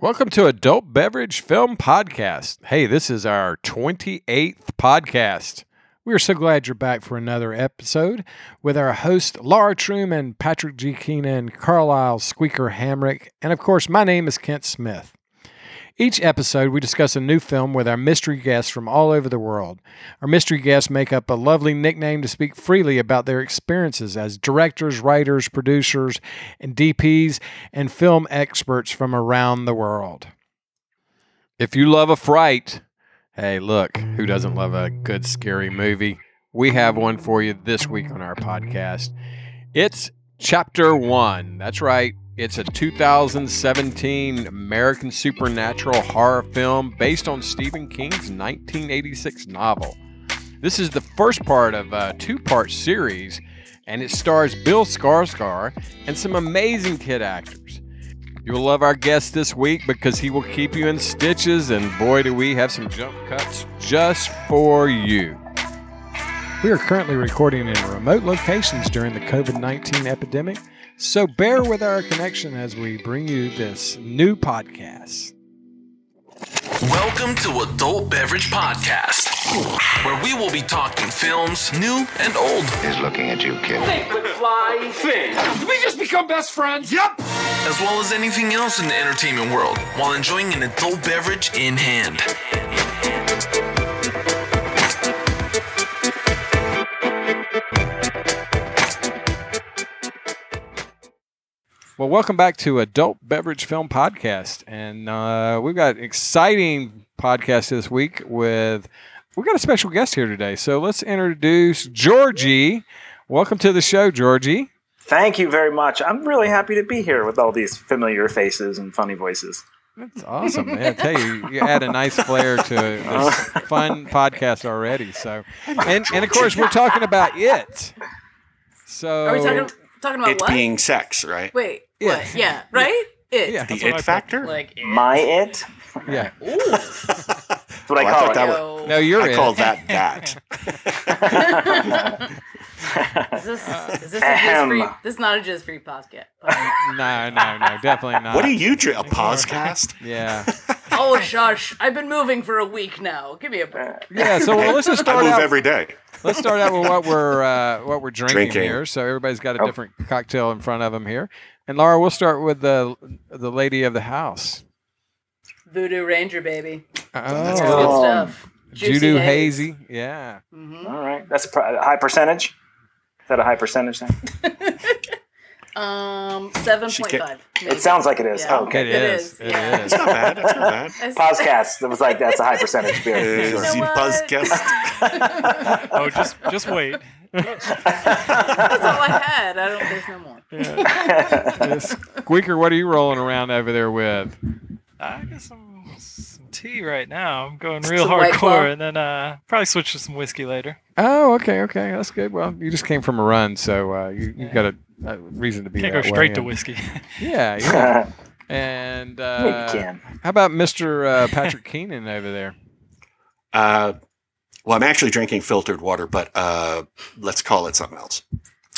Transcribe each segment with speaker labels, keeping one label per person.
Speaker 1: Welcome to Adult Beverage Film Podcast. Hey, this is our 28th podcast.
Speaker 2: We are so glad you're back for another episode with our hosts Laura Truman, Patrick G. Keenan, Carlisle Squeaker Hamrick, and of course, my name is Kent Smith. Each episode, we discuss a new film with our mystery guests from all over the world. Our mystery guests make up a lovely nickname to speak freely about their experiences as directors, writers, producers, and DPs, and film experts from around the world.
Speaker 1: If you love a fright, hey, look, who doesn't love a good scary movie? We have one for you this week on our podcast. It's Chapter One. That's right. It's a 2017 American supernatural horror film based on Stephen King's 1986 novel. This is the first part of a two part series, and it stars Bill Skarsgård and some amazing kid actors. You'll love our guest this week because he will keep you in stitches, and boy, do we have some jump cuts just for you.
Speaker 2: We are currently recording in remote locations during the COVID 19 epidemic, so bear with our connection as we bring you this new podcast.
Speaker 3: Welcome to Adult Beverage Podcast, where we will be talking films, new and old,
Speaker 4: is looking at you, kid.
Speaker 3: as well as anything else in the entertainment world, while enjoying an adult beverage in hand.
Speaker 1: Well, welcome back to Adult Beverage Film Podcast, and uh, we've got an exciting podcast this week with we've got a special guest here today. So let's introduce Georgie. Welcome to the show, Georgie.
Speaker 5: Thank you very much. I'm really happy to be here with all these familiar faces and funny voices.
Speaker 1: That's awesome, man. I tell you, you add a nice flair to this fun podcast already. So, and and of course, we're talking about it. So
Speaker 6: Are we talking talking about
Speaker 7: it
Speaker 6: what?
Speaker 7: being sex, right?
Speaker 6: Wait,
Speaker 1: Yeah.
Speaker 6: what? Yeah, right? It.
Speaker 1: yeah,
Speaker 7: the
Speaker 1: that's what I
Speaker 7: it factor.
Speaker 6: Like, it.
Speaker 5: My it?
Speaker 1: yeah.
Speaker 5: That's what
Speaker 7: Oh, I
Speaker 5: I call
Speaker 7: thought
Speaker 5: it.
Speaker 7: that was-
Speaker 6: Yo.
Speaker 1: No, you're
Speaker 7: I
Speaker 1: in.
Speaker 7: call that that.
Speaker 6: Is this, is this a jizz
Speaker 5: Ahem.
Speaker 6: free? This is not a jizz free podcast.
Speaker 1: No, no, no, definitely not.
Speaker 7: what do you drink? A podcast?
Speaker 1: Yeah.
Speaker 6: oh, shush. I've been moving for a week now. Give me a break.
Speaker 1: Yeah. So well, let's just
Speaker 7: I
Speaker 1: start
Speaker 7: move
Speaker 1: out.
Speaker 7: every day.
Speaker 1: let's start out with what we're uh, what we're drinking,
Speaker 7: Drinking. Oh.
Speaker 1: here. So everybody's got a different cocktail in front of them here. And Laura, we'll start with the the lady of the house.
Speaker 6: Voodoo Ranger, baby.
Speaker 1: Oh,
Speaker 6: That's good
Speaker 5: Um,
Speaker 6: stuff. Juicy
Speaker 1: Judo
Speaker 6: Haze.
Speaker 1: Hazy. Yeah.
Speaker 5: All right. That's a pr- a high percentage. Is that a high percentage thing?
Speaker 6: Um, 7.5.
Speaker 5: It sounds like it is.
Speaker 6: Yeah.
Speaker 5: Oh, okay.
Speaker 1: It is.
Speaker 6: is,
Speaker 1: It
Speaker 6: yeah.
Speaker 1: is.
Speaker 7: It's not bad. It's not bad.
Speaker 5: Podcast. It was like, that's a high percentage beer. for
Speaker 7: Is
Speaker 5: sure.
Speaker 7: he
Speaker 6: what?
Speaker 7: buzzcast?
Speaker 8: Oh, just just wait.
Speaker 6: That's all I had. I don't, there's no more.
Speaker 1: Squeaker, what are you rolling around over there with?
Speaker 8: I got some some tea right now. I'm going real
Speaker 6: Some White Claw?
Speaker 8: hardcore, and then uh, probably switch to some whiskey later.
Speaker 1: Oh, okay, okay, that's good. Well, you just came from a run, so uh, you you got a, a reason to be.
Speaker 8: Can't
Speaker 1: that
Speaker 8: go
Speaker 1: way.
Speaker 8: straight to
Speaker 1: And-
Speaker 8: whiskey.
Speaker 1: Yeah, yeah.
Speaker 7: Uh,
Speaker 1: and
Speaker 5: Yeah,
Speaker 1: uh,
Speaker 5: you can.
Speaker 1: how about Mister uh, Patrick Keenan over there?
Speaker 7: Uh, well, I'm actually drinking filtered water, but uh, let's call it something else.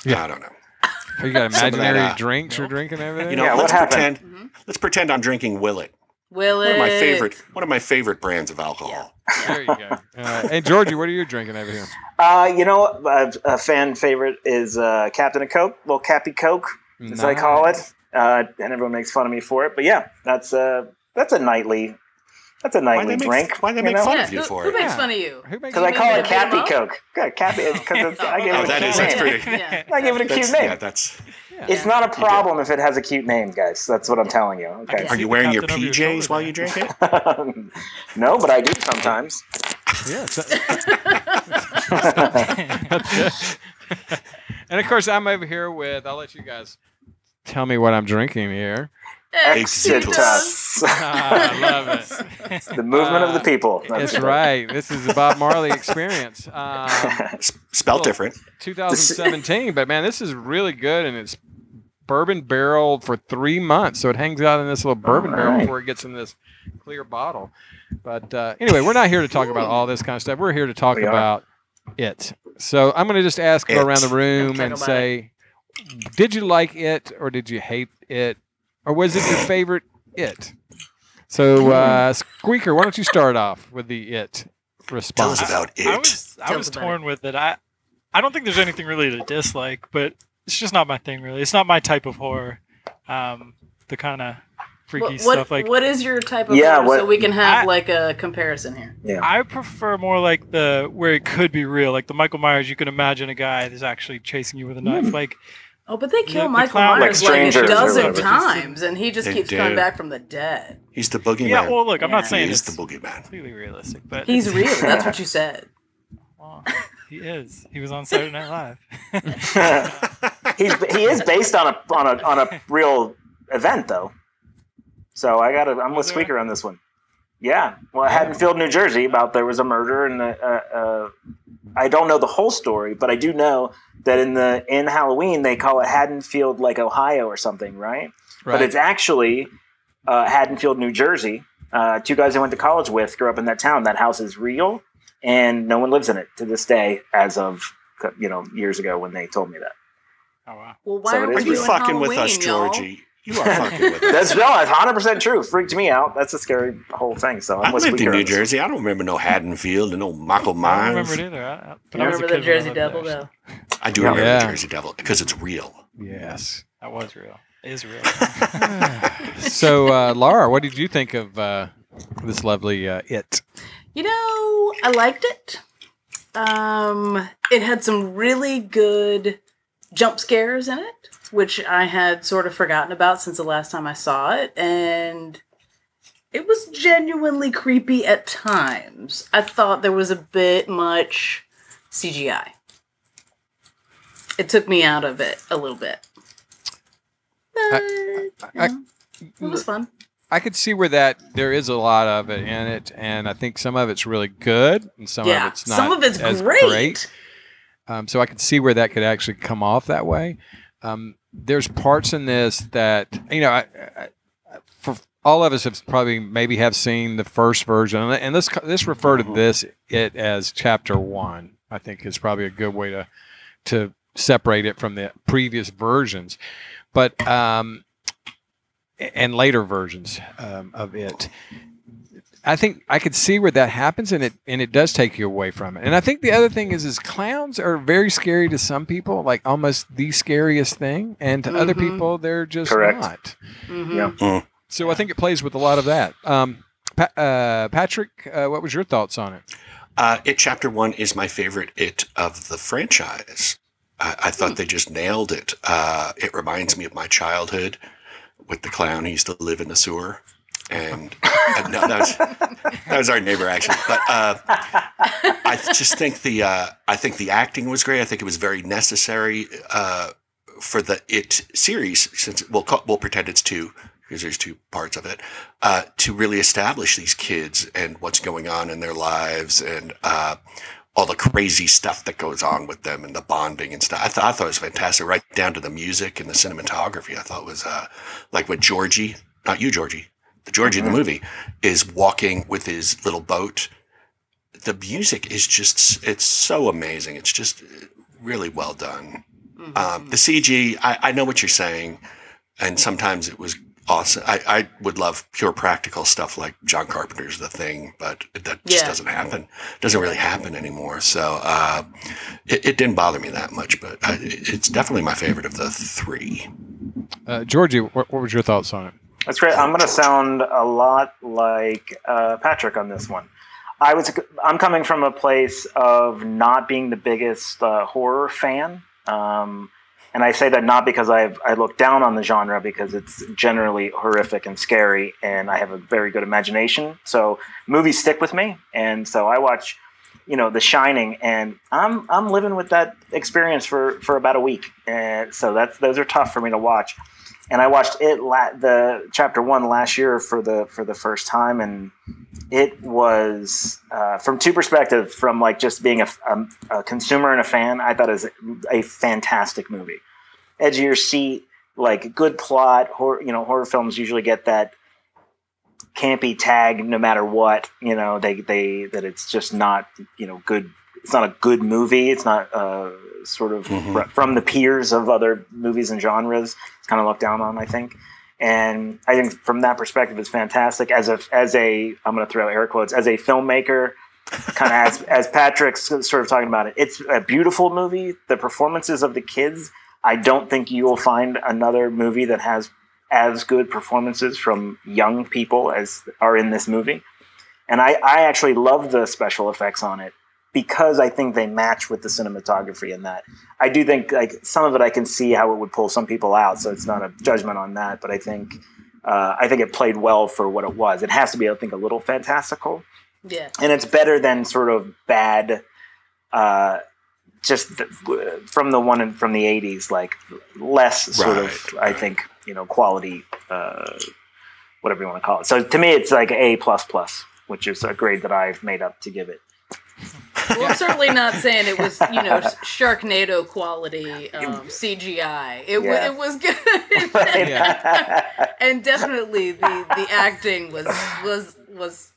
Speaker 1: Yeah.
Speaker 7: I don't know.
Speaker 1: You got
Speaker 7: Some of that,
Speaker 1: imaginary
Speaker 7: uh,
Speaker 1: drinks you're drinking over there?
Speaker 7: You know,
Speaker 5: Yeah, what
Speaker 7: let's
Speaker 5: happened?
Speaker 7: pretend. Let's pretend I'm drinking Willet.
Speaker 6: Will
Speaker 7: One
Speaker 6: it?
Speaker 7: of my favorite. One of my favorite brands of alcohol.
Speaker 1: There you go. All right. Hey, Georgie, what are you drinking over here?
Speaker 5: Uh, you know, a, a fan favorite is uh, Captain of Coke, little Cappy Coke, as I call it. Uh, and everyone makes fun of me for it. But yeah, that's a, that's a nightly. That's a
Speaker 7: Why
Speaker 5: nightly
Speaker 7: they make,
Speaker 5: drink.
Speaker 7: why they
Speaker 5: you
Speaker 7: make
Speaker 5: know?
Speaker 7: fun
Speaker 6: Yeah,
Speaker 7: of you
Speaker 6: who,
Speaker 7: for
Speaker 6: who
Speaker 7: it?
Speaker 6: makes
Speaker 1: Yeah.
Speaker 6: fun of you?
Speaker 1: Who makes
Speaker 5: Because I
Speaker 1: you-
Speaker 5: call
Speaker 6: You
Speaker 5: it
Speaker 6: made it up?
Speaker 5: Cappy Coke. Good, Cappy, because I gave
Speaker 7: Oh,
Speaker 5: it a
Speaker 7: that
Speaker 5: cute
Speaker 7: is. That's
Speaker 5: name.
Speaker 7: pretty.
Speaker 6: Yeah.
Speaker 5: I give it a
Speaker 7: That's,
Speaker 5: cute
Speaker 7: yeah,
Speaker 5: name.
Speaker 7: that's.
Speaker 5: It's not a problem if it has a cute name, guys. That's what I'm telling you. Okay.
Speaker 7: Are
Speaker 8: See
Speaker 7: you
Speaker 8: the
Speaker 7: wearing your
Speaker 8: captain over your
Speaker 7: PJs
Speaker 8: shoulder
Speaker 7: while
Speaker 8: there.
Speaker 7: you drink it?
Speaker 5: no, but I do sometimes.
Speaker 1: Yeah.
Speaker 8: Ah,
Speaker 1: so- and of course, I'm over here with. I'll let you guys tell me what I'm drinking here.
Speaker 6: Exitus.
Speaker 5: Exitus.
Speaker 1: Ah, I love it.
Speaker 5: the movement of the people.
Speaker 1: That's right. This is the Bob Marley experience. Um,
Speaker 7: S- Spelled
Speaker 1: Well,
Speaker 7: different.
Speaker 1: 2017, but man, this is really good, and it's bourbon barreled for three months, so it hangs out in this little bourbon barrel
Speaker 5: right.
Speaker 1: before it gets in this clear bottle. But uh, anyway, we're not here to talk about all this kind of stuff. We're here to talk
Speaker 5: We are.
Speaker 1: about it. So I'm going to just ask go
Speaker 7: It.
Speaker 1: around the room
Speaker 6: talk
Speaker 1: and
Speaker 6: about
Speaker 1: say, did you like it or did you hate it, or was it your favorite? It.
Speaker 5: Mm-hmm.
Speaker 1: So, uh, Squeaker, why don't you start off with the it
Speaker 7: Tell us
Speaker 1: response?
Speaker 7: about it.
Speaker 8: I was I
Speaker 6: Tell
Speaker 8: was
Speaker 6: us about
Speaker 8: torn with it. I I don't think there's anything really to dislike, but it's just not my thing really. It's not my type of horror. Um, the kind of freaky
Speaker 6: What, what-
Speaker 8: stuff like
Speaker 6: what is your type of
Speaker 5: Yeah,
Speaker 6: horror so
Speaker 5: what-
Speaker 6: we can have
Speaker 8: I-
Speaker 6: like a comparison here?
Speaker 8: I prefer more like the where it could be real, like the Michael Myers. You can imagine a guy that's actually chasing you with a
Speaker 7: Hmm.
Speaker 8: knife. Like
Speaker 6: Oh, but they kill
Speaker 8: the
Speaker 6: Michael
Speaker 8: clown- Like
Speaker 6: Myers like, a
Speaker 5: Strangers or
Speaker 6: dozen
Speaker 5: whatever.
Speaker 6: times, and he just
Speaker 7: They
Speaker 6: keeps
Speaker 7: do.
Speaker 6: coming back from the dead.
Speaker 7: He's the boogeyman.
Speaker 8: yeah, well, look, I'm
Speaker 6: Yeah.
Speaker 8: not saying
Speaker 7: he is
Speaker 8: it's
Speaker 7: the boogeyman.
Speaker 8: completely realistic, but
Speaker 6: He's
Speaker 8: it's-
Speaker 6: real. That's what you said.
Speaker 8: well, he is. He was on Saturday Night Live.
Speaker 5: He's he is based on a on a on a real event though. So I got to I'm with
Speaker 8: Was there?
Speaker 5: Squeaker on this one. Yeah, well, Haddonfield, New Jersey, about there was a murder, and uh, uh, uh, I don't know the whole story, but I do know that in the in Halloween they call it Haddonfield, like Ohio or something, right? But it's actually uh, Haddonfield, New Jersey. Uh, two guys I went to college with grew up in that town. That house is real, and no one lives in it to this day, as of you know years ago when they told me that.
Speaker 8: Oh wow.
Speaker 6: Well, why
Speaker 5: So it
Speaker 6: are
Speaker 5: is
Speaker 6: we
Speaker 7: Are you
Speaker 6: doing
Speaker 7: fucking with us,
Speaker 6: Halloween, y'all?
Speaker 7: Georgie? You are fucking with us.
Speaker 5: That's no, that's hundred percent true. Freaked me out. That's a scary whole thing. So I'm
Speaker 7: I
Speaker 5: with
Speaker 7: lived in
Speaker 5: Squeaker
Speaker 7: New
Speaker 5: on this.
Speaker 7: Jersey. I don't remember no Haddonfield and no Michael
Speaker 8: I don't
Speaker 7: Myers.
Speaker 8: remember it either. I, I, but
Speaker 6: I
Speaker 8: I
Speaker 6: remember
Speaker 8: was a kid
Speaker 6: the
Speaker 8: when I
Speaker 6: Jersey
Speaker 8: lived there,
Speaker 6: Devil
Speaker 8: so
Speaker 6: though.
Speaker 7: I do
Speaker 5: Yeah.
Speaker 7: remember
Speaker 9: Yeah.
Speaker 7: the Jersey Devil because it's real.
Speaker 1: yes.
Speaker 8: That was real. Is real.
Speaker 1: So, uh, Laura, what did you think of uh, this lovely uh, it?
Speaker 6: You know, I liked it. Um, it had some really good jump scares in it, which I had sort of forgotten about since the last time I saw it, and it was genuinely creepy at times. I thought there was a bit much CGI. It took me out of it a little bit. But, you
Speaker 1: I-
Speaker 6: know, it was fun.
Speaker 1: I could see where that there is a lot of it in it, and I think some of it's really good, and some
Speaker 6: yeah,
Speaker 1: of it's not.
Speaker 6: some of it's
Speaker 1: as
Speaker 6: great.
Speaker 1: Um, so I could see where that could actually come off that way. Um, there's parts in this that you know, I, I, for all of us have probably maybe have seen the first version, and this this refer to this it as chapter one. I think is probably a good way to to separate it from the previous versions, but um, and later versions um, of it. I think I could see where that happens, and it and it does take you away from it. And I think the other thing is, is clowns are very scary to some people, like almost the scariest thing, and to other
Speaker 6: Mhm.
Speaker 1: people, they're just
Speaker 5: Correct.
Speaker 1: not.
Speaker 6: Mhm.
Speaker 5: Yeah.
Speaker 1: So I think it plays with a lot of that. Um, pa- uh, Patrick, uh, what was your thoughts on it?
Speaker 7: Uh, it chapter one is my favorite it of the franchise. I, I thought they just nailed it. Uh, it reminds me of my childhood with the clown. He used to live in the sewer, and uh, no, that was that was our neighbor actually. But uh, I just think the uh, I think the acting was great. I think it was very necessary uh, for the it series since we'll call, we'll pretend it's two because there's two parts of it uh, to really establish these kids and what's going on in their lives and uh, all the crazy stuff that goes on with them and the bonding and stuff. I, th- I thought it was fantastic, right down to the music and the cinematography. I thought was uh, like with Georgie, not you, Georgie, the Georgie in the movie is walking with his little boat. The music is just, it's so amazing. It's just really well done. Um, the CG, I, I know what you're saying. And sometimes it was awesome. I, I would love pure practical stuff like John Carpenter's The Thing, but that just
Speaker 6: Yeah.
Speaker 7: doesn't happen. doesn't really happen anymore. So uh, it, it didn't bother me that much, but I, it's definitely my favorite of the three.
Speaker 1: Uh, Georgie, what, what was your thoughts on it?
Speaker 5: That's great. I'm going to sound a lot like uh, Patrick on this one. I was I'm coming from a place of not being the biggest uh, horror fan, um, and I say that not because I I look down on the genre because it's generally horrific and scary, and I have a very good imagination. So movies stick with me, and so I watch, you know, The Shining, and I'm I'm living with that experience for for about a week, and so that's those are tough for me to watch and I watched it la- the chapter one last year for the for the first time, and it was uh, from two perspectives. From like just being a, a, a consumer and a fan, I thought it was a fantastic movie. Edge of your seat, like good plot. Horror, you know, horror films usually get that campy tag no matter what. You know, they they that it's just not you know good. It's not a good movie. It's not uh, sort of
Speaker 7: Mhm.
Speaker 5: fr- from the peers of other movies and genres. It's kind of looked down on, I think. and I think from that perspective, it's fantastic. As a as a I'm going to throw air quotes as a filmmaker, kind of as as Patrick's sort of talking about it. It's a beautiful movie. The performances of the kids. I don't think you will find another movie that has as good performances from young people as are in this movie. And I, I actually love the special effects on it because I think they match with the cinematography in that. I do think like some of it I can see how it would pull some people out, so it's not a judgment on that. But I think uh, I think it played well for what it was. It has to be, I think, a little fantastical,
Speaker 6: Yeah.
Speaker 5: and it's better than sort of bad. Uh, just the, from the one in, from the '80s, like less sort of,
Speaker 7: Right,
Speaker 5: I think, you know, quality, uh, whatever you want to call it. So to me, it's like A plus plus, which is a grade that I've made up to give it.
Speaker 6: Well, I'm certainly not saying it was, you know, Sharknado quality um, CGI. It, wa
Speaker 5: Yeah.
Speaker 6: it was good, and definitely the the acting was was was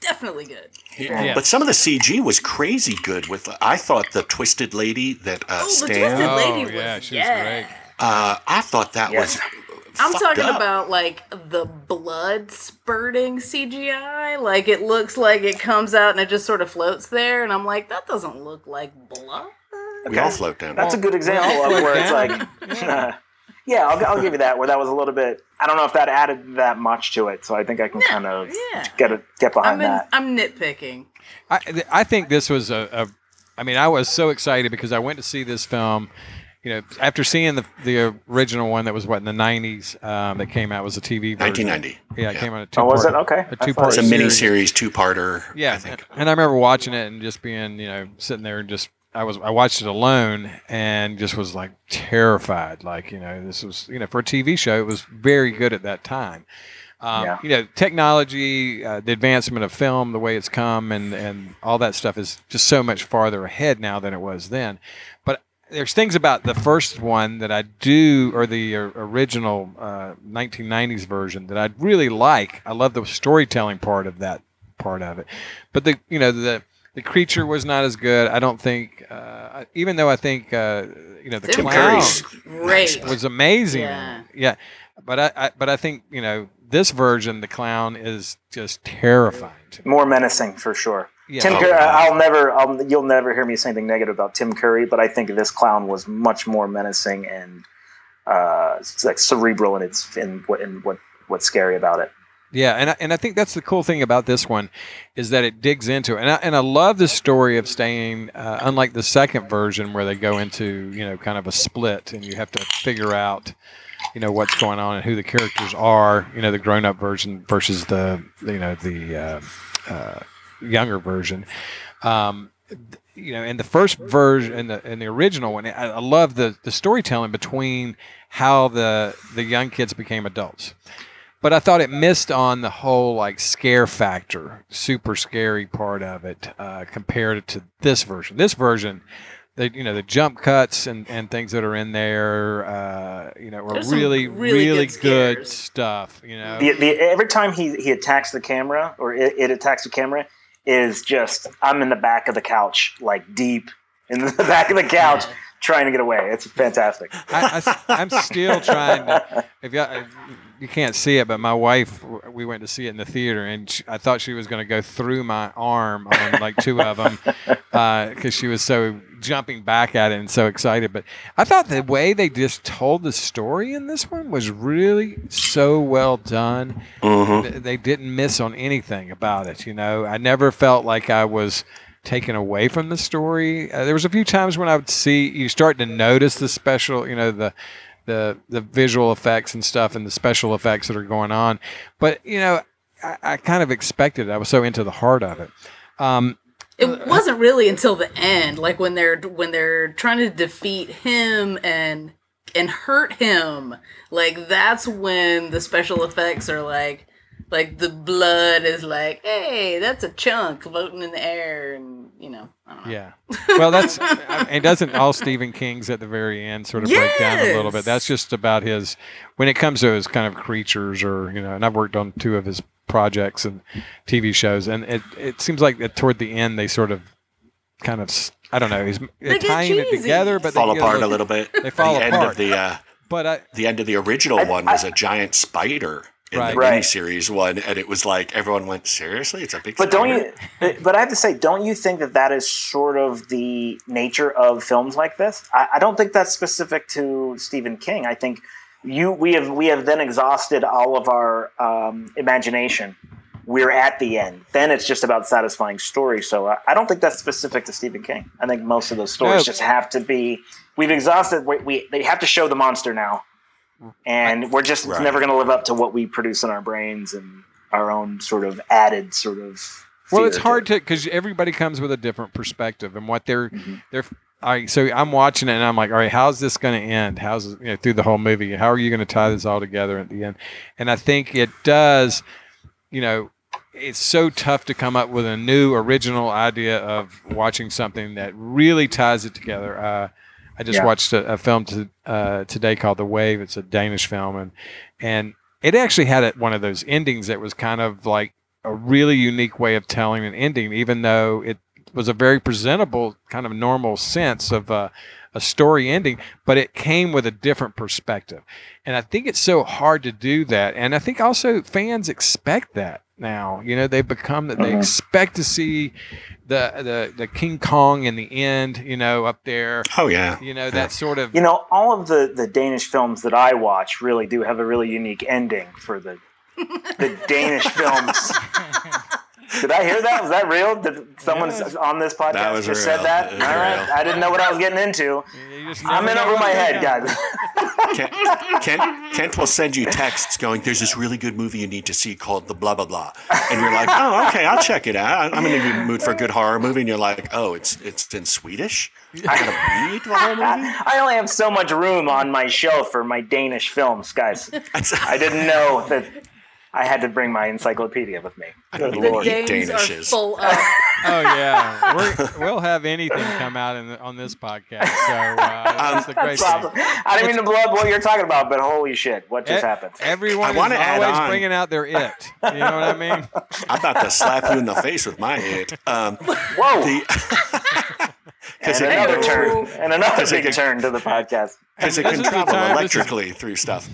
Speaker 6: definitely good.
Speaker 8: Yeah.
Speaker 7: But some of the CG was crazy good. With I thought the twisted lady that uh,
Speaker 6: Oh, the
Speaker 7: Stan,
Speaker 6: Twisted Lady
Speaker 1: Oh,
Speaker 6: was
Speaker 1: yeah, she was
Speaker 6: yeah.
Speaker 1: great.
Speaker 7: uh, I thought that
Speaker 5: Yeah.
Speaker 7: was.
Speaker 6: I'm
Speaker 7: fucked
Speaker 6: talking
Speaker 7: up.
Speaker 6: about like the blood spurting CGI. Like it looks like it comes out and it just sort of floats there, and I'm like, that doesn't look like blood.
Speaker 7: We
Speaker 5: Okay.
Speaker 7: all float down.
Speaker 5: That's a good example of where it's like, uh, yeah, I'll, I'll give you that. Where that was a little bit, I don't know if that added that much to it, so I think I can kind of
Speaker 6: yeah.
Speaker 5: get a, get
Speaker 6: I'm
Speaker 5: behind
Speaker 6: in,
Speaker 5: that.
Speaker 6: I'm nitpicking.
Speaker 1: I, th- I think this was a, a. I mean, I was so excited because I went to see this film. You know, after seeing the the original one that was what in the '90s um, that came out was a TV version.
Speaker 7: 1990.
Speaker 1: Yeah, it came out. A two
Speaker 5: Oh, was it
Speaker 1: part-
Speaker 5: okay?
Speaker 1: A
Speaker 5: I
Speaker 1: two
Speaker 5: thought
Speaker 1: part.
Speaker 7: It's a mini series, two parter.
Speaker 1: Yeah,
Speaker 7: I think.
Speaker 1: and- and I remember watching it and just being, you know, sitting there and just I was I watched it alone and just was like terrified. Like you know, this was you know for a TV show, it was very good at that time. Um,
Speaker 5: Yeah.
Speaker 1: You know, technology, uh, the advancement of film, the way it's come, and and all that stuff is just so much farther ahead now than it was then. But there's things about the first one that I do, or the or- original uh, 1990s version that I really like. I love the storytelling part of that part of it, but the you know the the creature was not as good. I don't think, uh, even though I think uh, you know the
Speaker 6: Tim
Speaker 7: Tim
Speaker 6: Wow.
Speaker 1: clown
Speaker 7: Curry's
Speaker 6: Great.
Speaker 1: was amazing.
Speaker 6: Yeah.
Speaker 1: Yeah. But I, I but I think, you know, this version, the clown, is just terrifying to me.
Speaker 5: More menacing for sure.
Speaker 1: Yeah.
Speaker 5: Tim
Speaker 7: Oh,
Speaker 5: Curry,
Speaker 7: yeah.
Speaker 5: I'll never, I'll, you'll never hear me say anything negative about Tim Curry, but I think this clown was much more menacing and uh, it's like cerebral in its in what in what what's scary about it.
Speaker 1: Yeah, and I, and I think that's the cool thing about this one is that it digs into it, and I, and I love the story of staying. Uh, unlike the second version where they go into you know kind of a split, and you have to figure out you know what's going on and who the characters are. You know the grown up version versus the you know the uh, uh, younger version. Um, th- you know, in the first version, in the in the original one, I, I love the the storytelling between how the the young kids became adults but I thought it missed on the whole like scare factor, super scary part of it uh, compared to this version. This version, the you know the jump cuts and, and things that are in there, uh, you know, are
Speaker 6: There's some
Speaker 1: really
Speaker 6: really
Speaker 1: really,
Speaker 6: good
Speaker 1: good,
Speaker 6: scares.
Speaker 1: stuff. You know,
Speaker 5: The, the, every time he, he attacks the camera or it, it attacks the camera is just I'm in the back of the couch, like deep in the back of the couch, trying to get away. It's fantastic.
Speaker 1: I, am still trying to. If you you can't see it, but my wife, we went to see it in the theater, and sh I thought she was going to go through my arm on like two of them because she was so jumping back at it and so excited. But I thought the way they just told the story in this one was really so well done.
Speaker 7: Mm-hmm.
Speaker 1: Th- They didn't miss on anything about it. You know, I never felt like I was taken away from the story. Uh, there was a few times when I would see you start to notice the special, you know, the the the visual effects and stuff and the special effects that are going on. But you know, I, I kind of expected it. I was so into the heart of it. Um,
Speaker 6: It wasn't really until the end, like when they're when they're trying to defeat him and and hurt him. Like that's when the special effects are like like the blood is like, hey, that's a chunk floating in the air and you know, I don't know.
Speaker 1: yeah. Well, that's and doesn't all Stephen King's at the very end sort of break down a little
Speaker 6: Yes.
Speaker 1: bit. That's just about his when it comes to his kind of creatures or you know. And I've worked on two of his projects and TV shows, and it it seems like that toward the end they sort of kind of s- I don't know. He's they're
Speaker 6: get
Speaker 1: tying it
Speaker 6: cheesy.
Speaker 1: together, but
Speaker 7: fall
Speaker 1: they get
Speaker 7: apart a little bit.
Speaker 1: They fall
Speaker 7: the End
Speaker 1: apart.
Speaker 7: of the uh,
Speaker 1: But I,
Speaker 7: The end of the original
Speaker 5: I-
Speaker 7: one was a giant spider in
Speaker 1: Right.
Speaker 7: the
Speaker 5: Right.
Speaker 7: miniseries one, and it was like everyone went seriously. It's a big.
Speaker 5: But don't
Speaker 7: spider?"
Speaker 5: you? But I have to say, don't you think that that is sort of the nature of films like this? I, I don't think that's specific to Stephen King. I think you we have we have then exhausted all of our um, imagination. We're at the end. Then it's just about satisfying story. So I, I don't think that's specific to Stephen King. I think most of those stories
Speaker 1: No.
Speaker 5: just have to be. We've exhausted. We, we they have to show the monster now, and we're just
Speaker 7: Right.
Speaker 5: never going to live up to what we produce in our brains and our own sort of added sort of.
Speaker 1: well,
Speaker 5: fear
Speaker 1: it's hard to
Speaker 5: it.
Speaker 1: because everybody comes with a different perspective and what they're
Speaker 5: Mhm.
Speaker 1: they're. All right, so I'm watching it and I'm like, all right, how's this going to end? How's it- you know, through the whole movie? How are you going to tie this all together at the end? And I think it does. You know, it's so tough to come up with a new original idea of watching something that really ties it together. Uh, I just
Speaker 5: Yeah.
Speaker 1: watched a, a film to, uh, today called The Wave. It's a Danish film, and and it actually had a, one of those endings that was kind of like a really unique way of telling an ending, even though it was a very presentable kind of normal sense of uh, a story ending, but it came with a different perspective. And I think it's so hard to do that. And I think also fans expect that now. You know, they become that they
Speaker 5: Mhm.
Speaker 1: expect to see the, the the King Kong in the end, you know, up there.
Speaker 7: Oh yeah.
Speaker 1: You know, that sort of
Speaker 5: You know, all of the, the Danish films that I watch really do have a really unique ending for the the Danish films. Did I hear that? Was that real? Did someone s on this podcast
Speaker 7: That was
Speaker 5: just
Speaker 7: real.
Speaker 5: said that?
Speaker 7: That
Speaker 5: All
Speaker 7: was
Speaker 5: right,
Speaker 7: real.
Speaker 5: I didn't know what I was getting into.
Speaker 1: you just
Speaker 5: I'm
Speaker 1: never
Speaker 5: in
Speaker 1: know
Speaker 5: over
Speaker 1: what
Speaker 5: my
Speaker 1: you're
Speaker 5: head,
Speaker 1: gonna-
Speaker 5: guys.
Speaker 7: Kent, Kent, Kent will send you texts going, There's this really good movie you need to see called The Blah Blah Blah. And you're like, Oh, okay, I'll check it out. I'm in a good mood for a good horror movie. And you're like, Oh, it's it's in Swedish? I gotta read the whole movie?
Speaker 5: I, I only have so much room on my shelf for my Danish films, guys. I didn't know that I had to bring my encyclopedia with me. Good
Speaker 7: The
Speaker 5: lord.
Speaker 7: Danish
Speaker 6: Danes are
Speaker 7: Danishes.
Speaker 6: full of.
Speaker 1: Oh yeah, We're, we'll have anything come out in the, on this podcast. So uh, that's the great
Speaker 5: That's awesome.
Speaker 1: thing.
Speaker 5: I didn't mean to blow up what you're talking about, but holy shit, what
Speaker 7: Eh?
Speaker 5: just
Speaker 1: E-
Speaker 5: happened?
Speaker 1: Everyone
Speaker 7: I
Speaker 1: is
Speaker 7: wanna add
Speaker 1: always
Speaker 7: on-
Speaker 1: bringing out their it. You know what I mean?
Speaker 7: I'm about to slap you in the face with my head. Um,
Speaker 5: Whoa!
Speaker 7: the,
Speaker 5: and
Speaker 7: it can
Speaker 5: another
Speaker 7: go-
Speaker 5: turn, and another
Speaker 7: it
Speaker 5: big
Speaker 7: can-
Speaker 5: turn to the podcast.
Speaker 7: because it
Speaker 1: This
Speaker 7: can
Speaker 1: is the
Speaker 7: travel
Speaker 1: time- this is-
Speaker 7: electrically through stuff.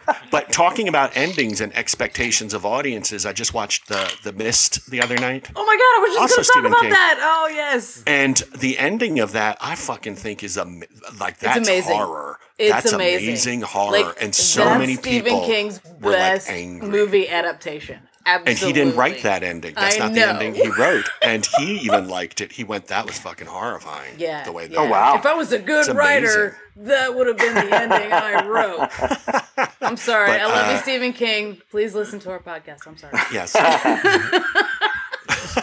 Speaker 7: but talking about endings and expectations of audiences, I just watched the the Mist the other night,
Speaker 6: Oh my god, I was just
Speaker 7: Also
Speaker 6: going to talk
Speaker 7: Stephen
Speaker 6: about
Speaker 7: King.
Speaker 6: that. Oh yes,
Speaker 7: and the ending of that I fucking think is am- like that's
Speaker 6: amazing.
Speaker 7: horror.
Speaker 6: It's
Speaker 7: that's
Speaker 6: amazing.
Speaker 7: horror,
Speaker 6: like
Speaker 7: and so
Speaker 6: that's
Speaker 7: many
Speaker 6: Stephen
Speaker 7: people
Speaker 6: King's
Speaker 7: were like
Speaker 6: best
Speaker 7: angry.
Speaker 6: movie adaptation. Absolutely,
Speaker 7: And he didn't write that ending. That's
Speaker 6: I
Speaker 7: not
Speaker 6: know.
Speaker 7: the ending he wrote. And he even liked it. He went, "That was fucking horrifying."
Speaker 6: Yeah.
Speaker 7: The way that.
Speaker 6: yeah.
Speaker 5: Oh, wow.
Speaker 6: If I was a good
Speaker 7: It's
Speaker 6: writer, that would have been the ending I wrote. I'm sorry.
Speaker 7: But,
Speaker 6: I love
Speaker 7: uh,
Speaker 6: you, Stephen King. Please listen to our podcast. I'm sorry.
Speaker 7: Yes.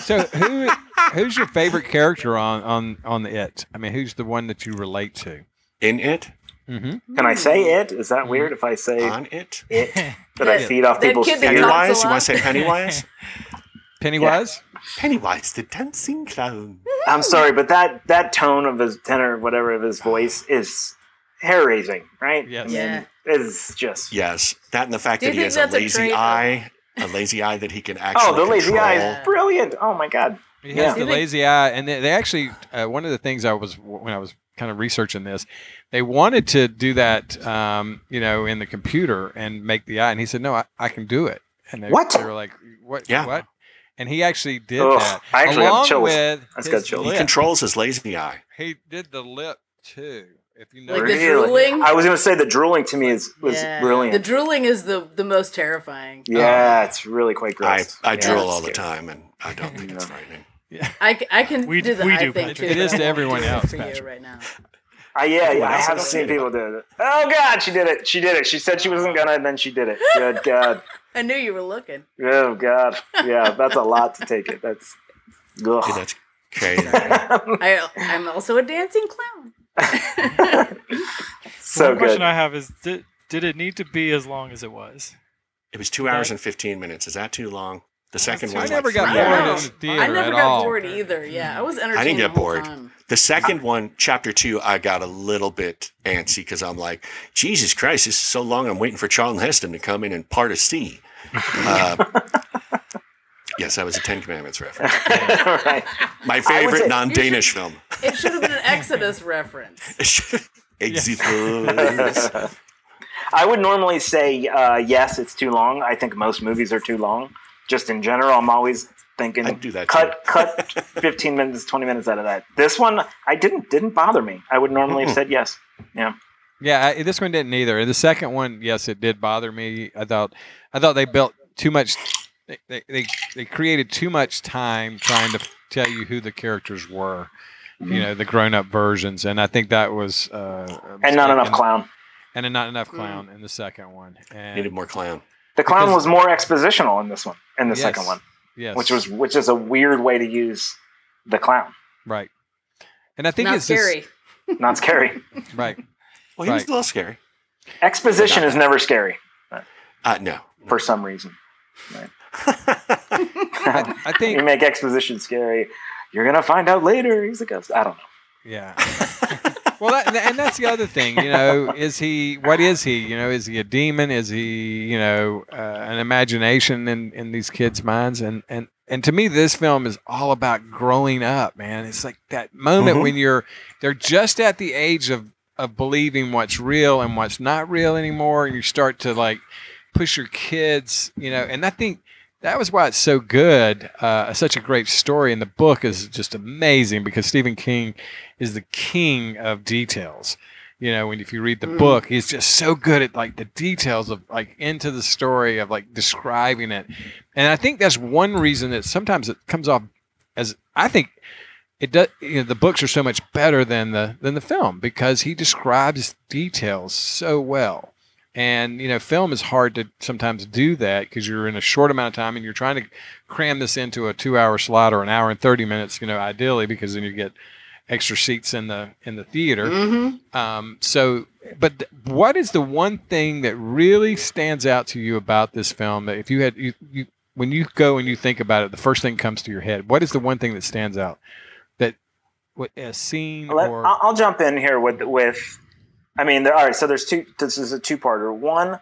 Speaker 1: So who who's your favorite character on on on the it? I mean, who's the one that you relate to?
Speaker 7: In it,
Speaker 1: Mm-hmm.
Speaker 5: Can I say it? Is
Speaker 7: Mm-hmm.
Speaker 5: that weird if I say
Speaker 7: on it.
Speaker 5: it? That I
Speaker 6: That-
Speaker 5: feed off
Speaker 6: that
Speaker 5: people's
Speaker 6: kid that
Speaker 5: fear?
Speaker 6: talks- a
Speaker 7: Pennywise? You want
Speaker 6: lot.
Speaker 7: to say Pennywise?
Speaker 1: Pennywise.
Speaker 7: Pennywise, the dancing clown.
Speaker 5: I'm sorry, but that that tone of his tenor, whatever of his voice, is hair raising, right?
Speaker 1: Yes.
Speaker 6: Yeah.
Speaker 5: It's just
Speaker 7: Yes, that and the fact
Speaker 6: Do you
Speaker 7: that he
Speaker 6: think
Speaker 7: has a
Speaker 6: that's a
Speaker 7: lazy
Speaker 6: trait, though?
Speaker 7: eye, a lazy eye that he can actually.
Speaker 5: oh, the lazy
Speaker 7: control.
Speaker 5: eye is brilliant. Oh my god.
Speaker 1: He has the
Speaker 5: Yeah.
Speaker 1: lazy eye, and they, they actually uh, one of the things I was when I was kind of researching this, they wanted to do that, um, you know, in the computer and make the eye, and he said, "No, I, I can do it." And they,
Speaker 5: What?
Speaker 1: they were like, "What?
Speaker 7: Yeah.
Speaker 1: What?" And he actually did
Speaker 5: Ugh,
Speaker 1: that.
Speaker 5: I actually got
Speaker 1: along
Speaker 5: chills.
Speaker 1: with
Speaker 5: I just
Speaker 1: his
Speaker 5: got chills.
Speaker 7: He
Speaker 1: lip.
Speaker 7: controls his lazy eye.
Speaker 1: He did the lip too. If you know,
Speaker 6: Like the
Speaker 5: Really?
Speaker 6: drooling.
Speaker 5: I was gonna say the drooling to me is was
Speaker 6: Yeah. The
Speaker 5: brilliant.
Speaker 6: drooling is the the most terrifying.
Speaker 5: yeah, it's really quite
Speaker 7: I,
Speaker 5: gross.
Speaker 7: I
Speaker 5: Yeah,
Speaker 7: drool
Speaker 5: it's
Speaker 7: all the
Speaker 5: scary.
Speaker 7: time, and I don't think it's frightening.
Speaker 6: I, c- I can
Speaker 8: We-
Speaker 6: do the
Speaker 8: we
Speaker 6: eye
Speaker 8: do,
Speaker 6: thing
Speaker 8: Patrick.
Speaker 6: too.
Speaker 1: It is
Speaker 6: but
Speaker 1: to
Speaker 6: I won't
Speaker 1: everyone
Speaker 6: do it
Speaker 1: else,
Speaker 6: for you
Speaker 1: Patrick.
Speaker 6: right now.
Speaker 5: I, yeah, yeah, I
Speaker 7: else
Speaker 5: have
Speaker 7: is
Speaker 5: seen
Speaker 7: it?
Speaker 5: people do it. Oh god, she did it. She did it. She said she wasn't gonna, and then she did it. Good god.
Speaker 6: I knew you were looking.
Speaker 5: Oh god. Yeah, that's a lot to take it. That's
Speaker 7: Yeah,
Speaker 5: ugh.
Speaker 7: that's crazy.
Speaker 6: I I'm also a dancing clown.
Speaker 5: so
Speaker 8: One question
Speaker 5: good.
Speaker 8: I have is did, did it need to be as long as it was?
Speaker 7: it was two hours and fifteen minutes. Is that too long? The second
Speaker 1: I
Speaker 7: one.
Speaker 1: never got bored
Speaker 6: I don't know.
Speaker 1: in the theater
Speaker 6: I never
Speaker 1: at
Speaker 6: got
Speaker 1: all.
Speaker 6: bored either. Yeah, I was entertained.
Speaker 7: I didn't
Speaker 6: the
Speaker 7: get
Speaker 6: whole
Speaker 7: bored.
Speaker 6: time.
Speaker 7: The second one, chapter two, I got a little bit antsy because I'm like, Jesus Christ, this is so long. I'm waiting for Charlton Heston to come in and part a C. Uh, yes, that was a Ten Commandments reference.
Speaker 5: right.
Speaker 7: My
Speaker 5: I would
Speaker 7: favorite
Speaker 5: say-
Speaker 7: non Danish film.
Speaker 6: It should have been an Exodus reference.
Speaker 7: Exit wounds.
Speaker 5: I would normally say uh, yes, it's too long. I think most movies are too long. Just in general, I'm always thinking
Speaker 7: I do that.
Speaker 5: cut
Speaker 7: too.
Speaker 5: cut 15 minutes, 20 minutes out of that. This one I didn't didn't bother me. I would normally have
Speaker 7: Mm-hmm.
Speaker 5: said yes.
Speaker 1: Yeah, I, this one didn't either. The second one, yes, it did bother me. I thought, I thought they built too much. They they, they, they created too much time trying to tell you who the characters were. You know the grown-up versions, and I think that was uh, a
Speaker 5: And not
Speaker 1: mistake.
Speaker 5: enough clown.
Speaker 1: and not enough clown in the second one. And
Speaker 7: Needed more clown.
Speaker 5: The clown
Speaker 1: Because-
Speaker 5: was more expositional in this one, in the
Speaker 1: Yes.
Speaker 5: second one,
Speaker 1: yes,
Speaker 5: which was which is a weird way to use the clown.
Speaker 1: right. And I think
Speaker 6: Not
Speaker 1: it's just-
Speaker 6: scary.
Speaker 5: Not scary.
Speaker 1: right.
Speaker 7: Well, he was
Speaker 1: Right.
Speaker 7: a little scary.
Speaker 5: Exposition is never scary
Speaker 7: Uh, no.
Speaker 5: for some reason.
Speaker 1: I, I
Speaker 5: you
Speaker 1: think
Speaker 5: make exposition scary. You're gonna find out later he's a ghost. I don't know.
Speaker 1: yeah. Well, that, and that's the other thing, you know, is he, what is he? You know, is he a demon? Is he, you know, uh, an imagination in, in these kids' minds? And, and, and to me, this film is all about growing up, man. It's like that moment
Speaker 7: Mhm.
Speaker 1: when you're, they're just at the age of, of believing what's real and what's not real anymore. And you start to like push your kids, you know, and I think that was why it's so good, uh, such a great story. And the book is just amazing because Stephen King is the king of details. You know, when if you read the
Speaker 6: Mm.
Speaker 1: book, he's just so good at like the details of like into the story of like describing it. And I think that's one reason that sometimes it comes off as I think it does you know the books are so much better than the than the film because he describes details so well. And you know, film is hard to sometimes do that because you're in a short amount of time and you're trying to cram this into a 2-hour slot or an hour and 30 minutes, you know, ideally because then you get extra seats in the in the theater.
Speaker 6: Mm-hmm.
Speaker 1: Um, so, but th- what is the one thing that really stands out to you about this film? That if you had you, you when you go and you think about it, the first thing comes to your head. What is the one thing that stands out that what a scene
Speaker 5: Let-
Speaker 1: or
Speaker 5: I'll, I'll jump in here with with. I mean, there. All right, so there's two. This is a two-parter. One,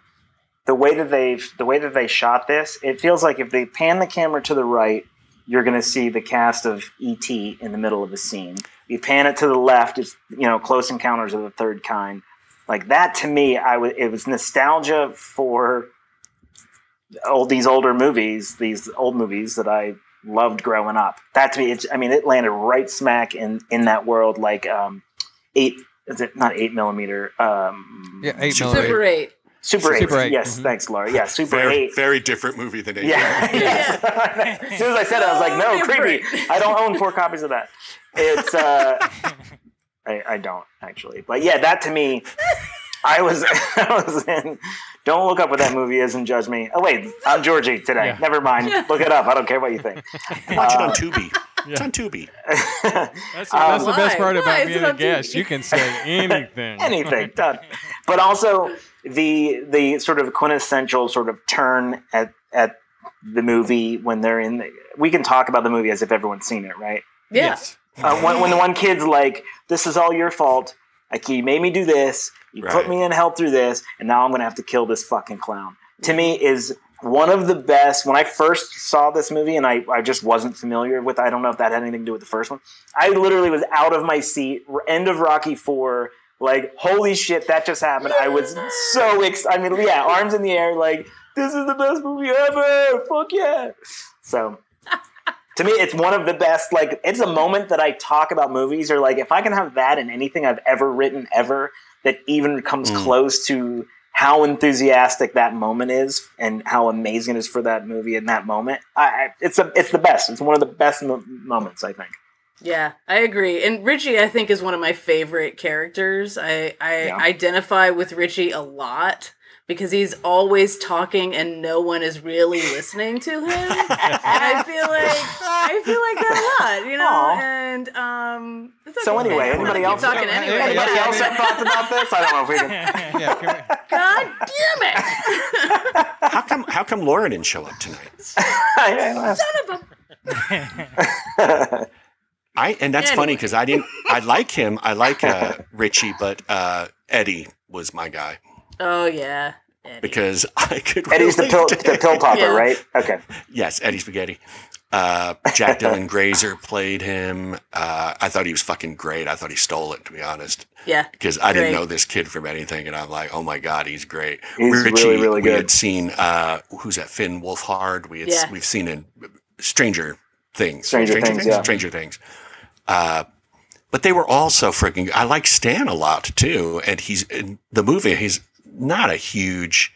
Speaker 5: the way that they've the way that they shot this, it feels like if they pan the camera to the right, you're going to see the cast of ET in the middle of the scene. You pan it to the left, it's you know Close Encounters of the Third Kind. Like that to me, I was it was nostalgia for old these older movies, these old movies that I loved growing up. That to me, it's, I mean, it landed right smack in in that world. Like um, eight, is it not eight millimeter? Um,
Speaker 1: yeah, eight
Speaker 7: Super
Speaker 1: millimeter.
Speaker 6: Super eight.
Speaker 5: Super eight.
Speaker 1: Super eight,
Speaker 5: Yes,
Speaker 1: mhm.
Speaker 5: thanks, Laura. Yeah, super
Speaker 7: Very,
Speaker 5: eight.
Speaker 7: very different movie than Eight.
Speaker 5: Yeah.
Speaker 6: Yeah.
Speaker 5: as soon as I said it, I was like, no,
Speaker 6: So
Speaker 5: creepy.
Speaker 6: different.
Speaker 5: I don't own four copies of that. It's uh I, I don't actually. But yeah, that to me I was I was in don't look up what that movie is and judge me. Oh wait, I'm Georgie today.
Speaker 1: Yeah.
Speaker 5: Never mind. Look it up. I don't care what you think.
Speaker 7: Watch it
Speaker 5: Uh,
Speaker 7: on Tubi. It's on Tubi.
Speaker 8: That's
Speaker 5: Um,
Speaker 1: That's the best
Speaker 6: Why?
Speaker 1: part
Speaker 6: Why
Speaker 1: about
Speaker 6: is
Speaker 1: being
Speaker 6: it
Speaker 1: a
Speaker 6: on
Speaker 1: guest.
Speaker 6: TV?
Speaker 1: You can say anything.
Speaker 5: anything done. But also the the sort of quintessential sort of turn at at the movie when they're in. The, we can talk about the movie as if everyone's seen it, right?
Speaker 6: Yeah.
Speaker 1: Yes.
Speaker 5: Uh, when, when the one kid's like, "This is all your fault. Like you made me do this. You
Speaker 7: Right.
Speaker 5: put me in hell through this, and now I'm gonna have to kill this fucking clown." To me, is one of the best. When I first saw this movie, and I, I just wasn't familiar with. I don't know if that had anything to do with the first one. I literally was out of my seat. r- End of Rocky Four. Like, holy shit, that just happened. I was so excited. I mean, yeah, arms in the air. Like, this is the best movie ever. Fuck yeah. So to me, it's one of the best. Like, it's a moment that I talk about movies, or like, if I can have that in anything I've ever written ever, that even comes
Speaker 7: Mm.
Speaker 5: close to how enthusiastic that moment is and how amazing it is for that movie in that moment. I, I it's a, it's the best. It's one of the best mo- moments, I think.
Speaker 6: Yeah, I agree. And Richie, I think, is one of my favorite characters. I I
Speaker 5: Yeah.
Speaker 6: identify with Richie a lot because he's always talking and no one is really listening to him. and I feel like I feel like that a lot, you know.
Speaker 5: Aw.
Speaker 6: And um, it's
Speaker 5: So
Speaker 6: okay.
Speaker 5: anyway,
Speaker 6: I'm gonna
Speaker 5: anybody
Speaker 6: keep
Speaker 5: else?
Speaker 6: talking anyway?
Speaker 5: Anybody
Speaker 1: Yeah.
Speaker 5: else have thoughts about this? I don't know if we can.
Speaker 1: Yeah, can we-
Speaker 6: God damn it!
Speaker 7: How come? How come Lauren didn't show up tonight?
Speaker 6: Son of a
Speaker 7: I and that's funny
Speaker 6: Anyway.
Speaker 7: because I didn't. I like him. I like uh, Richie, but uh, Eddie was my guy.
Speaker 6: Oh yeah, Eddie.
Speaker 7: because I could.
Speaker 5: Eddie's the pill,
Speaker 7: relate to
Speaker 5: the pill popper,
Speaker 6: Yeah.
Speaker 5: right? Okay.
Speaker 7: Yes, Eddie Spaghetti. Uh, Jack Dylan Grazer played him. Uh, I thought he was fucking great. I thought he stole it, to be honest,
Speaker 6: yeah,
Speaker 7: because I didn't
Speaker 6: Great.
Speaker 7: know this kid from anything, and I'm like, oh my god, he's great.
Speaker 5: He's really, really
Speaker 7: We
Speaker 5: good.
Speaker 7: had seen uh, who's that? Finn Wolfhard. We had,
Speaker 6: Yeah.
Speaker 7: we've seen in Stranger Things.
Speaker 5: Stranger Things, yeah.
Speaker 7: Stranger Things. Uh, but they were also freaking. I like Stan a lot too, and he's in the movie. He's not a huge.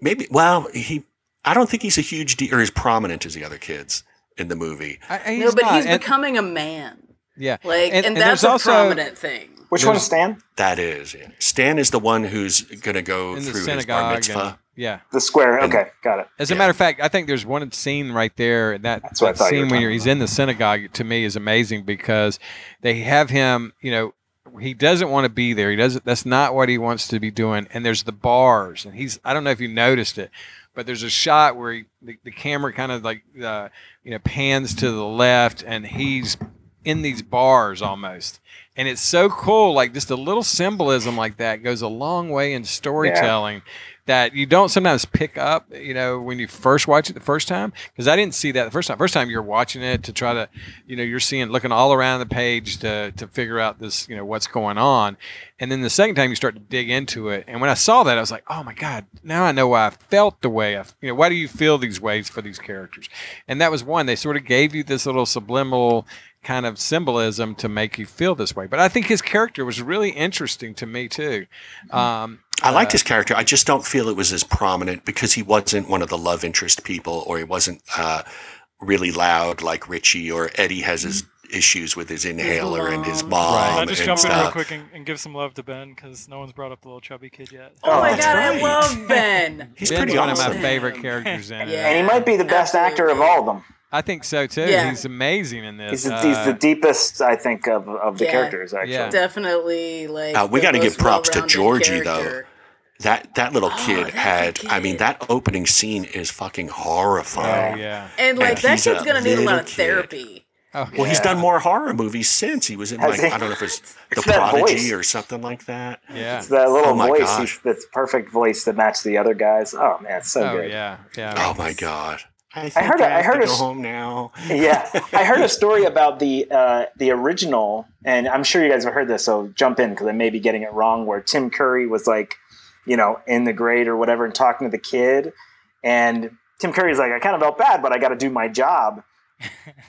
Speaker 7: Maybe well, he. I don't think he's a huge de- or as prominent as the other kids in the movie.
Speaker 1: I, I-
Speaker 6: no, but
Speaker 1: not.
Speaker 6: he's
Speaker 1: And-
Speaker 6: becoming a man.
Speaker 1: yeah.
Speaker 6: Like,
Speaker 1: And-
Speaker 6: and,
Speaker 1: and
Speaker 6: that's
Speaker 1: there's
Speaker 6: a
Speaker 1: also-
Speaker 6: prominent thing.
Speaker 5: Which
Speaker 1: There's-
Speaker 5: one's Stan?
Speaker 7: That is yeah. Stan is the one who's gonna go
Speaker 1: in the
Speaker 7: through his bar
Speaker 1: synagogue. And,
Speaker 7: mitzvah.
Speaker 1: yeah.
Speaker 5: The square.
Speaker 7: And-
Speaker 5: Okay, got it.
Speaker 1: As a
Speaker 7: Yeah.
Speaker 1: matter of fact, I think there's one scene right there. That,
Speaker 5: That's what I
Speaker 1: that
Speaker 5: thought you
Speaker 1: scene
Speaker 5: were
Speaker 1: when
Speaker 5: talking
Speaker 1: you're, he's in the synagogue to me is amazing because they have him. You know, he doesn't want to be there. He doesn't. That's not what he wants to be doing. And there's the bars, and he's. I don't know if you noticed it, but there's a shot where he, the, the camera kind of like uh, you know pans to the left, and he's in these bars almost. And it's so cool, like just a little symbolism like that goes a long way in storytelling that you don't sometimes pick up, you know, when you first watch it the first time. Because I didn't see that the first time. First time you're watching it to try to, you know, you're seeing looking all around the page to to figure out this, you know, what's going on. And then the second time you start to dig into it. And when I saw that, I was like, oh my god, now I know why I felt the way I, f- you know, why do you feel these ways for these characters? And that was one. They sort of gave you this little subliminal kind of symbolism to make you feel this way. But I think his character was really interesting to me too. Um,
Speaker 7: I liked his character. I just don't feel it was as prominent because he wasn't one of the love interest people, or he wasn't uh, really loud like Richie or Eddie has his issues with his inhaler and his
Speaker 6: mom.
Speaker 7: mom
Speaker 5: Oh,
Speaker 8: Can I
Speaker 7: and
Speaker 8: just jump in real
Speaker 7: stuff.
Speaker 8: quick and, and give some love to Ben because no one's brought up the little chubby kid yet.
Speaker 6: Oh,
Speaker 5: Oh,
Speaker 6: my
Speaker 5: that's
Speaker 6: god, I
Speaker 7: right.
Speaker 6: love Ben.
Speaker 7: He's
Speaker 1: Ben's
Speaker 7: pretty
Speaker 1: one
Speaker 7: awesome.
Speaker 1: of my favorite characters in it.
Speaker 6: Yeah.
Speaker 5: And he might be the best actor of all of them.
Speaker 1: I think so too.
Speaker 6: Yeah.
Speaker 1: He's amazing in this.
Speaker 5: He's the, he's the
Speaker 1: Uh,
Speaker 5: deepest, I think, of, of the
Speaker 6: Yeah.
Speaker 5: characters, actually.
Speaker 1: Yeah.
Speaker 6: Definitely, like
Speaker 7: Uh, we
Speaker 6: got
Speaker 7: gotta
Speaker 6: to
Speaker 7: give props to Georgie, though.
Speaker 6: though.
Speaker 7: that that little
Speaker 6: Oh,
Speaker 7: kid
Speaker 6: that
Speaker 7: had. I mean,
Speaker 6: kid.
Speaker 7: that opening scene is fucking horrifying.
Speaker 1: oh, yeah.
Speaker 6: And like
Speaker 7: And
Speaker 6: that
Speaker 7: he's a
Speaker 6: kid's gonna need a lot of
Speaker 7: little kid.
Speaker 6: therapy.
Speaker 1: Oh,
Speaker 7: Well, he's
Speaker 5: Yeah.
Speaker 7: done more horror movies since he was in
Speaker 5: Has
Speaker 7: like
Speaker 5: he?
Speaker 7: I don't know if it's the
Speaker 5: It's that
Speaker 7: Prodigy
Speaker 5: voice.
Speaker 7: or something like that.
Speaker 1: yeah.
Speaker 5: It's that
Speaker 7: Oh
Speaker 5: little
Speaker 7: my
Speaker 5: voice,
Speaker 7: gosh.
Speaker 5: he's, that's perfect voice to match the other guys. Oh, man, it's so
Speaker 1: oh,
Speaker 5: good.
Speaker 1: yeah. Yeah.
Speaker 7: Oh my god! I, think
Speaker 5: heard a- I
Speaker 7: have to
Speaker 5: heard a
Speaker 7: go
Speaker 5: s-
Speaker 7: home now.
Speaker 5: yeah, I heard a story about the uh, the original, and I'm sure you guys have heard this, so jump in because I may be getting it wrong. Where Tim Curry was like, you know, in the grade or whatever, and talking to the kid, and Tim Curry's like, I kind of felt bad, but I got to do my job.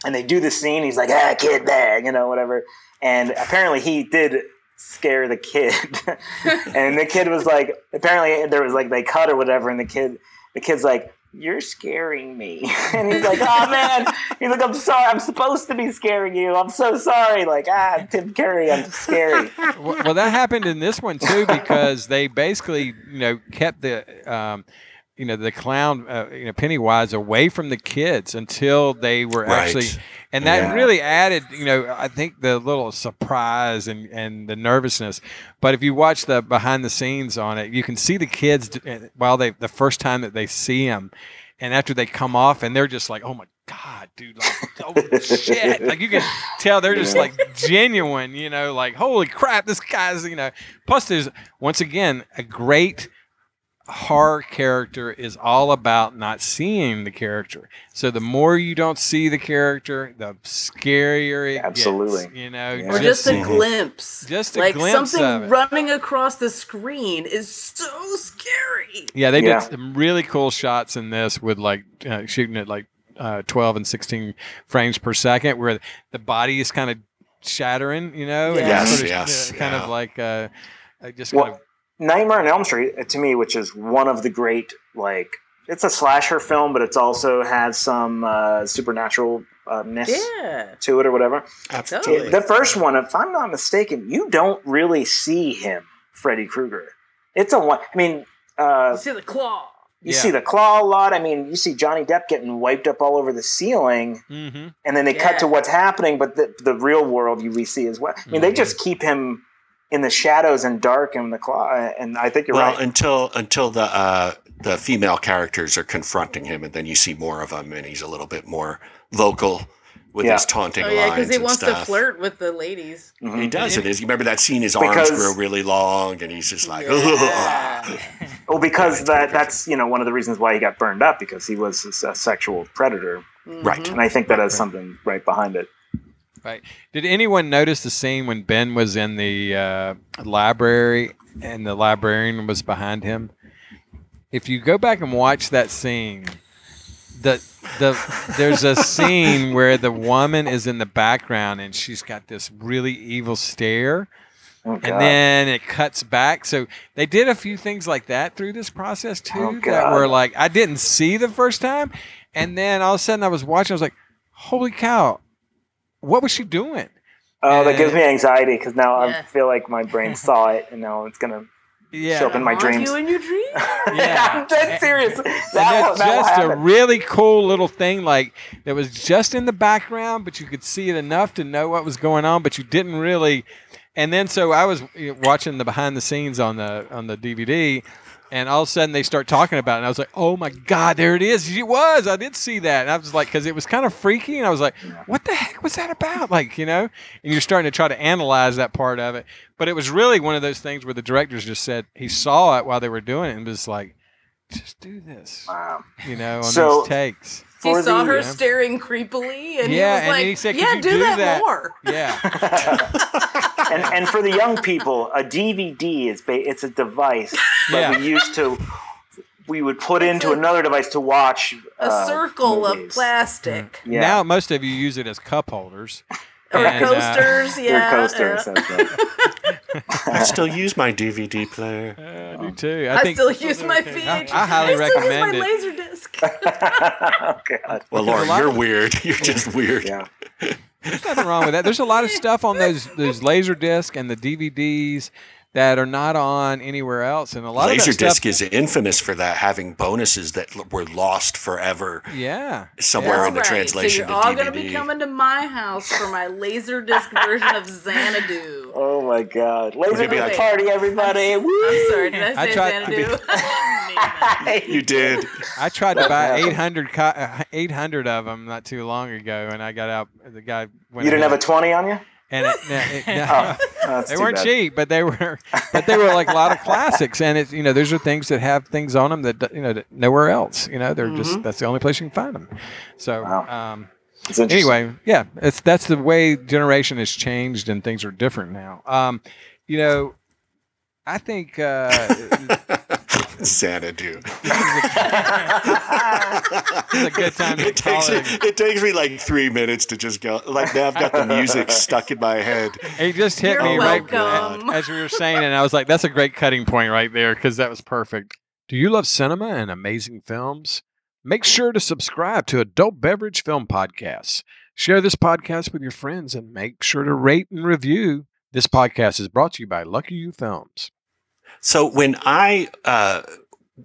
Speaker 5: and they do the scene. He's like, ah, kid, bag, you know, whatever. And apparently, he did scare the kid, and the kid was like, apparently there was like they cut or whatever, and the kid, the kid's like. You're scaring me. And he's like, oh man, He's like, I'm sorry. I'm supposed to be scaring you. I'm so sorry. Like, ah, Tim Curry, I'm scary.
Speaker 1: well, well, that happened in this one too because they basically, you know, kept the, um, you know, the clown, uh, you know, Pennywise away from the kids until they were actually,
Speaker 7: Right.
Speaker 1: and that
Speaker 5: Yeah.
Speaker 1: really added, you know, I think the little surprise and and the nervousness. But if you watch the behind the scenes on it, you can see the kids d- uh, while they the first time that they see him, and after they come off, and they're just like, oh my god, dude, like, oh shit, like you can tell they're just
Speaker 5: Yeah.
Speaker 1: like genuine, you know, like holy crap, this guy's, you know. Plus, there's once again a great horror character is all about not seeing the character. So the more you don't see the character, the scarier it
Speaker 5: Absolutely.
Speaker 1: gets. You know,
Speaker 5: Yeah.
Speaker 6: Or just a
Speaker 7: Mhm.
Speaker 6: glimpse.
Speaker 1: Just a
Speaker 6: like
Speaker 1: glimpse
Speaker 6: something
Speaker 1: of it.
Speaker 6: running across the screen is so scary.
Speaker 1: Yeah, they
Speaker 5: Yeah.
Speaker 1: did some really cool shots in this with like uh, shooting at like uh, 12 and 16 frames per second, where the body is kind of shattering, you know, and
Speaker 6: Yes,
Speaker 1: sort of,
Speaker 7: yes,
Speaker 1: uh, kind
Speaker 7: yeah.
Speaker 1: of like uh, uh, just kind
Speaker 5: Well,
Speaker 1: of
Speaker 5: Nightmare on Elm Street, uh, to me, which is one of the great, like, it's a slasher film, but it's also had some uh, supernatural uh, ness
Speaker 6: Yeah.
Speaker 5: to it or whatever.
Speaker 7: Absolutely.
Speaker 5: The first one, if I'm not mistaken, you don't really see him, Freddy Krueger. It's a one. I mean,
Speaker 6: You
Speaker 5: uh,
Speaker 6: see the claw.
Speaker 5: you
Speaker 1: Yeah.
Speaker 5: see the claw a lot. I mean, you see Johnny Depp getting wiped up all over the ceiling.
Speaker 1: hmm
Speaker 5: and then they cut to
Speaker 6: Yeah.
Speaker 5: what's happening, but the, the real world you we see as well. I mean, they just keep him in the shadows and dark and the claw. And I think you're
Speaker 7: well,
Speaker 5: right.
Speaker 7: until until the uh, the female characters are confronting him, and then you see more of him, and he's a little bit more vocal with
Speaker 5: Yeah.
Speaker 7: his taunting
Speaker 6: Oh yeah,
Speaker 7: lines
Speaker 6: because he
Speaker 7: and
Speaker 6: wants
Speaker 7: stuff.
Speaker 6: to flirt with the ladies.
Speaker 5: Mhm.
Speaker 7: He does. It is. You remember that scene? His
Speaker 5: Because-
Speaker 7: arms grow really long, and he's just like, "Ugh."
Speaker 6: Yeah.
Speaker 5: Well, Oh, because
Speaker 7: Yeah,
Speaker 5: that
Speaker 7: it's
Speaker 5: that's you know one of the reasons why he got burned up because he was a s- sexual predator,
Speaker 7: Right.
Speaker 5: and I think that has something right behind it.
Speaker 1: Did anyone notice the scene when Ben was in the uh, library and the librarian was behind him? If you go back and watch that scene, the the there's a scene where the woman is in the background and she's got this really evil stare,
Speaker 5: Oh, God.
Speaker 1: and then it cuts back. So they did a few things like that through this process too
Speaker 5: Oh,
Speaker 1: that
Speaker 5: God.
Speaker 1: were like I didn't see the first time, and then all of a sudden I was watching. I was like, "Holy cow! What was she doing?"
Speaker 5: oh, that gives me anxiety because now
Speaker 6: Yeah.
Speaker 5: I feel like my brain saw it, and now it's gonna.
Speaker 1: Yeah.
Speaker 5: Show up in my
Speaker 6: Haunt
Speaker 5: dreams.
Speaker 6: You in your dreams.
Speaker 1: Yeah.
Speaker 5: I'm dead serious. That,
Speaker 1: and
Speaker 5: will-
Speaker 1: that's
Speaker 5: that will
Speaker 1: just a
Speaker 5: happen.
Speaker 1: really cool little thing, like that was just in the background, but you could see it enough to know what was going on, but you didn't really. And then so I was you know, watching the behind the scenes on the on the DVD, and all of a sudden they start talking about it, and I was like, "Oh my god, there it is! It was. I did see that." And I was like, because it was kind of freaky, and I was like, "What the heck was that about?" Like you know, and you're starting to try to analyze that part of it. But it was really one of those things where the directors just said he saw it while they were doing it and was like, "Just do this."
Speaker 5: Wow.
Speaker 1: you know, on
Speaker 5: So-
Speaker 1: these takes.
Speaker 6: He
Speaker 5: For
Speaker 6: saw
Speaker 5: the-
Speaker 6: her
Speaker 1: yeah.
Speaker 6: staring creepily,
Speaker 1: Yeah,
Speaker 6: and he was
Speaker 1: and
Speaker 6: like,
Speaker 1: he said, "Could
Speaker 6: "Yeah,
Speaker 1: you
Speaker 6: do,
Speaker 1: do
Speaker 6: that,
Speaker 1: that?"
Speaker 6: more."
Speaker 1: Yeah.
Speaker 5: and, and for the young people, a DVD is ba- it's a device that
Speaker 1: Yeah.
Speaker 5: we used to we would put into
Speaker 6: a-
Speaker 5: another device to watch
Speaker 6: A
Speaker 5: uh,
Speaker 6: circle of
Speaker 5: movies.
Speaker 6: plastic
Speaker 5: Yeah. Uh-huh.
Speaker 1: Now most of you use it as cup holders.
Speaker 6: or
Speaker 1: And, uh,
Speaker 6: coasters.
Speaker 5: Your
Speaker 6: yeah,
Speaker 5: coaster.
Speaker 6: uh,
Speaker 5: so it's like-
Speaker 7: I still use my DVD player.
Speaker 8: Uh,
Speaker 6: Oh.
Speaker 1: I do too. I,
Speaker 6: I,
Speaker 1: think
Speaker 6: still use my
Speaker 8: okay.
Speaker 6: VHS.
Speaker 1: I- I highly
Speaker 6: I still
Speaker 1: recommend it.
Speaker 6: use my laser disc.
Speaker 5: oh god.
Speaker 7: Well,
Speaker 1: Because
Speaker 7: Lauren,
Speaker 1: a lot
Speaker 7: you're
Speaker 1: of-
Speaker 7: weird. You're just weird.
Speaker 5: Yeah.
Speaker 1: there's nothing wrong with that. There's a lot of stuff on those those laser disc and the DVDs that are not on anywhere else, and a lot of that
Speaker 7: Laserdisc
Speaker 1: stuff-
Speaker 7: is infamous for that, having bonuses that l- were lost forever
Speaker 1: Yeah.
Speaker 7: somewhere
Speaker 1: Yeah.
Speaker 7: in the
Speaker 6: Alright, So
Speaker 7: translation
Speaker 6: you're all
Speaker 7: to
Speaker 6: gonna be
Speaker 7: DVD.
Speaker 6: coming to my house for my laser disc version of Xanadu.
Speaker 5: Oh my god. Laser
Speaker 7: Maybe
Speaker 5: disc
Speaker 6: I-
Speaker 5: party, everybody. Woo!
Speaker 6: I'm sorry, did I
Speaker 1: I
Speaker 6: say
Speaker 1: tried-
Speaker 6: Xanadu?
Speaker 7: You did.
Speaker 1: I tried to buy 800 co- uh, 800 of them not too long ago, and I got out. The guy went.
Speaker 5: you didn't have a
Speaker 1: ahead
Speaker 5: twenty on you?
Speaker 1: and it, no, it- no.
Speaker 5: Oh, that's
Speaker 1: they
Speaker 5: too
Speaker 1: weren't
Speaker 5: bad.
Speaker 1: cheap, but they were, but they were like a lot of classics, and it's you know those are things that have things on them that you know that nowhere else. You know they're just
Speaker 6: Mhm.
Speaker 1: that's the only place you can find them. So
Speaker 5: Mm-hmm. Wow.
Speaker 1: um,
Speaker 5: It's interesting.
Speaker 1: anyway, yeah, it's that's the way generation has changed and things are different now. Um, you know, I think uh, this
Speaker 7: Xanadu.
Speaker 1: is a good time to
Speaker 7: it
Speaker 1: call
Speaker 7: takes
Speaker 1: it.
Speaker 7: it, it takes me like three minutes to just go. Like now I've got the music stuck in my head.
Speaker 1: It just hit
Speaker 6: You're
Speaker 1: me right
Speaker 6: welcome.
Speaker 1: as we were saying, and I was like, "That's a great cutting point right there because that was perfect." Do you love cinema and amazing films? Make sure to subscribe to Adult Beverage Film Podcasts. Share this podcast with your friends and make sure to rate and review. This podcast is brought to you by Lucky You Films.
Speaker 7: So when I, uh,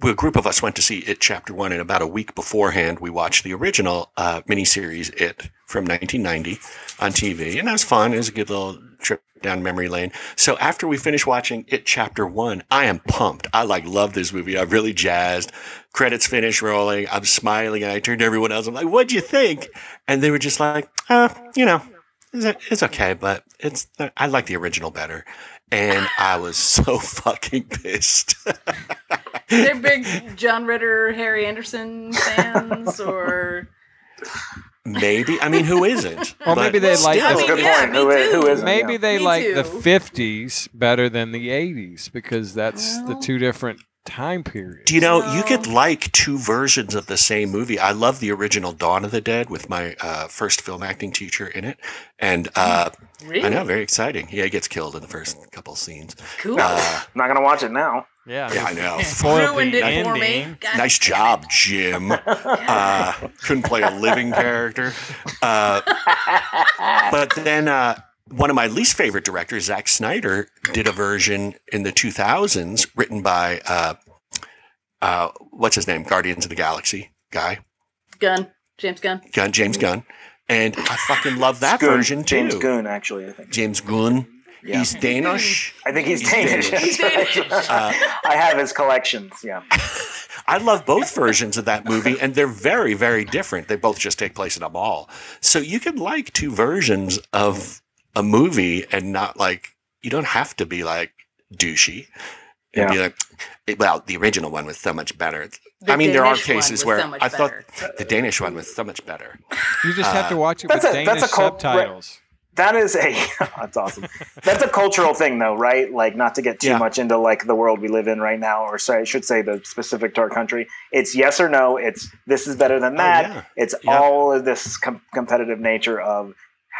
Speaker 7: a group of us went to see It Chapter One, and about a week beforehand, we watched the original uh, miniseries It from 1990 on TV, and that was fun. It was a good little trip down memory lane. So after we finished watching It Chapter One, I am pumped. I like love this movie. I'm really jazzed. Credits finish rolling. I'm smiling, and I turned to everyone else. I'm like, "What'd you think?" And they were just like, uh, "You know." It's it's okay, but it's I like the original better and I was so fucking pissed.
Speaker 6: They're big John Ritter, Harry Anderson fans, or
Speaker 7: maybe I mean, who isn't?
Speaker 1: Or maybe they
Speaker 7: But
Speaker 1: like
Speaker 7: still,
Speaker 5: That's a
Speaker 6: I mean,
Speaker 5: good
Speaker 6: yeah,
Speaker 5: point.
Speaker 6: me
Speaker 5: Who is- who
Speaker 6: too.
Speaker 5: isn't?
Speaker 1: Maybe they
Speaker 6: Me
Speaker 1: like the
Speaker 6: too.
Speaker 1: 50s better than the 80s because that's the two different time periods.
Speaker 7: Do you know you could
Speaker 6: So-
Speaker 7: like two versions of the same movie? I love the original Dawn of the Dead with my uh, first film acting teacher in it, and uh,
Speaker 6: really
Speaker 7: I know very exciting. Yeah, he gets killed in the first couple scenes.
Speaker 6: cool.
Speaker 7: Uh,
Speaker 5: I'm not gonna watch it now.
Speaker 1: Yeah.
Speaker 7: yeah, I know.
Speaker 1: Spoiled
Speaker 6: Ruined
Speaker 1: the
Speaker 6: it for me.
Speaker 1: ending.
Speaker 6: God
Speaker 7: Nice job, Jim. Uh, couldn't play a living character. Uh, but then uh, one of my least favorite directors, Zack Snyder, did a version in the 2000s written by uh, uh, what's his name, Guardians of the Galaxy guy,
Speaker 6: Gun. James Gunn.
Speaker 7: Gun, James Gunn, and I fucking love that
Speaker 5: Goon.
Speaker 7: version too.
Speaker 5: James Goon, actually, I think.
Speaker 7: James Gunn.
Speaker 5: Yeah.
Speaker 7: He's Danish.
Speaker 5: I think he's Danish.
Speaker 7: Danish.
Speaker 6: He's Danish.
Speaker 7: Uh,
Speaker 5: I have his collections, yeah.
Speaker 7: I love both versions of that movie, and they're very, very different. They both just take place in a mall. So you can like two versions of a movie and not like, you don't have to be like douchey. It'd
Speaker 5: Yeah.
Speaker 7: be like- it- well, the original one was so much better.
Speaker 6: The
Speaker 7: I mean, there are
Speaker 6: Danish one
Speaker 7: cases
Speaker 6: was
Speaker 7: where
Speaker 6: so much
Speaker 7: I thought
Speaker 6: better.
Speaker 7: the Danish one was so much better.
Speaker 1: You just have to
Speaker 7: Uh,
Speaker 1: watch it with
Speaker 5: that's a- that's
Speaker 1: Danish
Speaker 5: a cult-
Speaker 1: subtitles.
Speaker 5: That is a that's awesome. That's a cultural thing, though, right? Like not to get too
Speaker 7: Yeah.
Speaker 5: much into like the world we live in right now, or sorry, I should say the specific to our country. It's yes or no. It's this is better than that.
Speaker 7: Oh, yeah.
Speaker 5: It's
Speaker 7: Yeah.
Speaker 5: all of this com- competitive nature of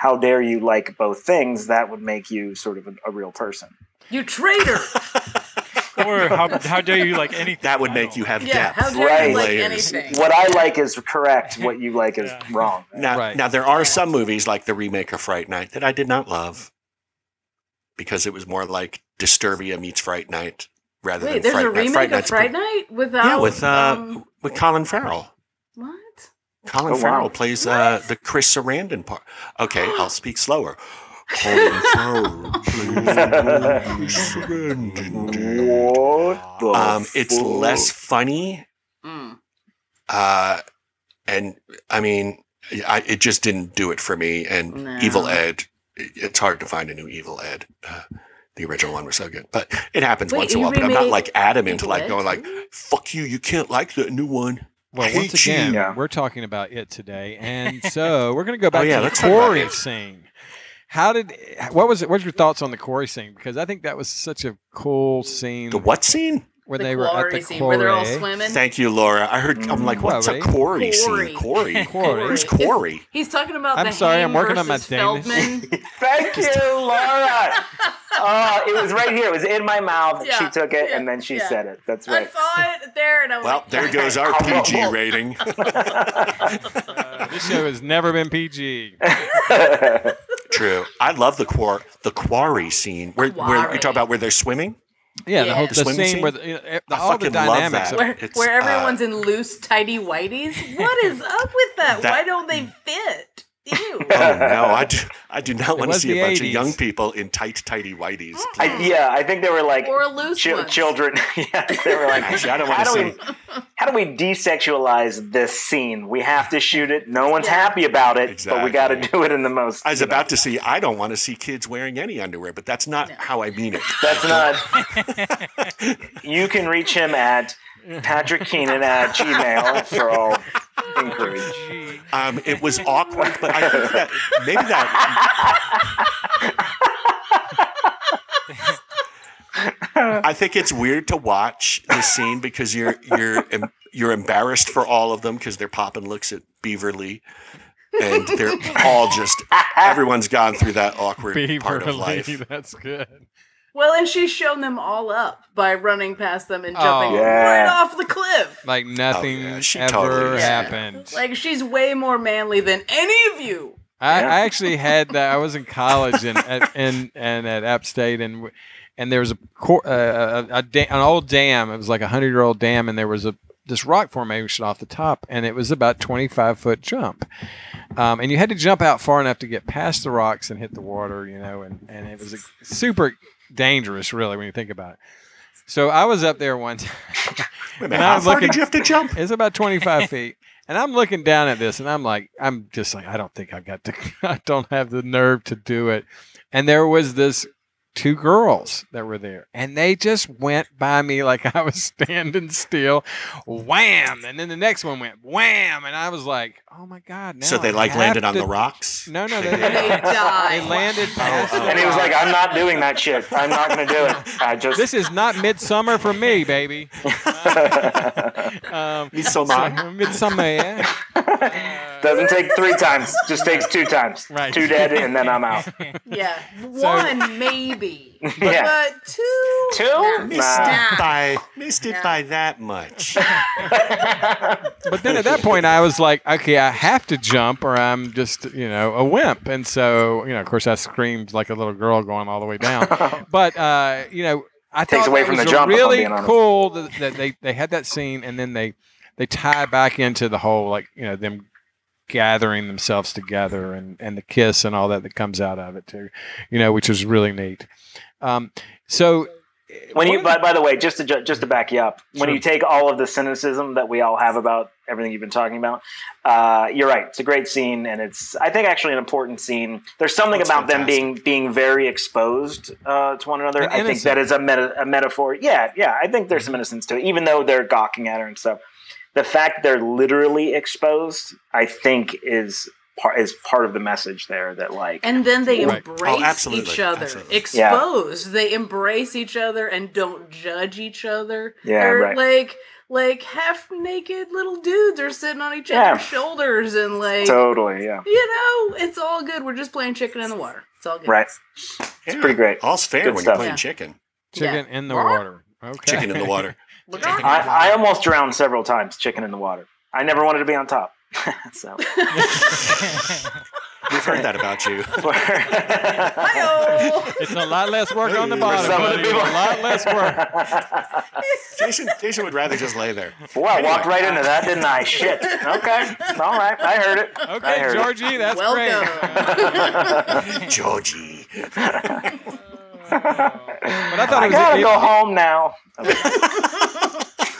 Speaker 5: how dare you like both things that would make you sort of a, a real person.
Speaker 6: You traitor!
Speaker 8: Or how, how dare you like anything?
Speaker 7: That would
Speaker 8: I
Speaker 7: make
Speaker 8: don't-
Speaker 7: you have
Speaker 6: yeah, how
Speaker 7: depth.
Speaker 6: dare you
Speaker 5: Right.
Speaker 6: like
Speaker 7: Layers.
Speaker 6: anything?
Speaker 5: What I like is correct. What you like is
Speaker 8: Yeah.
Speaker 5: wrong.
Speaker 7: Now,
Speaker 1: Right.
Speaker 7: now there are some movies like the remake of Fright Night that I did not love because it was more like Disturbia meets Fright Night rather
Speaker 6: Wait,
Speaker 7: than
Speaker 6: there's
Speaker 7: Fright
Speaker 6: a
Speaker 7: Night.
Speaker 6: remake
Speaker 7: Fright
Speaker 6: of
Speaker 7: Night's pre-
Speaker 6: Fright Night without.
Speaker 7: yeah, with uh,
Speaker 6: um,
Speaker 7: with Colin Farrell.
Speaker 6: what?
Speaker 7: Colin
Speaker 5: Oh, wow.
Speaker 7: Farrell plays uh, the Chris Sarandon part. Okay, I'll speak slower. Colin Farrell plays Chris Sarandon.
Speaker 5: What the
Speaker 7: Um, it's
Speaker 5: fuck?
Speaker 7: less funny
Speaker 6: Mm.
Speaker 7: uh, and I mean, I, it just didn't do it for me. And
Speaker 6: No.
Speaker 7: Evil Ed, it- it's hard to find a new Evil Ed. Uh, the original one was so good, but it happens
Speaker 6: Wait,
Speaker 7: once in a
Speaker 6: you
Speaker 7: while. But I'm not
Speaker 6: remade
Speaker 7: like adamant, to
Speaker 6: Evil
Speaker 7: like
Speaker 6: Ed
Speaker 7: going like,
Speaker 6: too?
Speaker 7: "Fuck you, you can't like the new one."
Speaker 1: Well,
Speaker 7: hate
Speaker 1: once again,
Speaker 5: you. Yeah.
Speaker 1: we're talking about it today, and so we're going to go back
Speaker 7: Oh, yeah,
Speaker 1: to the
Speaker 7: let's talk about
Speaker 1: Corey
Speaker 7: it.
Speaker 1: scene. How did? What was it? What's your thoughts on the Corey scene? Because I think that was such a cool scene
Speaker 7: The what scene?
Speaker 1: when
Speaker 6: The
Speaker 1: they were at
Speaker 6: Quarry
Speaker 1: the
Speaker 6: scene where they're all
Speaker 1: Quarry.
Speaker 6: swimming.
Speaker 7: Thank you, Laura. I heard. I'm like, "What's a Corey scene?" Corey.
Speaker 1: Quarry.
Speaker 7: Who's Corey?
Speaker 6: He's talking about
Speaker 1: I'm
Speaker 6: the
Speaker 1: sorry, I'm
Speaker 6: Haim
Speaker 1: working on my
Speaker 6: versus
Speaker 1: Danish.
Speaker 6: Feldman.
Speaker 5: Thank you, Laura. Oh, it was right here. It was in my mouth.
Speaker 6: Yeah.
Speaker 5: She took it and then she
Speaker 6: Yeah.
Speaker 5: said it. That's
Speaker 6: I
Speaker 5: right.
Speaker 6: saw it there, and I was
Speaker 7: Well,
Speaker 6: like,
Speaker 7: there goes our PG rating.
Speaker 1: Uh, This show has never been PG.
Speaker 7: True. I love the quar the quarry scene where, where you talk about where they're swimming.
Speaker 1: Yeah, the
Speaker 6: Yeah.
Speaker 1: whole
Speaker 6: The
Speaker 1: the
Speaker 7: swimming
Speaker 1: scene,
Speaker 7: scene?
Speaker 1: where the, you know, eh,
Speaker 7: I
Speaker 1: all the
Speaker 7: fucking love
Speaker 1: dynamics.
Speaker 7: that.
Speaker 1: Of,
Speaker 6: where,
Speaker 7: It's,
Speaker 6: where
Speaker 7: uh,
Speaker 6: everyone's in loose, tidy whities. What is up with that?
Speaker 7: That- Mm.
Speaker 6: Why don't they fit? Ew.
Speaker 7: Oh no, I do, I do not want to
Speaker 1: was
Speaker 7: see
Speaker 1: the
Speaker 7: a bunch of
Speaker 1: 80s.
Speaker 7: young people in tight, tighty whities.
Speaker 5: I, yeah, I think they were like
Speaker 6: or loose
Speaker 5: chi-
Speaker 6: ones.
Speaker 5: children. yeah, they were like,
Speaker 7: Actually, I don't
Speaker 5: how
Speaker 7: want to
Speaker 5: do we
Speaker 7: see.
Speaker 5: how do we desexualize this scene? We have to shoot it. No one's
Speaker 6: Yeah.
Speaker 5: happy about it, but we got to
Speaker 7: Exactly.
Speaker 5: do it in the most.
Speaker 7: I was about to see. I don't want to see kids wearing any underwear, but that's not how I mean it.
Speaker 5: That's not. you can reach him at Patrick Keenan at Gmail for all inquiries.
Speaker 7: Um, it was awkward, but I think that maybe that. I think it's weird to watch the scene because you're you're em- you're embarrassed for all of them because they're popping looks at Beaverly, and they're all just everyone's gone through that awkward part of life. Oh,
Speaker 1: Beverly, that's good.
Speaker 6: Well, and she's shown them all up by running past them and jumping
Speaker 1: Oh.
Speaker 6: right
Speaker 5: Yeah.
Speaker 6: off the cliff.
Speaker 1: Like nothing
Speaker 7: yeah, she
Speaker 1: ever
Speaker 7: totally is.
Speaker 1: happened.
Speaker 6: Like she's way more manly than any of you.
Speaker 1: I,
Speaker 5: Yeah.
Speaker 1: I actually had that. I was in college and at, and and at App State, and w- and there was a, cor- uh, a, a da- an old dam. It was like a hundred year old dam, and there was a this rock formation off the top, and it was about twenty five foot jump, um, and you had to jump out far enough to get past the rocks and hit the water, you know, and and it was a, super dangerous, really, when you think about it. So I was up there one time.
Speaker 7: Wait a
Speaker 1: And
Speaker 7: minute,
Speaker 1: I
Speaker 7: how
Speaker 1: was
Speaker 7: far
Speaker 1: looking-
Speaker 7: did you have to jump?
Speaker 1: It's about 25 feet. And I'm looking down at this and I'm like, I'm just like, I don't think I've got the, I don't have the nerve to do it. And there was this two girls that were there and they just went by me like I was standing still. Wham. And then the next one went wham. And I was like, oh my God. Now
Speaker 7: so they
Speaker 1: I
Speaker 7: like landed
Speaker 1: have
Speaker 7: on
Speaker 1: to-
Speaker 7: the rocks.
Speaker 1: No, no,
Speaker 7: They
Speaker 1: they,
Speaker 6: And they
Speaker 7: did.
Speaker 1: they
Speaker 6: die.
Speaker 1: landed past the
Speaker 5: And he was
Speaker 1: rock.
Speaker 5: like, "I'm not doing that shit. I'm not going to do it. I just."
Speaker 1: this is not midsummer for me, baby. Um,
Speaker 7: Midsommar.
Speaker 1: midsummer, yeah.
Speaker 5: Doesn't take three times. Just takes two times.
Speaker 1: Right.
Speaker 5: Two dead, and then I'm out.
Speaker 6: Yeah, one maybe, but,
Speaker 5: Yeah.
Speaker 6: two.
Speaker 5: Two?
Speaker 6: Nah.
Speaker 5: Nah.
Speaker 6: Nah.
Speaker 7: by missed it
Speaker 6: Yeah.
Speaker 7: by that much.
Speaker 1: But then at that point, I was like, okay, I have to jump or I'm just, you know, a wimp. And so, you know, of course, I screamed like a little girl going all the way down. but, uh, you know, I
Speaker 5: Takes
Speaker 1: thought
Speaker 5: away
Speaker 1: that
Speaker 5: from
Speaker 1: was
Speaker 5: the jump, if I'm
Speaker 1: really
Speaker 5: being honest.
Speaker 1: cool that, that they, they had that scene and then they, they tie back into the whole, like, you know, them gathering themselves together and, and the kiss and all that that comes out of it, too, you know, which is really neat. Um, so
Speaker 5: when
Speaker 1: One
Speaker 5: you
Speaker 1: of
Speaker 5: by, by the way just to ju- just to back you up when
Speaker 1: Sure.
Speaker 5: you take all of the cynicism that we all have about everything you've been talking about uh, you're right it's a great scene and it's i think actually an important scene there's something
Speaker 7: It's
Speaker 5: about
Speaker 7: fantastic.
Speaker 5: them being being very exposed uh, to one another
Speaker 1: And
Speaker 5: i think that is a, meta- a metaphor yeah yeah i think there's some innocence to it even though they're gawking at her and stuff the fact they're literally exposed i think is part is part of the message there that like
Speaker 6: And then they
Speaker 1: Right.
Speaker 7: Oh,
Speaker 6: embrace
Speaker 7: absolutely,
Speaker 6: each other.
Speaker 7: absolutely.
Speaker 6: Exposed. They embrace each other and don't judge each other.
Speaker 5: Yeah,
Speaker 6: They're
Speaker 5: right.
Speaker 6: like like half naked little dudes are sitting on each
Speaker 5: Yeah.
Speaker 6: other's shoulders and like
Speaker 5: totally yeah
Speaker 6: you know, it's all good. We're just playing chicken in the water. It's all good.
Speaker 5: right
Speaker 7: It's
Speaker 5: pretty great.
Speaker 7: All's fair
Speaker 5: Good
Speaker 7: when
Speaker 5: stuff.
Speaker 7: you're playing
Speaker 6: Yeah.
Speaker 7: chicken.
Speaker 2: Chicken in the
Speaker 6: What?
Speaker 2: water. Okay.
Speaker 7: Chicken in the water.
Speaker 5: I, I almost drowned several times chicken in the water. I never wanted to be on top. so
Speaker 7: We've heard that about you.
Speaker 5: for,
Speaker 6: Hi-oh.
Speaker 1: It's a lot less work on the
Speaker 7: For
Speaker 1: bottom,
Speaker 5: some of the
Speaker 1: buddy. A
Speaker 5: people,
Speaker 1: lot less work.
Speaker 7: Jason, Jason would rather just lay there.
Speaker 5: Well, I walked right into that, didn't I? Shit. Okay, all right. I heard it. I
Speaker 1: Okay,
Speaker 5: heard
Speaker 1: Georgie, that's great.
Speaker 6: Welcome.
Speaker 7: Georgie.
Speaker 1: But I thought
Speaker 5: I
Speaker 1: it was.
Speaker 5: gotta
Speaker 1: it-
Speaker 5: go home now.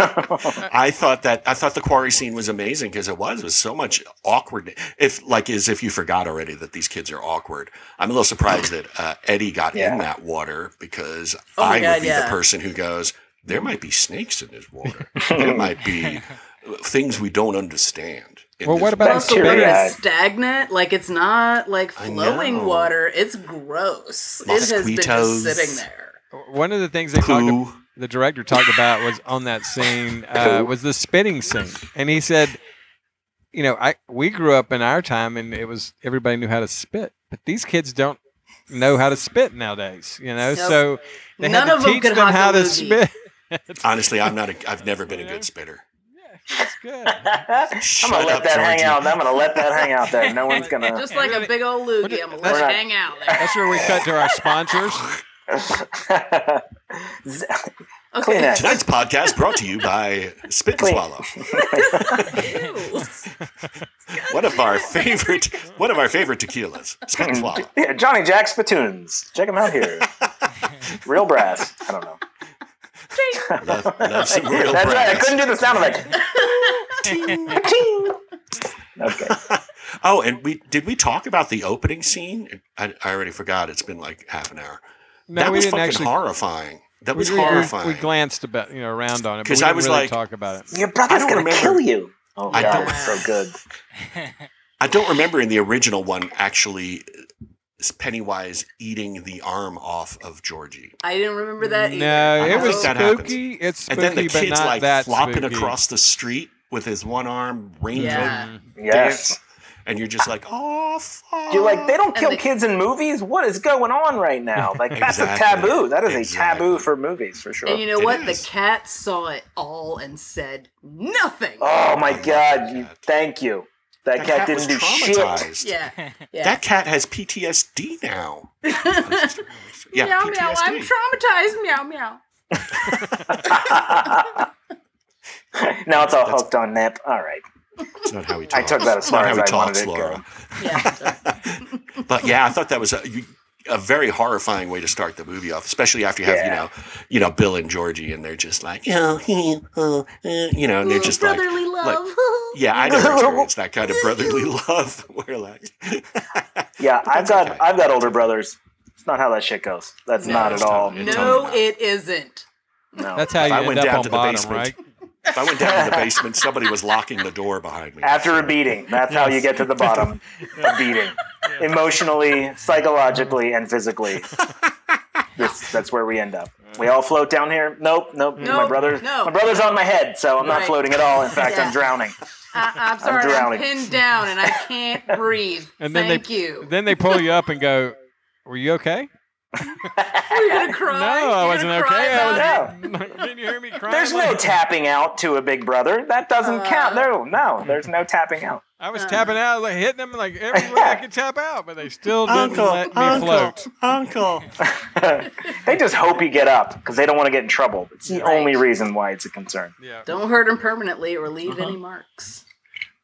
Speaker 7: I thought that I thought the quarry scene was amazing because it was it was so much awkward. If like as if you forgot already that these kids are awkward. I'm a little surprised that uh, Eddie got
Speaker 5: Yeah.
Speaker 7: in that water because
Speaker 6: Oh my
Speaker 7: I
Speaker 6: God,
Speaker 7: would be
Speaker 6: yeah.
Speaker 7: the person who goes. There might be snakes in this water. there might be things we don't understand. in
Speaker 2: Well,
Speaker 7: this
Speaker 2: what about-
Speaker 7: water."
Speaker 6: Also, water
Speaker 5: Bacteria.
Speaker 6: is stagnant. Like it's not like
Speaker 7: I
Speaker 6: flowing
Speaker 7: know.
Speaker 6: water. It's gross. It has been just
Speaker 7: Mosquitoes.
Speaker 6: sitting there.
Speaker 2: One of the things they talked
Speaker 7: poo?
Speaker 2: about, the director talked about was on that scene uh, was the spinning scene, and he said, "You know, I we grew up in our time, and it was everybody knew how to spit, but these kids don't know how to spit nowadays. You know,
Speaker 6: Nope.
Speaker 2: so they
Speaker 6: None
Speaker 2: had to
Speaker 6: of them
Speaker 2: teach
Speaker 6: could
Speaker 2: them
Speaker 6: hock a
Speaker 2: how to
Speaker 6: loogie.
Speaker 2: spit.
Speaker 7: Honestly, I'm not. A, I've never been a good spitter.
Speaker 8: Yeah, that's good.
Speaker 5: I'm gonna
Speaker 7: Shut
Speaker 5: let
Speaker 7: up,
Speaker 5: that hang
Speaker 7: Georgie.
Speaker 5: out. I'm gonna let that hang out there. No one's gonna.
Speaker 6: Just like a big old
Speaker 2: What
Speaker 6: loogie.
Speaker 2: did-
Speaker 6: I'm gonna
Speaker 2: that's-
Speaker 6: let it hang out there.
Speaker 2: That's where we cut to our sponsors.
Speaker 5: Z- Clean
Speaker 6: Okay.
Speaker 5: that.
Speaker 7: Tonight's podcast brought to you by Spit and
Speaker 5: Clean.
Speaker 7: Swallow,
Speaker 6: Ew.
Speaker 7: one of our favorite, one of our favorite tequilas. Spit and Swallow.
Speaker 5: Yeah, Johnny Jack Spittoons. Check them out here. Real brass. I don't know.
Speaker 7: Love, love some real
Speaker 5: That's right. I
Speaker 7: brass.
Speaker 5: couldn't do the sound of it. okay.
Speaker 7: Oh, and we did we talk about the opening scene? I, I already forgot. It's been like half an hour.
Speaker 2: No,
Speaker 7: that
Speaker 2: we
Speaker 7: was
Speaker 2: didn't
Speaker 7: fucking
Speaker 2: actually.
Speaker 7: horrifying. That was
Speaker 2: we, we-
Speaker 7: horrifying.
Speaker 2: We glanced about, you know, around on it, but we
Speaker 7: 'Cause
Speaker 2: didn't
Speaker 7: I was
Speaker 2: really
Speaker 7: like-
Speaker 2: talk about it.
Speaker 5: Your brother's
Speaker 7: don't
Speaker 5: gonna
Speaker 7: remember.
Speaker 5: kill you. Oh,
Speaker 7: I
Speaker 5: God,
Speaker 7: don't-
Speaker 5: it's so good.
Speaker 7: I don't remember in the original one actually is Pennywise eating the arm off of Georgie.
Speaker 6: I didn't remember that either.
Speaker 2: No,
Speaker 7: I
Speaker 2: it
Speaker 7: don't
Speaker 2: was
Speaker 7: think that happens.
Speaker 2: spooky. It's
Speaker 7: And
Speaker 2: spooky,
Speaker 7: then the
Speaker 2: but
Speaker 7: kid's
Speaker 2: not
Speaker 7: like
Speaker 2: that
Speaker 7: flopping
Speaker 2: spooky.
Speaker 7: across the street with his one arm raincoat
Speaker 6: Yeah.
Speaker 5: Yes.
Speaker 7: and you're just like, oh, fuck.
Speaker 5: You're like, they don't
Speaker 6: And
Speaker 5: kill
Speaker 6: they-
Speaker 5: kids in movies? What is going on right now? Like, that's a
Speaker 7: Exactly.
Speaker 5: taboo. That is
Speaker 7: Exactly.
Speaker 5: a taboo for movies, for sure.
Speaker 6: And you know
Speaker 7: It
Speaker 6: what?
Speaker 7: is.
Speaker 6: The cat saw it all and said nothing.
Speaker 5: oh, my
Speaker 7: I love
Speaker 5: God.
Speaker 7: that
Speaker 5: You,
Speaker 7: cat.
Speaker 5: thank you. That,
Speaker 7: That
Speaker 5: cat,
Speaker 7: cat was
Speaker 5: didn't do shit.
Speaker 7: traumatized.
Speaker 6: Yeah. Yeah.
Speaker 7: That cat has PTSD now. Yeah,
Speaker 6: meow
Speaker 7: PTSD.
Speaker 6: meow. I'm traumatized. Meow meow.
Speaker 5: now it's all hooked on nap. All right.
Speaker 7: It's not how he
Speaker 5: I
Speaker 7: talks.
Speaker 5: took that as
Speaker 7: It's
Speaker 5: far
Speaker 7: not how
Speaker 5: as
Speaker 7: he
Speaker 5: I wanted
Speaker 7: talks,
Speaker 5: it to go.
Speaker 7: Laura.
Speaker 6: Yeah.
Speaker 7: But yeah, I thought that was a, you- a very horrifying way to start the movie off, especially after you have
Speaker 5: Yeah.
Speaker 7: you know, you know, Bill and Georgie, and they're just like, oh, he, oh, eh," you know, and they're
Speaker 6: Ooh,
Speaker 7: just like,
Speaker 6: brotherly love.
Speaker 7: yeah, I never experienced that kind of brotherly love. We're like,
Speaker 5: Yeah, I've
Speaker 7: that's
Speaker 5: got
Speaker 7: okay.
Speaker 5: I've got older brothers. It's not how that shit goes. That's
Speaker 6: No,
Speaker 5: not at
Speaker 6: it's
Speaker 5: all.
Speaker 7: not.
Speaker 6: no, it isn't.
Speaker 5: No.
Speaker 2: That's how
Speaker 7: If
Speaker 2: you
Speaker 7: I
Speaker 2: end
Speaker 7: went
Speaker 2: up
Speaker 7: down
Speaker 2: on
Speaker 7: to the
Speaker 2: bottom,
Speaker 7: basement-
Speaker 2: right?
Speaker 7: if I went down to the basement, somebody was locking the door behind me.
Speaker 5: After a beating, that's how you get to the bottom. A beating, emotionally, psychologically, and physically. This, that's where we end up. We all float down here. Nope, nope. my
Speaker 6: Nope,
Speaker 5: brother's
Speaker 6: no.
Speaker 5: my brother's on my head, so I'm not
Speaker 6: Right.
Speaker 5: floating at all. In fact,
Speaker 6: Yeah.
Speaker 5: I'm drowning.
Speaker 6: I, I'm sorry, I'm,
Speaker 5: drowning.
Speaker 6: pinned down and I can't breathe.
Speaker 2: And then
Speaker 6: Thank
Speaker 2: they,
Speaker 6: you.
Speaker 2: Then they pull you up and go, "Were you okay?"
Speaker 6: You're gonna cry.
Speaker 2: No, I
Speaker 6: You're gonna
Speaker 2: wasn't
Speaker 6: cry
Speaker 2: okay. I
Speaker 6: about
Speaker 2: was-
Speaker 6: it?
Speaker 5: No,
Speaker 2: Didn't you hear me crying?
Speaker 5: there's no
Speaker 2: like-
Speaker 5: tapping out to a big brother. That
Speaker 6: Uh.
Speaker 5: doesn't count. No, no, there's no tapping out.
Speaker 2: I was tapping out, like hitting them like every way I could tap out, but they still didn't let me float.
Speaker 7: Uncle.
Speaker 5: They just hope you get up because they don't want to get in trouble. It's the
Speaker 6: Right.
Speaker 5: only reason why it's a concern.
Speaker 2: Yeah.
Speaker 6: Don't hurt him permanently or leave
Speaker 2: Uh-huh.
Speaker 6: any marks.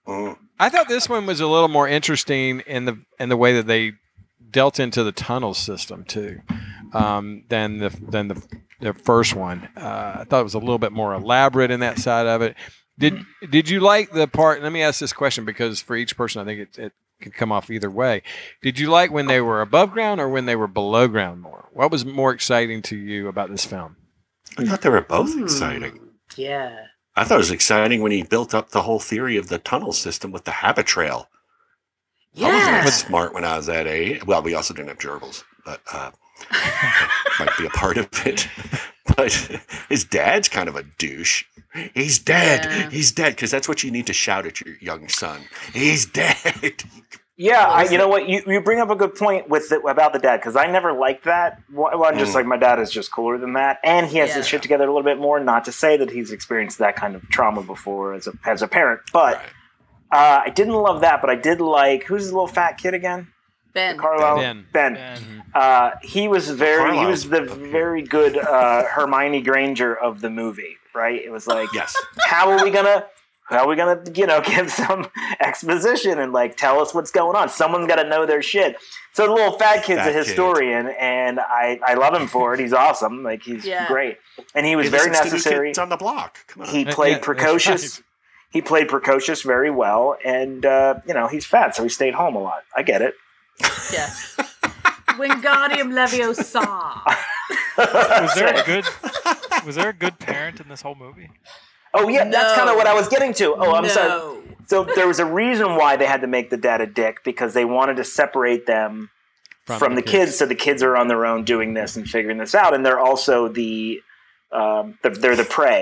Speaker 7: Mm.
Speaker 2: I thought this one was a little more interesting in the in the way that they dealt into the tunnel system too, um, than the than the
Speaker 1: the first one. Uh, I thought it was a little bit more elaborate in that side of it. Did did you like the part? Let me ask this question because for each person, I think it, it could come off either way. Did you like when they were above ground or when they were below ground more? What was more exciting to you about this film?
Speaker 7: I thought they were both
Speaker 6: Mm.
Speaker 7: exciting.
Speaker 6: Yeah.
Speaker 7: I thought it was exciting when he built up the whole theory of the tunnel system with the habit trail. I wasn't
Speaker 6: Yeah.
Speaker 7: that smart when I was that age. Well, we also didn't have gerbils, but uh, might be a part of it. But his dad's kind of a douche. He's dead.
Speaker 6: Yeah.
Speaker 7: He's dead because that's what you need to shout at your young son. He's dead.
Speaker 5: Yeah, I,
Speaker 6: Is
Speaker 5: you know what? You, you bring up a good point with the, about the dad because I never liked that. Well, I'm just
Speaker 7: Mm.
Speaker 5: like my dad is just cooler than that, and he has his
Speaker 6: Yeah.
Speaker 5: shit together a little bit more. Not to say that he's experienced that kind of trauma before as a as a parent, but
Speaker 7: Right.
Speaker 5: uh, I didn't love that. But I did like who's the little fat kid again?
Speaker 6: Ben.
Speaker 5: Carlisle
Speaker 1: Ben.
Speaker 5: Ben.
Speaker 7: Mm-hmm.
Speaker 8: And
Speaker 5: Uh, he was very he was
Speaker 7: Carlisle's
Speaker 5: the
Speaker 7: up here.
Speaker 5: very good uh, Hermione Granger of the movie, right? It was like
Speaker 7: Yes.
Speaker 5: how are we gonna how are we gonna you know give some exposition and like tell us what's going on someone's gotta know their shit so the little fat kid's
Speaker 7: Fat
Speaker 5: a
Speaker 7: kid.
Speaker 5: historian and i i love him for it he's awesome like he's
Speaker 6: Yeah.
Speaker 5: great and he was
Speaker 7: It
Speaker 5: very
Speaker 7: listens to new
Speaker 5: necessary
Speaker 7: Kids on the block. Come on.
Speaker 5: he
Speaker 1: Yeah,
Speaker 5: played
Speaker 1: that's
Speaker 5: precocious he played precocious very well and uh, you know he's fat so he stayed home a lot i get it
Speaker 6: Yeah. Wingardium Leviosa.
Speaker 8: was there a good was there a good parent in this whole movie?
Speaker 5: oh yeah that's
Speaker 6: No.
Speaker 5: kind of what i was getting to oh i'm sorry
Speaker 6: No.
Speaker 5: so there was a reason why they had to make the dad a dick because they wanted to separate them from, the kids. so the kids are on their own doing this and figuring this out, and they're also the, um, the they're the prey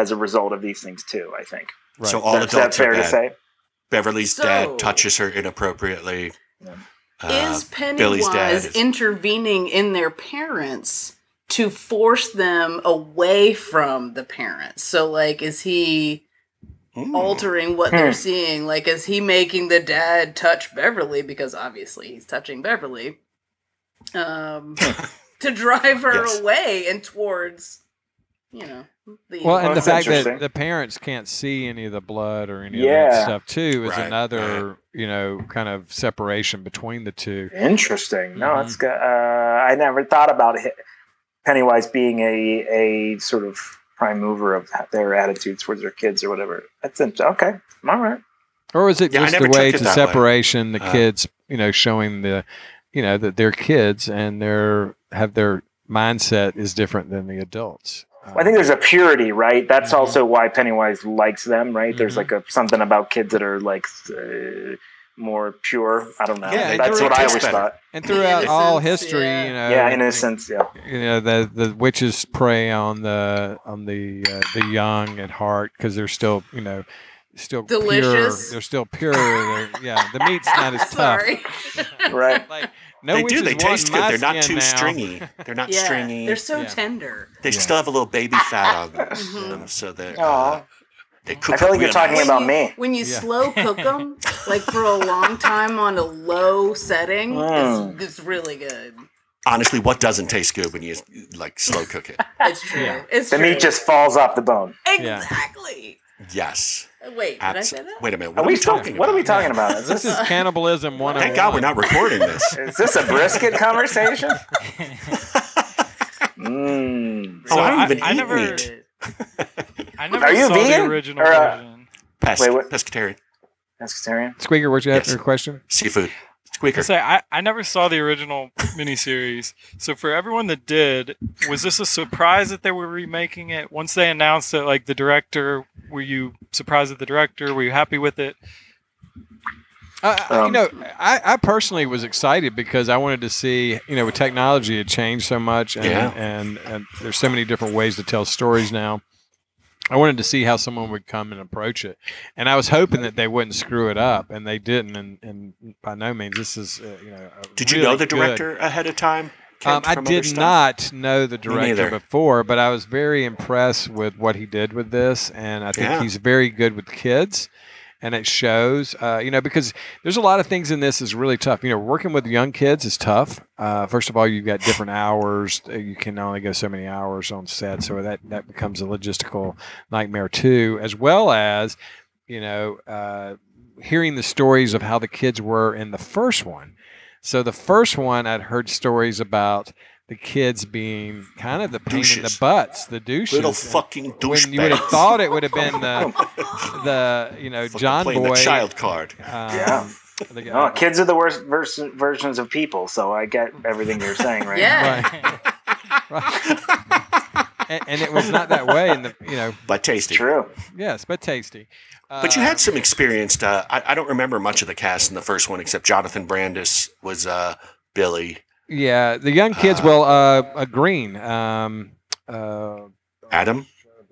Speaker 5: as a result of these things too. I think
Speaker 1: Right.
Speaker 7: So all
Speaker 5: that's, that's
Speaker 7: adults
Speaker 5: fair
Speaker 7: are
Speaker 5: to
Speaker 7: bad.
Speaker 5: say.
Speaker 7: Beverly's
Speaker 6: So-
Speaker 7: dad touches her inappropriately. Uh,
Speaker 6: is
Speaker 7: Billy's dad
Speaker 6: Pennywise
Speaker 7: is-
Speaker 6: intervening in their parents to force them away from the parents? So, like, is he
Speaker 7: mm.
Speaker 6: altering what
Speaker 5: Hmm.
Speaker 6: they're seeing? Like, is he making the dad touch Beverly because obviously he's touching Beverly um,
Speaker 1: Hmm.
Speaker 6: to drive her
Speaker 7: Yes.
Speaker 6: away and towards, you know, the
Speaker 1: Well, and the
Speaker 5: That's
Speaker 1: fact that
Speaker 5: interesting.
Speaker 1: the parents can't see any of the blood or any of that
Speaker 5: Yeah.
Speaker 1: stuff too is
Speaker 7: Right,
Speaker 1: another, you know, kind of separation between the two.
Speaker 5: Interesting. No,
Speaker 7: Mm-hmm.
Speaker 5: that's good. Uh, I never thought about it. Pennywise being a a sort of prime mover of their attitudes towards their kids or whatever. That's int- okay. All right.
Speaker 1: Or is it
Speaker 7: Yeah, I
Speaker 1: just the
Speaker 7: never
Speaker 1: way
Speaker 7: took it
Speaker 1: to
Speaker 7: that way.
Speaker 1: separation the
Speaker 7: Uh,
Speaker 1: kids, you know, showing the, you know, that they're kids and their have their mindset is different than the adults.
Speaker 5: I think there's a purity, right? That's also why Pennywise likes them, right? There's
Speaker 1: Mhm.
Speaker 5: like a something about kids that are like uh, more pure. I don't know.
Speaker 1: Yeah, it
Speaker 5: that's
Speaker 1: really
Speaker 5: what I
Speaker 7: tastes
Speaker 5: always
Speaker 7: better.
Speaker 5: thought.
Speaker 1: and throughout all
Speaker 6: Innocence,
Speaker 1: history,
Speaker 6: yeah.
Speaker 1: you know,
Speaker 5: yeah, in a sense, yeah.
Speaker 1: you know the the witches prey on the on the uh, the young at heart because they're still you know still
Speaker 6: Delicious.
Speaker 1: Pure. They're still pure. They're, yeah, the meat's not as tough.
Speaker 6: Sorry.
Speaker 5: Right.
Speaker 1: Like no
Speaker 7: they
Speaker 1: witches
Speaker 7: do. They
Speaker 1: want
Speaker 7: taste good.
Speaker 1: my
Speaker 7: They're not
Speaker 1: skin
Speaker 7: too
Speaker 1: now.
Speaker 7: stringy. They're not
Speaker 6: yeah,
Speaker 7: stringy.
Speaker 6: they're so
Speaker 1: Yeah.
Speaker 6: tender.
Speaker 7: They
Speaker 1: Yeah.
Speaker 7: still have a little baby fat on them,
Speaker 6: Mhm.
Speaker 7: um, so that
Speaker 5: Aw.
Speaker 7: uh, they cook.
Speaker 5: I feel like you're
Speaker 7: real
Speaker 5: talking
Speaker 7: nice.
Speaker 5: about
Speaker 6: you,
Speaker 5: me.
Speaker 6: When you
Speaker 1: Yeah.
Speaker 6: slow cook them, like for a long time on a low setting,
Speaker 5: Mm.
Speaker 6: it's, it's really good.
Speaker 7: honestly what doesn't taste good when you like slow cook it.
Speaker 6: It's true.
Speaker 1: Yeah.
Speaker 6: It's
Speaker 5: The
Speaker 6: true.
Speaker 5: meat just falls off the bone.
Speaker 1: Yeah.
Speaker 6: exactly.
Speaker 7: Yes,
Speaker 6: Wait, did I say
Speaker 7: absolutely.
Speaker 6: that?
Speaker 7: Wait a minute. What
Speaker 5: Are
Speaker 7: are,
Speaker 5: we
Speaker 7: we talking?
Speaker 5: What are we
Speaker 7: about?
Speaker 5: talking about? Is
Speaker 1: This
Speaker 5: this
Speaker 1: is cannibalism 101.
Speaker 7: Thank God we're not recording this.
Speaker 5: is this a brisket conversation? Mm.
Speaker 7: Oh, I don't
Speaker 8: I-
Speaker 7: even
Speaker 8: I
Speaker 7: eat
Speaker 8: never-
Speaker 7: meat.
Speaker 8: I never
Speaker 5: Are you
Speaker 8: saw
Speaker 5: vegan?
Speaker 8: the original
Speaker 5: Or, uh,
Speaker 8: version.
Speaker 7: Pes-
Speaker 5: Wait, what?
Speaker 7: Pescatarian,
Speaker 5: Pescatarian.
Speaker 1: Squeaker, what you
Speaker 7: Yes.
Speaker 1: after your question?
Speaker 7: seafood, squeaker.
Speaker 8: I say I, I never saw the original miniseries. So for everyone that did, was this a surprise that they were remaking it? Once they announced it, like the director, were you surprised at the director? Were you happy with it?
Speaker 1: Uh, you
Speaker 5: Um,
Speaker 1: know, I, I personally was excited because I wanted to see, you know, with technology had changed so much, and,
Speaker 7: Yeah.
Speaker 1: and and there's so many different ways to tell stories now. I wanted to see how someone would come and approach it, and I was hoping that they wouldn't screw it up, and they didn't. And, and by no means, this is uh, you know. a
Speaker 7: Did you
Speaker 1: really
Speaker 7: know the
Speaker 1: good-
Speaker 7: director ahead of time? Kent,
Speaker 1: Um, I
Speaker 7: from other
Speaker 1: did
Speaker 7: stuff?
Speaker 1: not know the director
Speaker 7: neither.
Speaker 1: before, but I was very impressed with what he did with this, and I think
Speaker 7: Yeah.
Speaker 1: he's very good with kids, and it shows. Uh, you know, because there's a lot of things in this is really tough. You know, working with young kids is tough. Uh, first of all, you've got different hours; Uh, you can only go so many hours on set, so that that becomes a logistical nightmare too, as well as you know. Uh, hearing the stories of how the kids were in the first one. So the first one I'd heard stories about the kids being kind of the pain in the
Speaker 7: Douches.
Speaker 1: butts, the douches.
Speaker 7: Little fucking
Speaker 1: when you would have
Speaker 7: douchebag.
Speaker 1: thought it would have been the, the you know
Speaker 7: Fucking
Speaker 1: John
Speaker 7: playing
Speaker 1: Boy.
Speaker 7: the child card.
Speaker 1: um,
Speaker 5: Yeah.
Speaker 1: the guy-
Speaker 5: Oh, kids are the worst vers- versions of people, so I get everything you're saying right
Speaker 6: Yeah.
Speaker 1: Right. right. And, and it was not that way in the you know
Speaker 7: But
Speaker 5: now.
Speaker 7: tasty.
Speaker 5: True.
Speaker 1: yes, but tasty.
Speaker 7: But you had
Speaker 1: Um,
Speaker 7: some experienced. Uh, I, I don't remember much of the cast in the first one, except Jonathan Brandis was uh, Billy
Speaker 1: yeah the young kids.
Speaker 7: Uh,
Speaker 1: well, uh, a green, um, uh,
Speaker 7: Adam.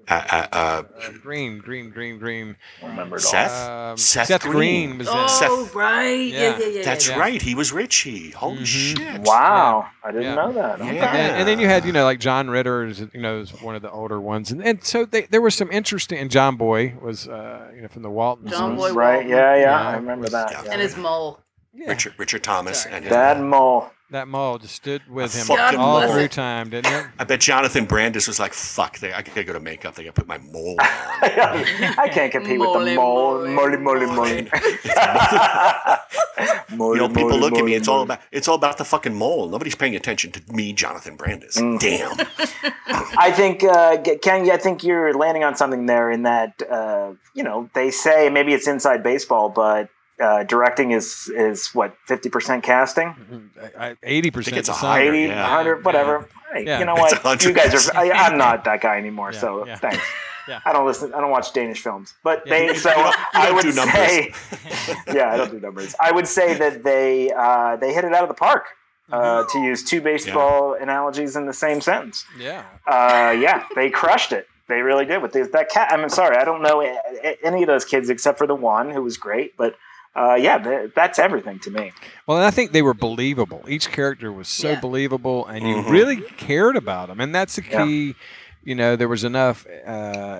Speaker 7: Uh, uh, uh,
Speaker 1: green, green, green, green.
Speaker 5: Remembered all.
Speaker 7: Seth?
Speaker 1: Um,
Speaker 7: Seth
Speaker 1: Green.
Speaker 7: Green.
Speaker 1: was in. it.
Speaker 6: Oh,
Speaker 7: Seth-
Speaker 6: right. Yeah,
Speaker 1: Yeah,
Speaker 6: yeah, yeah. yeah
Speaker 7: that's
Speaker 1: yeah.
Speaker 7: right. He was Richie. Holy
Speaker 1: Mhm.
Speaker 7: shit!
Speaker 5: Wow, I didn't
Speaker 1: Yeah.
Speaker 5: know that.
Speaker 7: Yeah.
Speaker 5: Okay.
Speaker 1: And then, and then you had, you know, like John Ritter, is, you know, is one of the older ones, and, and so they, there were some interesting. And John Boy was, uh, you know, from the Waltons.
Speaker 6: John
Speaker 1: was-
Speaker 6: Boy
Speaker 5: Right?
Speaker 6: Walton.
Speaker 5: Yeah, yeah,
Speaker 1: Yeah,
Speaker 5: I remember
Speaker 1: was-
Speaker 5: that.
Speaker 6: And
Speaker 5: Yeah.
Speaker 6: his mole.
Speaker 1: Yeah,
Speaker 7: Richard Richard Thomas
Speaker 6: Sorry.
Speaker 7: and
Speaker 5: Bad mole.
Speaker 1: that mole just stood with him
Speaker 7: Fucking
Speaker 1: all
Speaker 7: mole.
Speaker 1: through time, didn't it?
Speaker 7: I bet Jonathan Brandis was like, "Fuck! They, I gotta go to makeup. They gotta put my mole." on.
Speaker 5: I can't compete with the mole.
Speaker 6: Mole,
Speaker 5: Molly, molly,
Speaker 6: mole.
Speaker 5: molly.
Speaker 7: You
Speaker 5: Molly,
Speaker 7: know, people
Speaker 5: molly,
Speaker 7: look at
Speaker 5: molly,
Speaker 7: me. It's
Speaker 5: molly.
Speaker 7: all about it's all about the fucking mole. Nobody's paying attention to me, Jonathan Brandis.
Speaker 5: Mm.
Speaker 7: Damn.
Speaker 5: I think, uh, G- Ken, I think you're landing on something there in that, uh, you know, they say maybe it's inside baseball, but uh, directing is, is what, 50% casting?
Speaker 1: Mm-hmm. Eighty
Speaker 7: I think
Speaker 1: percent.
Speaker 7: it's a higher,
Speaker 5: 80,
Speaker 7: yeah.
Speaker 5: 100, whatever. Hey,
Speaker 1: Yeah.
Speaker 5: you know
Speaker 7: It's
Speaker 5: what? You
Speaker 7: 100.
Speaker 5: guys are, I, I'm not that guy anymore,
Speaker 1: Yeah,
Speaker 5: so
Speaker 1: yeah.
Speaker 5: thanks.
Speaker 1: Yeah.
Speaker 5: I don't listen, I don't watch Danish films. But
Speaker 1: Yeah,
Speaker 5: they,
Speaker 1: you-
Speaker 5: so
Speaker 7: you don't- you
Speaker 5: I
Speaker 7: don't
Speaker 5: would
Speaker 7: do numbers.
Speaker 5: say, yeah, I don't do numbers. I would say that they, uh, they hit it out of the park.
Speaker 1: Mm-hmm.
Speaker 5: Uh, to use two baseball analogies in the same sentence.
Speaker 1: Yeah.
Speaker 5: uh, yeah, they crushed it. They really did with these, that cat. I'm sorry, I don't know a- a- any of those kids except for the one who was great, but uh, yeah, th- that's everything to me.
Speaker 1: Well, and I think they were believable. Each character was so
Speaker 6: Yeah.
Speaker 1: believable, and you
Speaker 7: Mhm.
Speaker 1: really cared about them, and that's the
Speaker 5: Yeah.
Speaker 1: key. You know, there was enough. Uh,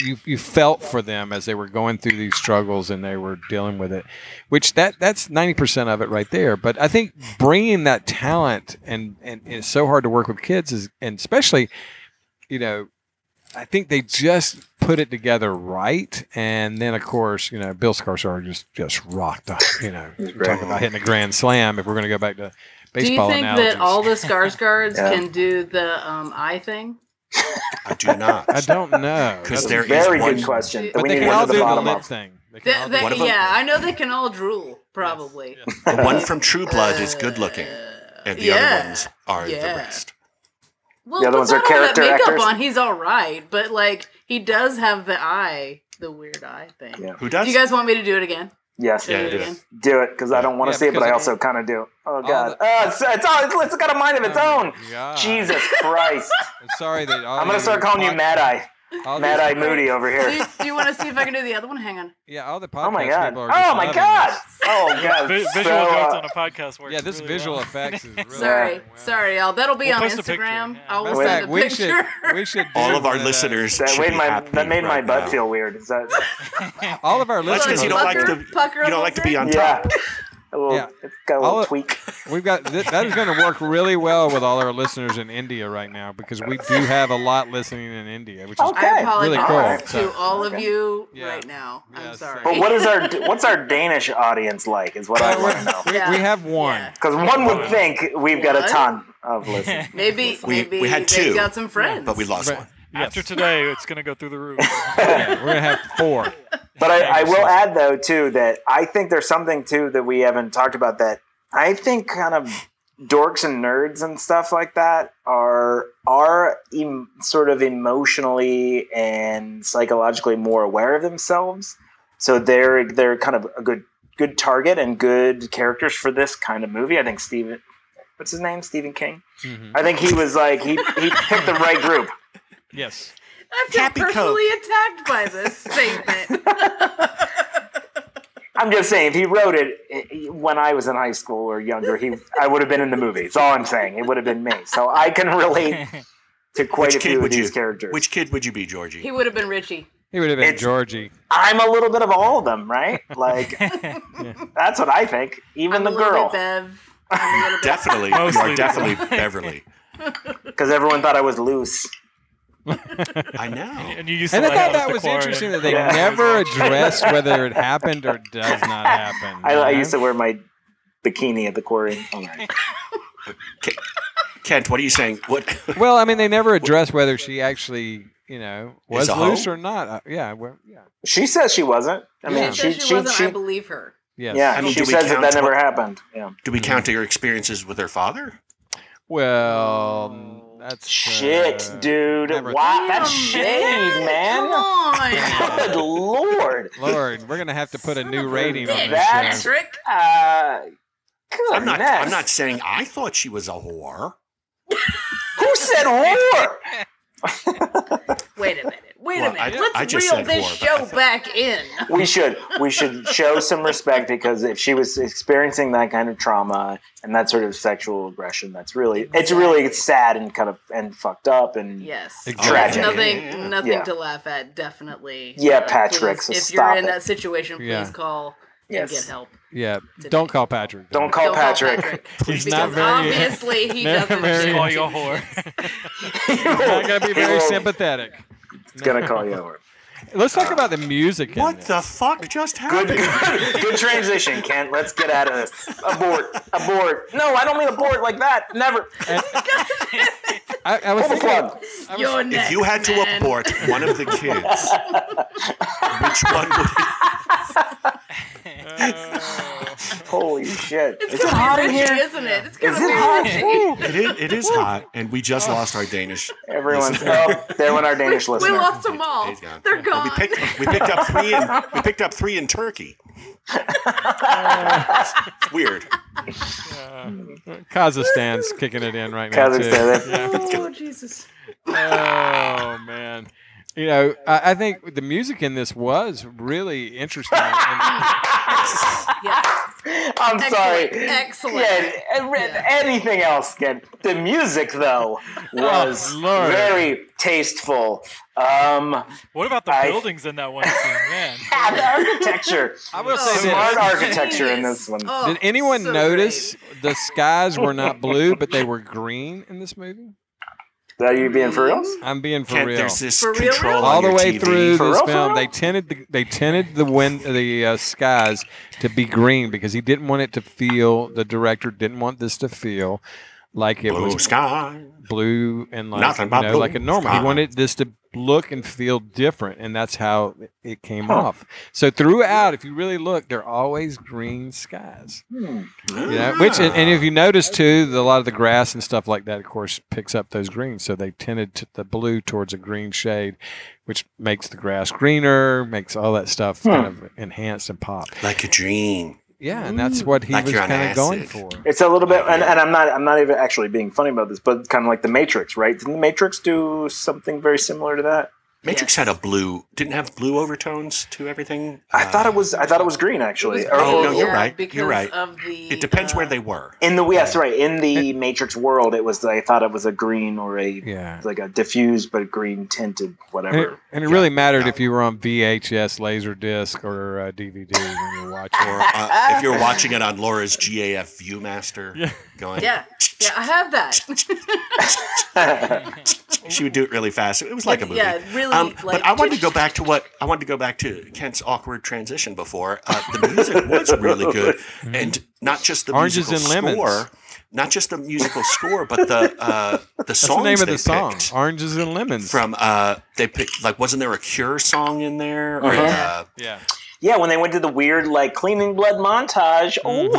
Speaker 1: you you felt for them as they were going through these struggles and they were dealing with it, which that that's ninety percent of it right there. But I think bringing that talent and and it's so hard to work with kids is, and especially, you know, I think they just put it together right. And then, of course, you know, Bill Skarsgård just just rocked up. You know,
Speaker 5: great.
Speaker 1: talking about hitting a grand slam. If we're going to go back to
Speaker 6: Do you
Speaker 1: baseball
Speaker 6: think
Speaker 1: analogies,
Speaker 6: that all the Scars guards
Speaker 5: Yeah.
Speaker 6: can do the um, eye thing?
Speaker 7: I do not.
Speaker 1: I don't know That's-
Speaker 7: 'Cause there is
Speaker 5: Very
Speaker 7: one-
Speaker 5: good question.
Speaker 6: But
Speaker 5: that
Speaker 1: But
Speaker 5: we
Speaker 1: they
Speaker 5: need
Speaker 1: can
Speaker 5: to
Speaker 1: all
Speaker 5: get to
Speaker 1: do the
Speaker 5: the bottom
Speaker 1: lip
Speaker 5: of.
Speaker 1: thing. They can
Speaker 6: They-
Speaker 1: all do
Speaker 6: they-
Speaker 7: One of them-
Speaker 6: yeah, I know they can all drool, probably.
Speaker 1: Yes.
Speaker 7: The one from True Blood is good looking,
Speaker 6: Uh,
Speaker 7: and the
Speaker 6: yeah.
Speaker 7: other ones are
Speaker 6: Yeah.
Speaker 7: the rest.
Speaker 6: Well,
Speaker 5: The other
Speaker 6: with
Speaker 5: ones are
Speaker 6: not all that
Speaker 5: character
Speaker 6: makeup
Speaker 5: actors.
Speaker 6: on, he's all right, but like he does have the eye, the weird eye thing.
Speaker 5: Yeah.
Speaker 7: Who
Speaker 6: Do
Speaker 7: does?
Speaker 6: you guys want me to do it again?
Speaker 5: Yes,
Speaker 6: Should
Speaker 7: Yeah,
Speaker 6: I do
Speaker 7: do
Speaker 6: it
Speaker 7: it.
Speaker 6: again?
Speaker 5: do it because I don't want to
Speaker 1: Yeah,
Speaker 5: see it, but
Speaker 1: because
Speaker 5: I
Speaker 1: I
Speaker 5: also kind of do. Oh God,
Speaker 1: the-
Speaker 5: uh, it's, it's all it's, it's got a mind of its
Speaker 1: Oh, my
Speaker 5: own.
Speaker 1: God.
Speaker 5: Jesus Christ!
Speaker 1: I'm sorry that all
Speaker 5: I'm gonna
Speaker 1: you
Speaker 5: start calling you
Speaker 1: pod-
Speaker 5: Mad Eye,
Speaker 1: all these-
Speaker 5: Mad Eye Moody over
Speaker 6: Do
Speaker 5: here.
Speaker 6: you, do you want to see if I can do the other one? Hang on.
Speaker 1: Yeah, all the podcast
Speaker 5: Oh my God!
Speaker 1: people are. just
Speaker 5: Oh my
Speaker 1: loving
Speaker 5: God!
Speaker 1: this.
Speaker 5: Oh God!
Speaker 8: Vi-
Speaker 5: So,
Speaker 8: visual jokes
Speaker 5: uh,
Speaker 8: on a podcast works.
Speaker 1: Yeah, this
Speaker 8: really
Speaker 1: visual
Speaker 8: well.
Speaker 1: effects is really
Speaker 6: Sorry,
Speaker 1: wow.
Speaker 6: sorry, y'all. That'll be
Speaker 8: We'll
Speaker 6: on
Speaker 8: post a picture,
Speaker 6: Instagram.
Speaker 8: yeah.
Speaker 6: I will
Speaker 1: Matter of
Speaker 5: Wait.
Speaker 6: send
Speaker 1: fact, we
Speaker 6: a picture.
Speaker 1: should we should do uh,
Speaker 7: All of our
Speaker 1: one those.
Speaker 7: listeners.
Speaker 5: that
Speaker 7: should
Speaker 5: made
Speaker 7: be
Speaker 5: my
Speaker 7: happy
Speaker 5: that made my
Speaker 7: right
Speaker 5: butt
Speaker 7: now.
Speaker 5: feel weird. Is that
Speaker 1: All of our
Speaker 7: That's
Speaker 1: listeners.
Speaker 7: because you don't like to.
Speaker 6: Pucker
Speaker 7: You
Speaker 6: up
Speaker 7: don't like to
Speaker 6: over
Speaker 7: be
Speaker 6: it?
Speaker 7: on
Speaker 5: yeah?
Speaker 7: top.
Speaker 5: A little,
Speaker 1: Yeah.
Speaker 5: it's got a
Speaker 1: All
Speaker 5: little
Speaker 1: of-
Speaker 5: tweak.
Speaker 1: We've got th- that is going to work really well with all our listeners in India right now because we do have a lot listening in India, which is
Speaker 5: Okay.
Speaker 6: I
Speaker 1: Really
Speaker 6: apologize
Speaker 1: cool.
Speaker 6: to all of
Speaker 5: Okay.
Speaker 6: you
Speaker 1: Yeah.
Speaker 6: right now. I'm
Speaker 1: Yeah,
Speaker 6: sorry.
Speaker 5: But what is our what's our Danish audience like? Is what I want to know.
Speaker 1: we,
Speaker 6: Yeah.
Speaker 1: we have one.
Speaker 6: Yeah.
Speaker 5: Because one would think we've got a
Speaker 6: What?
Speaker 5: ton of listeners.
Speaker 6: Maybe
Speaker 7: We-
Speaker 6: maybe
Speaker 7: we had
Speaker 6: they've
Speaker 7: two,
Speaker 6: got some friends.
Speaker 7: But we lost
Speaker 1: Right.
Speaker 7: one.
Speaker 8: After today, it's gonna go through the roof.
Speaker 1: Yeah, we're gonna have four.
Speaker 5: But I, I will add though too that I think there's something too that we haven't talked about that I think kind of dorks and nerds and stuff like that are are em, sort of emotionally and psychologically more aware of themselves. So they're they're kind of a good good target and good characters for this kind of movie. I think Stephen what's his name? Stephen King.
Speaker 1: Mhm.
Speaker 5: I think he was like he he picked the right group.
Speaker 1: Yes.
Speaker 6: I feel
Speaker 7: Cappy
Speaker 6: personally attacked by this statement.
Speaker 5: I'm just saying, if he wrote it i- i- when I was in high school or younger, he I would have been in the movie. It's all I'm saying. It would have been me. So I can relate to quite
Speaker 7: Which
Speaker 5: a
Speaker 7: kid
Speaker 5: few of
Speaker 7: would
Speaker 5: these
Speaker 7: you-
Speaker 5: characters.
Speaker 7: Which kid would you be, Georgie?
Speaker 6: he would have been Richie.
Speaker 1: He would have been
Speaker 5: It's-
Speaker 1: Georgie.
Speaker 5: I'm a little bit of all of them, right? Like that's what I think. Even
Speaker 6: I'm a
Speaker 5: the
Speaker 6: little bit
Speaker 5: girl,
Speaker 6: Bev. I'm a little bit-
Speaker 7: definitely, you
Speaker 8: Mostly.
Speaker 7: are definitely Beverly.
Speaker 5: because everyone thought I was loose.
Speaker 7: I know.
Speaker 8: and you used to
Speaker 1: And I
Speaker 8: like
Speaker 1: thought
Speaker 8: out at
Speaker 1: that
Speaker 8: the
Speaker 1: was
Speaker 8: quarry.
Speaker 1: interesting that they
Speaker 5: Yeah.
Speaker 1: never addressed whether it happened or does not happen.
Speaker 5: I, I
Speaker 1: you know?
Speaker 5: used to wear my bikini at the quarry. All right.
Speaker 7: Kent, what are you saying? What?
Speaker 1: Well, I mean, they never address whether she actually, you know, was
Speaker 7: a hoe?
Speaker 1: loose or not. Uh, yeah, well, yeah,
Speaker 5: She says she wasn't. I
Speaker 6: She
Speaker 5: mean,
Speaker 6: says
Speaker 5: she,
Speaker 6: she,
Speaker 5: she,
Speaker 6: wasn't.
Speaker 5: she,
Speaker 6: I believe her.
Speaker 1: yes.
Speaker 5: yeah,
Speaker 7: I mean,
Speaker 5: she
Speaker 7: do we
Speaker 5: says that
Speaker 7: count
Speaker 5: that never
Speaker 7: what-
Speaker 5: happened. Yeah.
Speaker 7: Do we count your experiences with her father?
Speaker 1: Well, that's
Speaker 5: Shit,
Speaker 1: uh,
Speaker 5: dude.
Speaker 1: never-
Speaker 5: Wow, that's
Speaker 6: Damn,
Speaker 5: shade,
Speaker 6: Come
Speaker 5: man.
Speaker 6: on.
Speaker 5: Good lord.
Speaker 1: Lord, we're gonna have to put a new rating on
Speaker 5: That's-
Speaker 1: this. show.
Speaker 6: trick.
Speaker 5: Uh, good
Speaker 7: I'm not. I'm not
Speaker 5: mess.
Speaker 7: saying I thought she was a whore.
Speaker 5: Who said whore?
Speaker 6: Wait a minute. Wait
Speaker 7: Well,
Speaker 6: a minute.
Speaker 7: I-
Speaker 6: Let's
Speaker 7: I just
Speaker 6: reel
Speaker 7: said
Speaker 6: this
Speaker 7: whore, but
Speaker 6: show
Speaker 7: I think-
Speaker 6: back in.
Speaker 5: we should we should show some respect because if she was experiencing that kind of trauma and that sort of sexual aggression, that's really it's really sad and kind of and fucked up and
Speaker 6: Yes.
Speaker 1: Exactly.
Speaker 6: There's
Speaker 5: Tragic.
Speaker 6: Nothing, nothing
Speaker 5: Yeah.
Speaker 6: to laugh at. Definitely.
Speaker 5: Yeah, Patrick,
Speaker 6: please,
Speaker 5: so
Speaker 6: if
Speaker 5: stop
Speaker 6: you're in
Speaker 5: it.
Speaker 6: that situation, please
Speaker 1: Yeah.
Speaker 6: call
Speaker 5: Yes.
Speaker 6: and get help.
Speaker 1: Yeah,
Speaker 6: Today.
Speaker 1: don't call Patrick.
Speaker 5: Don't call
Speaker 6: Don't
Speaker 5: Patrick.
Speaker 6: Call Patrick.
Speaker 1: He's
Speaker 6: because
Speaker 1: not very.
Speaker 6: obviously he
Speaker 1: Never
Speaker 6: doesn't.
Speaker 1: very-
Speaker 6: do
Speaker 8: Call
Speaker 6: it.
Speaker 8: you a whore.
Speaker 1: He's not gonna be
Speaker 5: He
Speaker 1: very
Speaker 5: will-
Speaker 1: sympathetic.
Speaker 5: He's gonna call you over.
Speaker 1: Let's talk about the music. in
Speaker 7: What
Speaker 1: this.
Speaker 7: the fuck just
Speaker 5: Good,
Speaker 7: happened?
Speaker 5: good, good transition, Kent. Let's get out of this. Abort, abort. No, I don't mean abort like that. Never.
Speaker 1: And- I, I was
Speaker 5: Pull the
Speaker 1: thinking,
Speaker 5: plug.
Speaker 1: I was-
Speaker 6: You're
Speaker 7: If
Speaker 6: next,
Speaker 7: you had to
Speaker 6: man.
Speaker 7: abort one of the kids, which one would
Speaker 5: Holy shit!
Speaker 6: It's
Speaker 5: Is it
Speaker 6: kinda
Speaker 5: hot in
Speaker 6: risky,
Speaker 5: here?
Speaker 6: Isn't it? It's
Speaker 5: Is
Speaker 6: kind
Speaker 5: it hot?
Speaker 6: of
Speaker 5: Ooh.
Speaker 7: it is, it is hot, and we just
Speaker 6: Oh.
Speaker 7: lost our Danish.
Speaker 5: Everyone's oh, there went our Danish
Speaker 6: We
Speaker 5: listener.
Speaker 6: lost them all.
Speaker 7: He's gone.
Speaker 6: They're
Speaker 7: Well,
Speaker 6: gone.
Speaker 7: we picked we picked up three in we picked up three in Turkey.
Speaker 6: Uh.
Speaker 7: It's weird.
Speaker 1: Kazakhstan's kicking it in right now. too.
Speaker 5: Kazakhstan.
Speaker 6: oh Jesus!
Speaker 1: oh man you know I, I think the music in this was really interesting and,
Speaker 6: Yeah.
Speaker 5: I'm sorry.
Speaker 6: Excellent. Excellent.
Speaker 5: Yeah, and re-
Speaker 6: Yeah.
Speaker 5: anything else, Ken. The music, though, was
Speaker 1: Oh, Lord.
Speaker 5: very tasteful. Um,
Speaker 8: What about the
Speaker 5: I-
Speaker 8: buildings in that one scene, man?
Speaker 5: the architecture,
Speaker 1: i will
Speaker 6: Oh,
Speaker 1: say
Speaker 5: smart
Speaker 1: this
Speaker 5: architecture in this one.
Speaker 6: Oh,
Speaker 1: did anyone
Speaker 6: so
Speaker 1: notice
Speaker 6: great.
Speaker 1: the skies were not blue but they were green in this movie
Speaker 5: Are you being for real?
Speaker 1: i'm being for
Speaker 7: Kent,
Speaker 1: real
Speaker 7: there's this
Speaker 6: For real,
Speaker 7: control
Speaker 6: real?
Speaker 7: on
Speaker 1: all the
Speaker 7: your
Speaker 1: way
Speaker 7: TV.
Speaker 1: through
Speaker 5: For
Speaker 1: this
Speaker 5: real, for
Speaker 1: film
Speaker 5: real?
Speaker 1: they tinted the they tinted the wind the uh, skies to be green because he didn't want it to feel the director didn't want this to feel like it
Speaker 7: blue
Speaker 1: was
Speaker 7: sky.
Speaker 1: blue and like
Speaker 7: Nothing
Speaker 1: you
Speaker 7: but
Speaker 1: know,
Speaker 7: blue.
Speaker 1: like a normal. He
Speaker 7: Ah.
Speaker 1: wanted this to look and feel different, and that's how it came off. So throughout, if you really look, they're always green skies. You know? Which and, and if you notice too, the, a lot of the grass and stuff like that, of course, picks up those greens. So they tinted to the blue towards a green shade, which makes the grass greener, makes all that stuff kind of enhanced and pop.
Speaker 7: Ah. like a dream.
Speaker 1: Yeah, and that's what he
Speaker 7: Like
Speaker 1: was
Speaker 7: you're on
Speaker 1: kind of going
Speaker 7: acid.
Speaker 1: for.
Speaker 5: It's a little bit, and, and I'm not, I'm not even actually being funny about this, but kind of like the Matrix, right? Didn't the Matrix do something very similar to that?
Speaker 7: Matrix had a blue, didn't have blue overtones to everything.
Speaker 5: I
Speaker 7: Uh,
Speaker 5: thought it was, I thought it was green actually.
Speaker 6: It was
Speaker 5: Or-
Speaker 7: Oh,
Speaker 5: or-
Speaker 7: no,
Speaker 6: great,
Speaker 7: you're
Speaker 6: yeah,
Speaker 7: right. You're
Speaker 6: Because
Speaker 7: right.
Speaker 6: Of the,
Speaker 7: It depends
Speaker 6: uh,
Speaker 7: where they were.
Speaker 5: in the yes, right. In the Matrix world, it was. I thought it was a green or a
Speaker 1: Yeah.
Speaker 5: like a diffused but green tinted
Speaker 1: And it,
Speaker 5: whatever.
Speaker 1: and it
Speaker 7: Yeah,
Speaker 1: really mattered
Speaker 7: yeah.
Speaker 1: if you were on VHS, Laserdisc, or uh, DVD when you were watching.
Speaker 7: Or uh, if you're watching it on Laura's GAF ViewMaster,
Speaker 1: Yeah.
Speaker 7: going,
Speaker 6: Yeah. Yeah, I have that.
Speaker 7: she would do it really fast. It was like a movie.
Speaker 6: Yeah, really.
Speaker 7: Um,
Speaker 6: like,
Speaker 7: but I wanted to go back to what I wanted to go back to Kent's awkward transition before. Uh, the music was really good, and not just the
Speaker 1: Oranges
Speaker 7: musical
Speaker 1: and Lemons.
Speaker 7: score, not just the musical score, but the uh, the
Speaker 1: That's the
Speaker 7: songs
Speaker 1: name of
Speaker 7: they
Speaker 1: the song,
Speaker 7: picked
Speaker 1: Oranges and Lemons.
Speaker 7: from. Uh, they picked like wasn't there a Cure song in there?
Speaker 5: Uh-huh.
Speaker 7: Or, uh,
Speaker 1: yeah.
Speaker 5: Yeah, when they went to the weird like cleaning blood montage.
Speaker 1: Mhm.
Speaker 5: Ooh,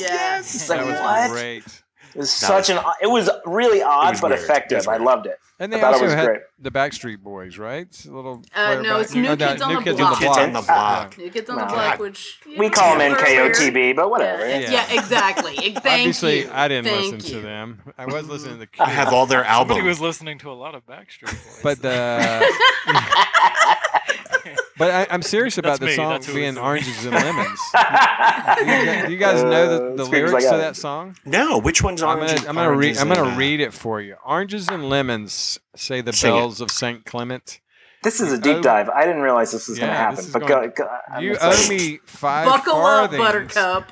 Speaker 6: Yes.
Speaker 5: It's like,
Speaker 1: That was
Speaker 5: what?
Speaker 1: great.
Speaker 5: It was
Speaker 7: That
Speaker 5: such
Speaker 7: was-
Speaker 5: an. It was really odd
Speaker 7: was
Speaker 5: but
Speaker 7: weird. It was
Speaker 5: effective. I
Speaker 7: weird.
Speaker 5: loved it.
Speaker 1: And they
Speaker 5: I thought it
Speaker 1: also
Speaker 5: was
Speaker 1: had
Speaker 5: great.
Speaker 1: the Backstreet Boys, right? It's a little
Speaker 6: Uh, no,
Speaker 1: flare
Speaker 6: it's
Speaker 1: back-
Speaker 6: New
Speaker 1: oh, that-
Speaker 6: Kids on
Speaker 1: new
Speaker 6: the
Speaker 1: kids On
Speaker 6: Block.
Speaker 1: the
Speaker 7: Kids on the
Speaker 1: block.
Speaker 7: Block.
Speaker 6: New Kids on
Speaker 5: No.
Speaker 6: the Block, which. you
Speaker 5: We
Speaker 6: know,
Speaker 5: call
Speaker 6: we're
Speaker 5: them NKOTB, but whatever.
Speaker 6: Yeah,
Speaker 5: It's-
Speaker 6: yeah, exactly. Thank
Speaker 1: Obviously,
Speaker 6: you.
Speaker 1: I didn't
Speaker 6: Thank
Speaker 1: listen
Speaker 6: you.
Speaker 1: to them. I was listening to the
Speaker 7: I have all their
Speaker 8: Somebody was
Speaker 7: albums.
Speaker 8: listening to a lot of Backstreet Boys.
Speaker 1: But the. but I, I'm serious about
Speaker 8: That's
Speaker 1: the
Speaker 8: me,
Speaker 1: song
Speaker 8: that's who
Speaker 1: being
Speaker 8: it's-
Speaker 1: oranges and lemons. you, guys, you guys know the,
Speaker 5: Uh,
Speaker 1: the
Speaker 5: screams like
Speaker 1: lyrics to
Speaker 5: that.
Speaker 1: that song?
Speaker 7: No, which one's
Speaker 1: I'm
Speaker 7: orange?
Speaker 1: gonna I'm gonna read
Speaker 7: Oranges
Speaker 1: I'm gonna
Speaker 7: and, uh,
Speaker 1: read it for you. Oranges and lemons say the
Speaker 7: Sing it.
Speaker 1: bells of Saint Clement.
Speaker 5: This is a deep
Speaker 1: Oh.
Speaker 5: dive. I didn't realize this was going to
Speaker 1: Yeah,
Speaker 5: happen.
Speaker 1: this is
Speaker 5: But
Speaker 1: going-
Speaker 5: go, go, I'm
Speaker 1: You owe
Speaker 5: excited.
Speaker 1: me five
Speaker 6: Buckle up,
Speaker 1: farthings,
Speaker 6: Buttercup.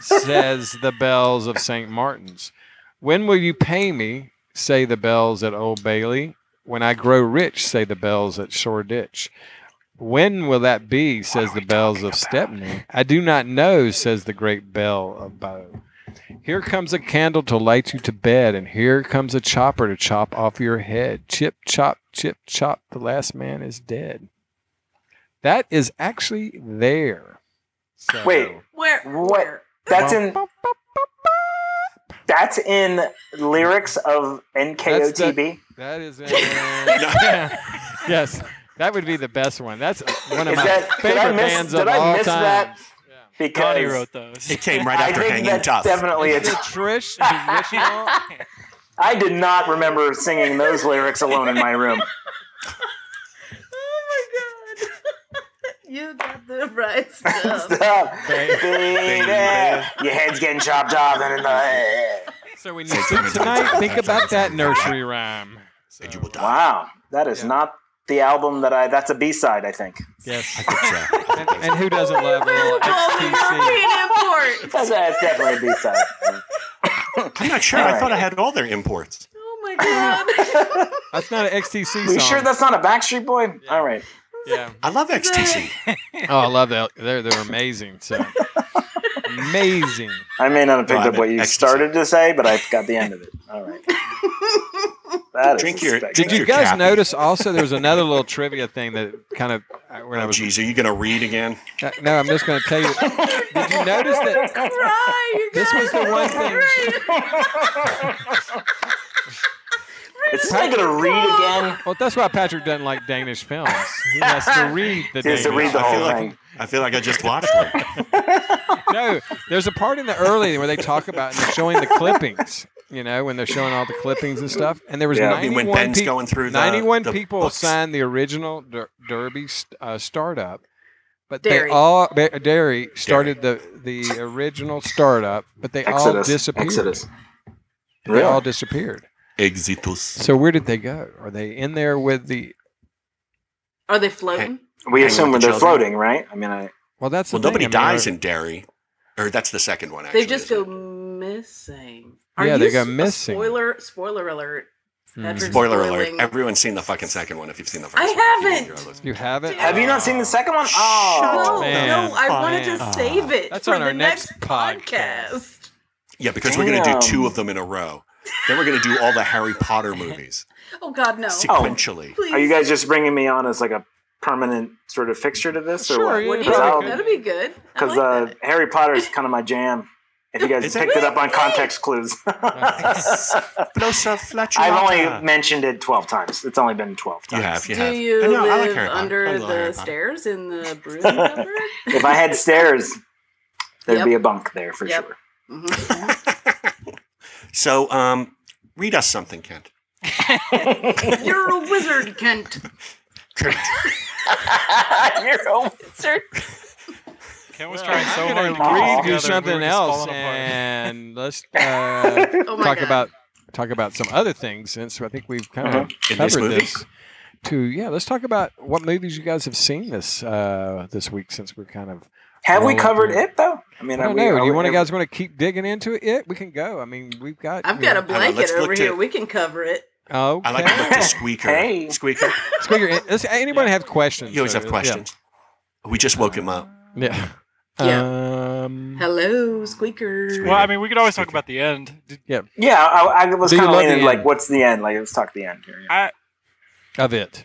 Speaker 1: says the bells of Saint Martin's. When will you pay me? Say the bells at Old Bailey. When I grow rich, say the bells at Shore Ditch. When will that be? Says the bells of Stepney. I do not know, says the great bell of Bow. Here comes a candle to light you to bed, and here comes a chopper to chop off your head. Chip, chop, chip, chop. The last man is dead. That is actually there. So-
Speaker 5: Wait.
Speaker 6: Where?
Speaker 5: What?
Speaker 6: Where?
Speaker 5: That's in that's in lyrics of NKOTB.
Speaker 1: That is in.
Speaker 7: No.
Speaker 1: yes, that would be the best one. That's one of
Speaker 5: Is
Speaker 1: my
Speaker 5: that- did I
Speaker 1: favorite
Speaker 5: miss-
Speaker 1: bands
Speaker 5: did
Speaker 1: of
Speaker 5: I
Speaker 1: all
Speaker 5: miss
Speaker 1: time.
Speaker 5: that? Because
Speaker 8: Connie wrote those.
Speaker 7: It came right
Speaker 5: I
Speaker 7: after
Speaker 5: think
Speaker 7: Hanging
Speaker 5: that's
Speaker 7: Tough.
Speaker 5: definitely a.
Speaker 1: Is it Trish original?
Speaker 5: I did not remember singing those lyrics alone in my room.
Speaker 6: Oh my god. you got the right stuff.
Speaker 5: Stop.
Speaker 1: Baby.
Speaker 5: Baby. Your head's getting chopped off and uh, in the
Speaker 1: so when you sleep tonight, think about that nursery
Speaker 7: Um,
Speaker 1: rhyme. So,
Speaker 7: And you will die.
Speaker 5: Wow. That is
Speaker 1: Yeah.
Speaker 5: not the album that I that's a B side, I think.
Speaker 1: yes.
Speaker 7: I think so.
Speaker 1: And, and who doesn't love a little
Speaker 5: Oh,
Speaker 1: XTC?
Speaker 6: European import.
Speaker 5: That's, that's definitely a B side.
Speaker 7: I'm not sure. I thought I had all their imports.
Speaker 6: Oh my god.
Speaker 1: That's not an XTC song.
Speaker 5: Are you sure that's not a Backstreet Boy? All right.
Speaker 1: yeah.
Speaker 7: I love XTC.
Speaker 1: Oh, I love that. They're they're amazing. So amazing.
Speaker 5: I may not have picked
Speaker 7: Well,
Speaker 5: up what
Speaker 7: I'm
Speaker 5: you
Speaker 7: an
Speaker 5: started to say, but I got the end of it. All right. That is
Speaker 7: Drink your-
Speaker 5: respectable.
Speaker 1: Did you
Speaker 7: Your
Speaker 1: guys
Speaker 7: copy.
Speaker 1: notice also there was another little trivia thing that kind of I- when I
Speaker 7: Oh,
Speaker 1: was
Speaker 7: geez, are you going to read again?
Speaker 1: uh, no, I'm just going to tell you. Did you notice that
Speaker 6: Cry, you
Speaker 1: this
Speaker 6: guys.
Speaker 1: was the one thing?
Speaker 5: It's just not gonna read again.
Speaker 1: Well, that's why Patrick doesn't like Danish films. He has to read the
Speaker 5: He
Speaker 1: Danish.
Speaker 5: has to read the
Speaker 7: I feel
Speaker 5: whole
Speaker 7: like
Speaker 5: thing.
Speaker 7: I feel like I just watched one.
Speaker 1: no, there's a part in the early where they talk about and they're showing the clippings. You know, when they're showing all the clippings and stuff, and there was
Speaker 5: Yeah, I
Speaker 7: I mean,
Speaker 1: 91
Speaker 7: when Ben's
Speaker 1: people.
Speaker 7: going through the
Speaker 1: 91
Speaker 7: the
Speaker 1: people
Speaker 7: books.
Speaker 1: signed the original der- Derby st- uh, startup, but
Speaker 6: Dairy.
Speaker 1: they all ba- Dairy started the the original startup, but they all disappeared.
Speaker 5: Exodus.
Speaker 1: They
Speaker 5: Really?
Speaker 1: all disappeared.
Speaker 7: Exitus.
Speaker 1: So where did they go? Are they in there with the?
Speaker 6: Are they floating?
Speaker 5: We
Speaker 7: Hang
Speaker 5: assume
Speaker 7: with
Speaker 5: they're
Speaker 7: the children.
Speaker 5: floating, right? I mean, I,
Speaker 1: Well, that's the
Speaker 7: Well, nobody
Speaker 1: thing. I mean,
Speaker 7: dies
Speaker 1: are-
Speaker 7: in Derry, or that's the second one. Actually,
Speaker 6: They just go
Speaker 7: isn't
Speaker 6: missing.
Speaker 1: Yeah, they
Speaker 6: you
Speaker 1: go
Speaker 6: s- a
Speaker 1: missing.
Speaker 6: Spoiler spoiler alert.
Speaker 1: Mm.
Speaker 7: it?
Speaker 6: Patrick's
Speaker 7: Spoiler
Speaker 6: spoiling.
Speaker 7: alert! Everyone's seen the fucking second one. If you've seen the first,
Speaker 6: I
Speaker 7: one. You
Speaker 6: haven't.
Speaker 7: you're listening.
Speaker 1: You have it.
Speaker 5: have you not seen the second one? Oh,
Speaker 6: No,
Speaker 1: Man,
Speaker 6: no, I wanted
Speaker 1: fine.
Speaker 7: Oh.
Speaker 6: to save it
Speaker 1: That's
Speaker 6: for
Speaker 1: on our
Speaker 6: the
Speaker 1: next
Speaker 6: next,
Speaker 1: podcast.
Speaker 6: podcast.
Speaker 7: Yeah, because we're going to
Speaker 5: Damn.
Speaker 7: do two of them in a row. Then we're going to do all the Harry Potter movies
Speaker 6: Oh God, no!
Speaker 7: sequentially.
Speaker 6: Please,
Speaker 5: are you guys just bringing me on as like a permanent sort of fixture to this,
Speaker 1: Sure,
Speaker 5: or
Speaker 1: yeah.
Speaker 5: what?
Speaker 6: What do you
Speaker 5: 'Cause
Speaker 6: think?
Speaker 5: I'll-
Speaker 6: That'd be good. I
Speaker 5: Because
Speaker 6: like
Speaker 5: uh, Harry Potter is kind of my jam. If you guys
Speaker 7: Is it
Speaker 5: picked it up on context clues,
Speaker 7: Flosa Fletcher.
Speaker 5: I've only mentioned it twelve times. It's only been twelve
Speaker 7: You
Speaker 5: times.
Speaker 7: have. You
Speaker 6: that.
Speaker 7: have.
Speaker 6: Do you
Speaker 7: I know, I like
Speaker 6: live
Speaker 7: Harry Potter. I
Speaker 6: under
Speaker 7: love Harry
Speaker 6: the
Speaker 7: Potter.
Speaker 6: stairs in the broom cupboard?
Speaker 5: If I had stairs, there'd
Speaker 6: Yep.
Speaker 5: be a bunk there for
Speaker 6: Yep.
Speaker 5: sure.
Speaker 6: Mhm.
Speaker 7: So, um, read us something, Kent.
Speaker 6: You're a wizard, Kent.
Speaker 5: You're old.
Speaker 6: Sir,
Speaker 8: Ken was trying so
Speaker 1: I'm gonna
Speaker 8: hard to get
Speaker 1: read
Speaker 8: us
Speaker 1: you
Speaker 8: together, we
Speaker 1: something
Speaker 8: were just
Speaker 1: else,
Speaker 8: falling apart.
Speaker 1: and let's uh,
Speaker 6: oh my
Speaker 1: talk
Speaker 6: God.
Speaker 1: about talk about some other things since I think we've kind of
Speaker 7: In this
Speaker 1: covered
Speaker 7: movie?
Speaker 1: this. To yeah, let's talk about what movies you guys have seen this uh, this week since we're kind of.
Speaker 5: Have we
Speaker 1: Well,
Speaker 5: covered
Speaker 1: yeah.
Speaker 5: it though? I mean,
Speaker 1: I
Speaker 5: are
Speaker 1: don't
Speaker 5: we,
Speaker 1: know.
Speaker 5: are
Speaker 1: Do you
Speaker 5: we-
Speaker 1: want to guys want to keep digging into it? It we can go. I mean, we've got.
Speaker 6: I've got a
Speaker 7: know, let's
Speaker 6: blanket
Speaker 7: look
Speaker 6: over
Speaker 7: to-
Speaker 6: here. We can cover it.
Speaker 1: Oh,
Speaker 7: I like to look to Squeaker.
Speaker 5: Hey.
Speaker 7: Squeaker,
Speaker 1: Squigger, does anybody have questions?
Speaker 7: you always
Speaker 1: So,
Speaker 7: have questions. We just woke him up.
Speaker 1: Yeah. Yeah. Um,
Speaker 6: Hello, squeaker.
Speaker 7: Squeak.
Speaker 8: Well, I mean, we could always talk about the end. Did-
Speaker 5: Yeah, I, I was
Speaker 1: Do you
Speaker 5: kind of
Speaker 1: love the
Speaker 5: leaning like,
Speaker 1: end?
Speaker 5: what's the end? Like, let's talk the end here. yeah.
Speaker 8: I,
Speaker 1: of it.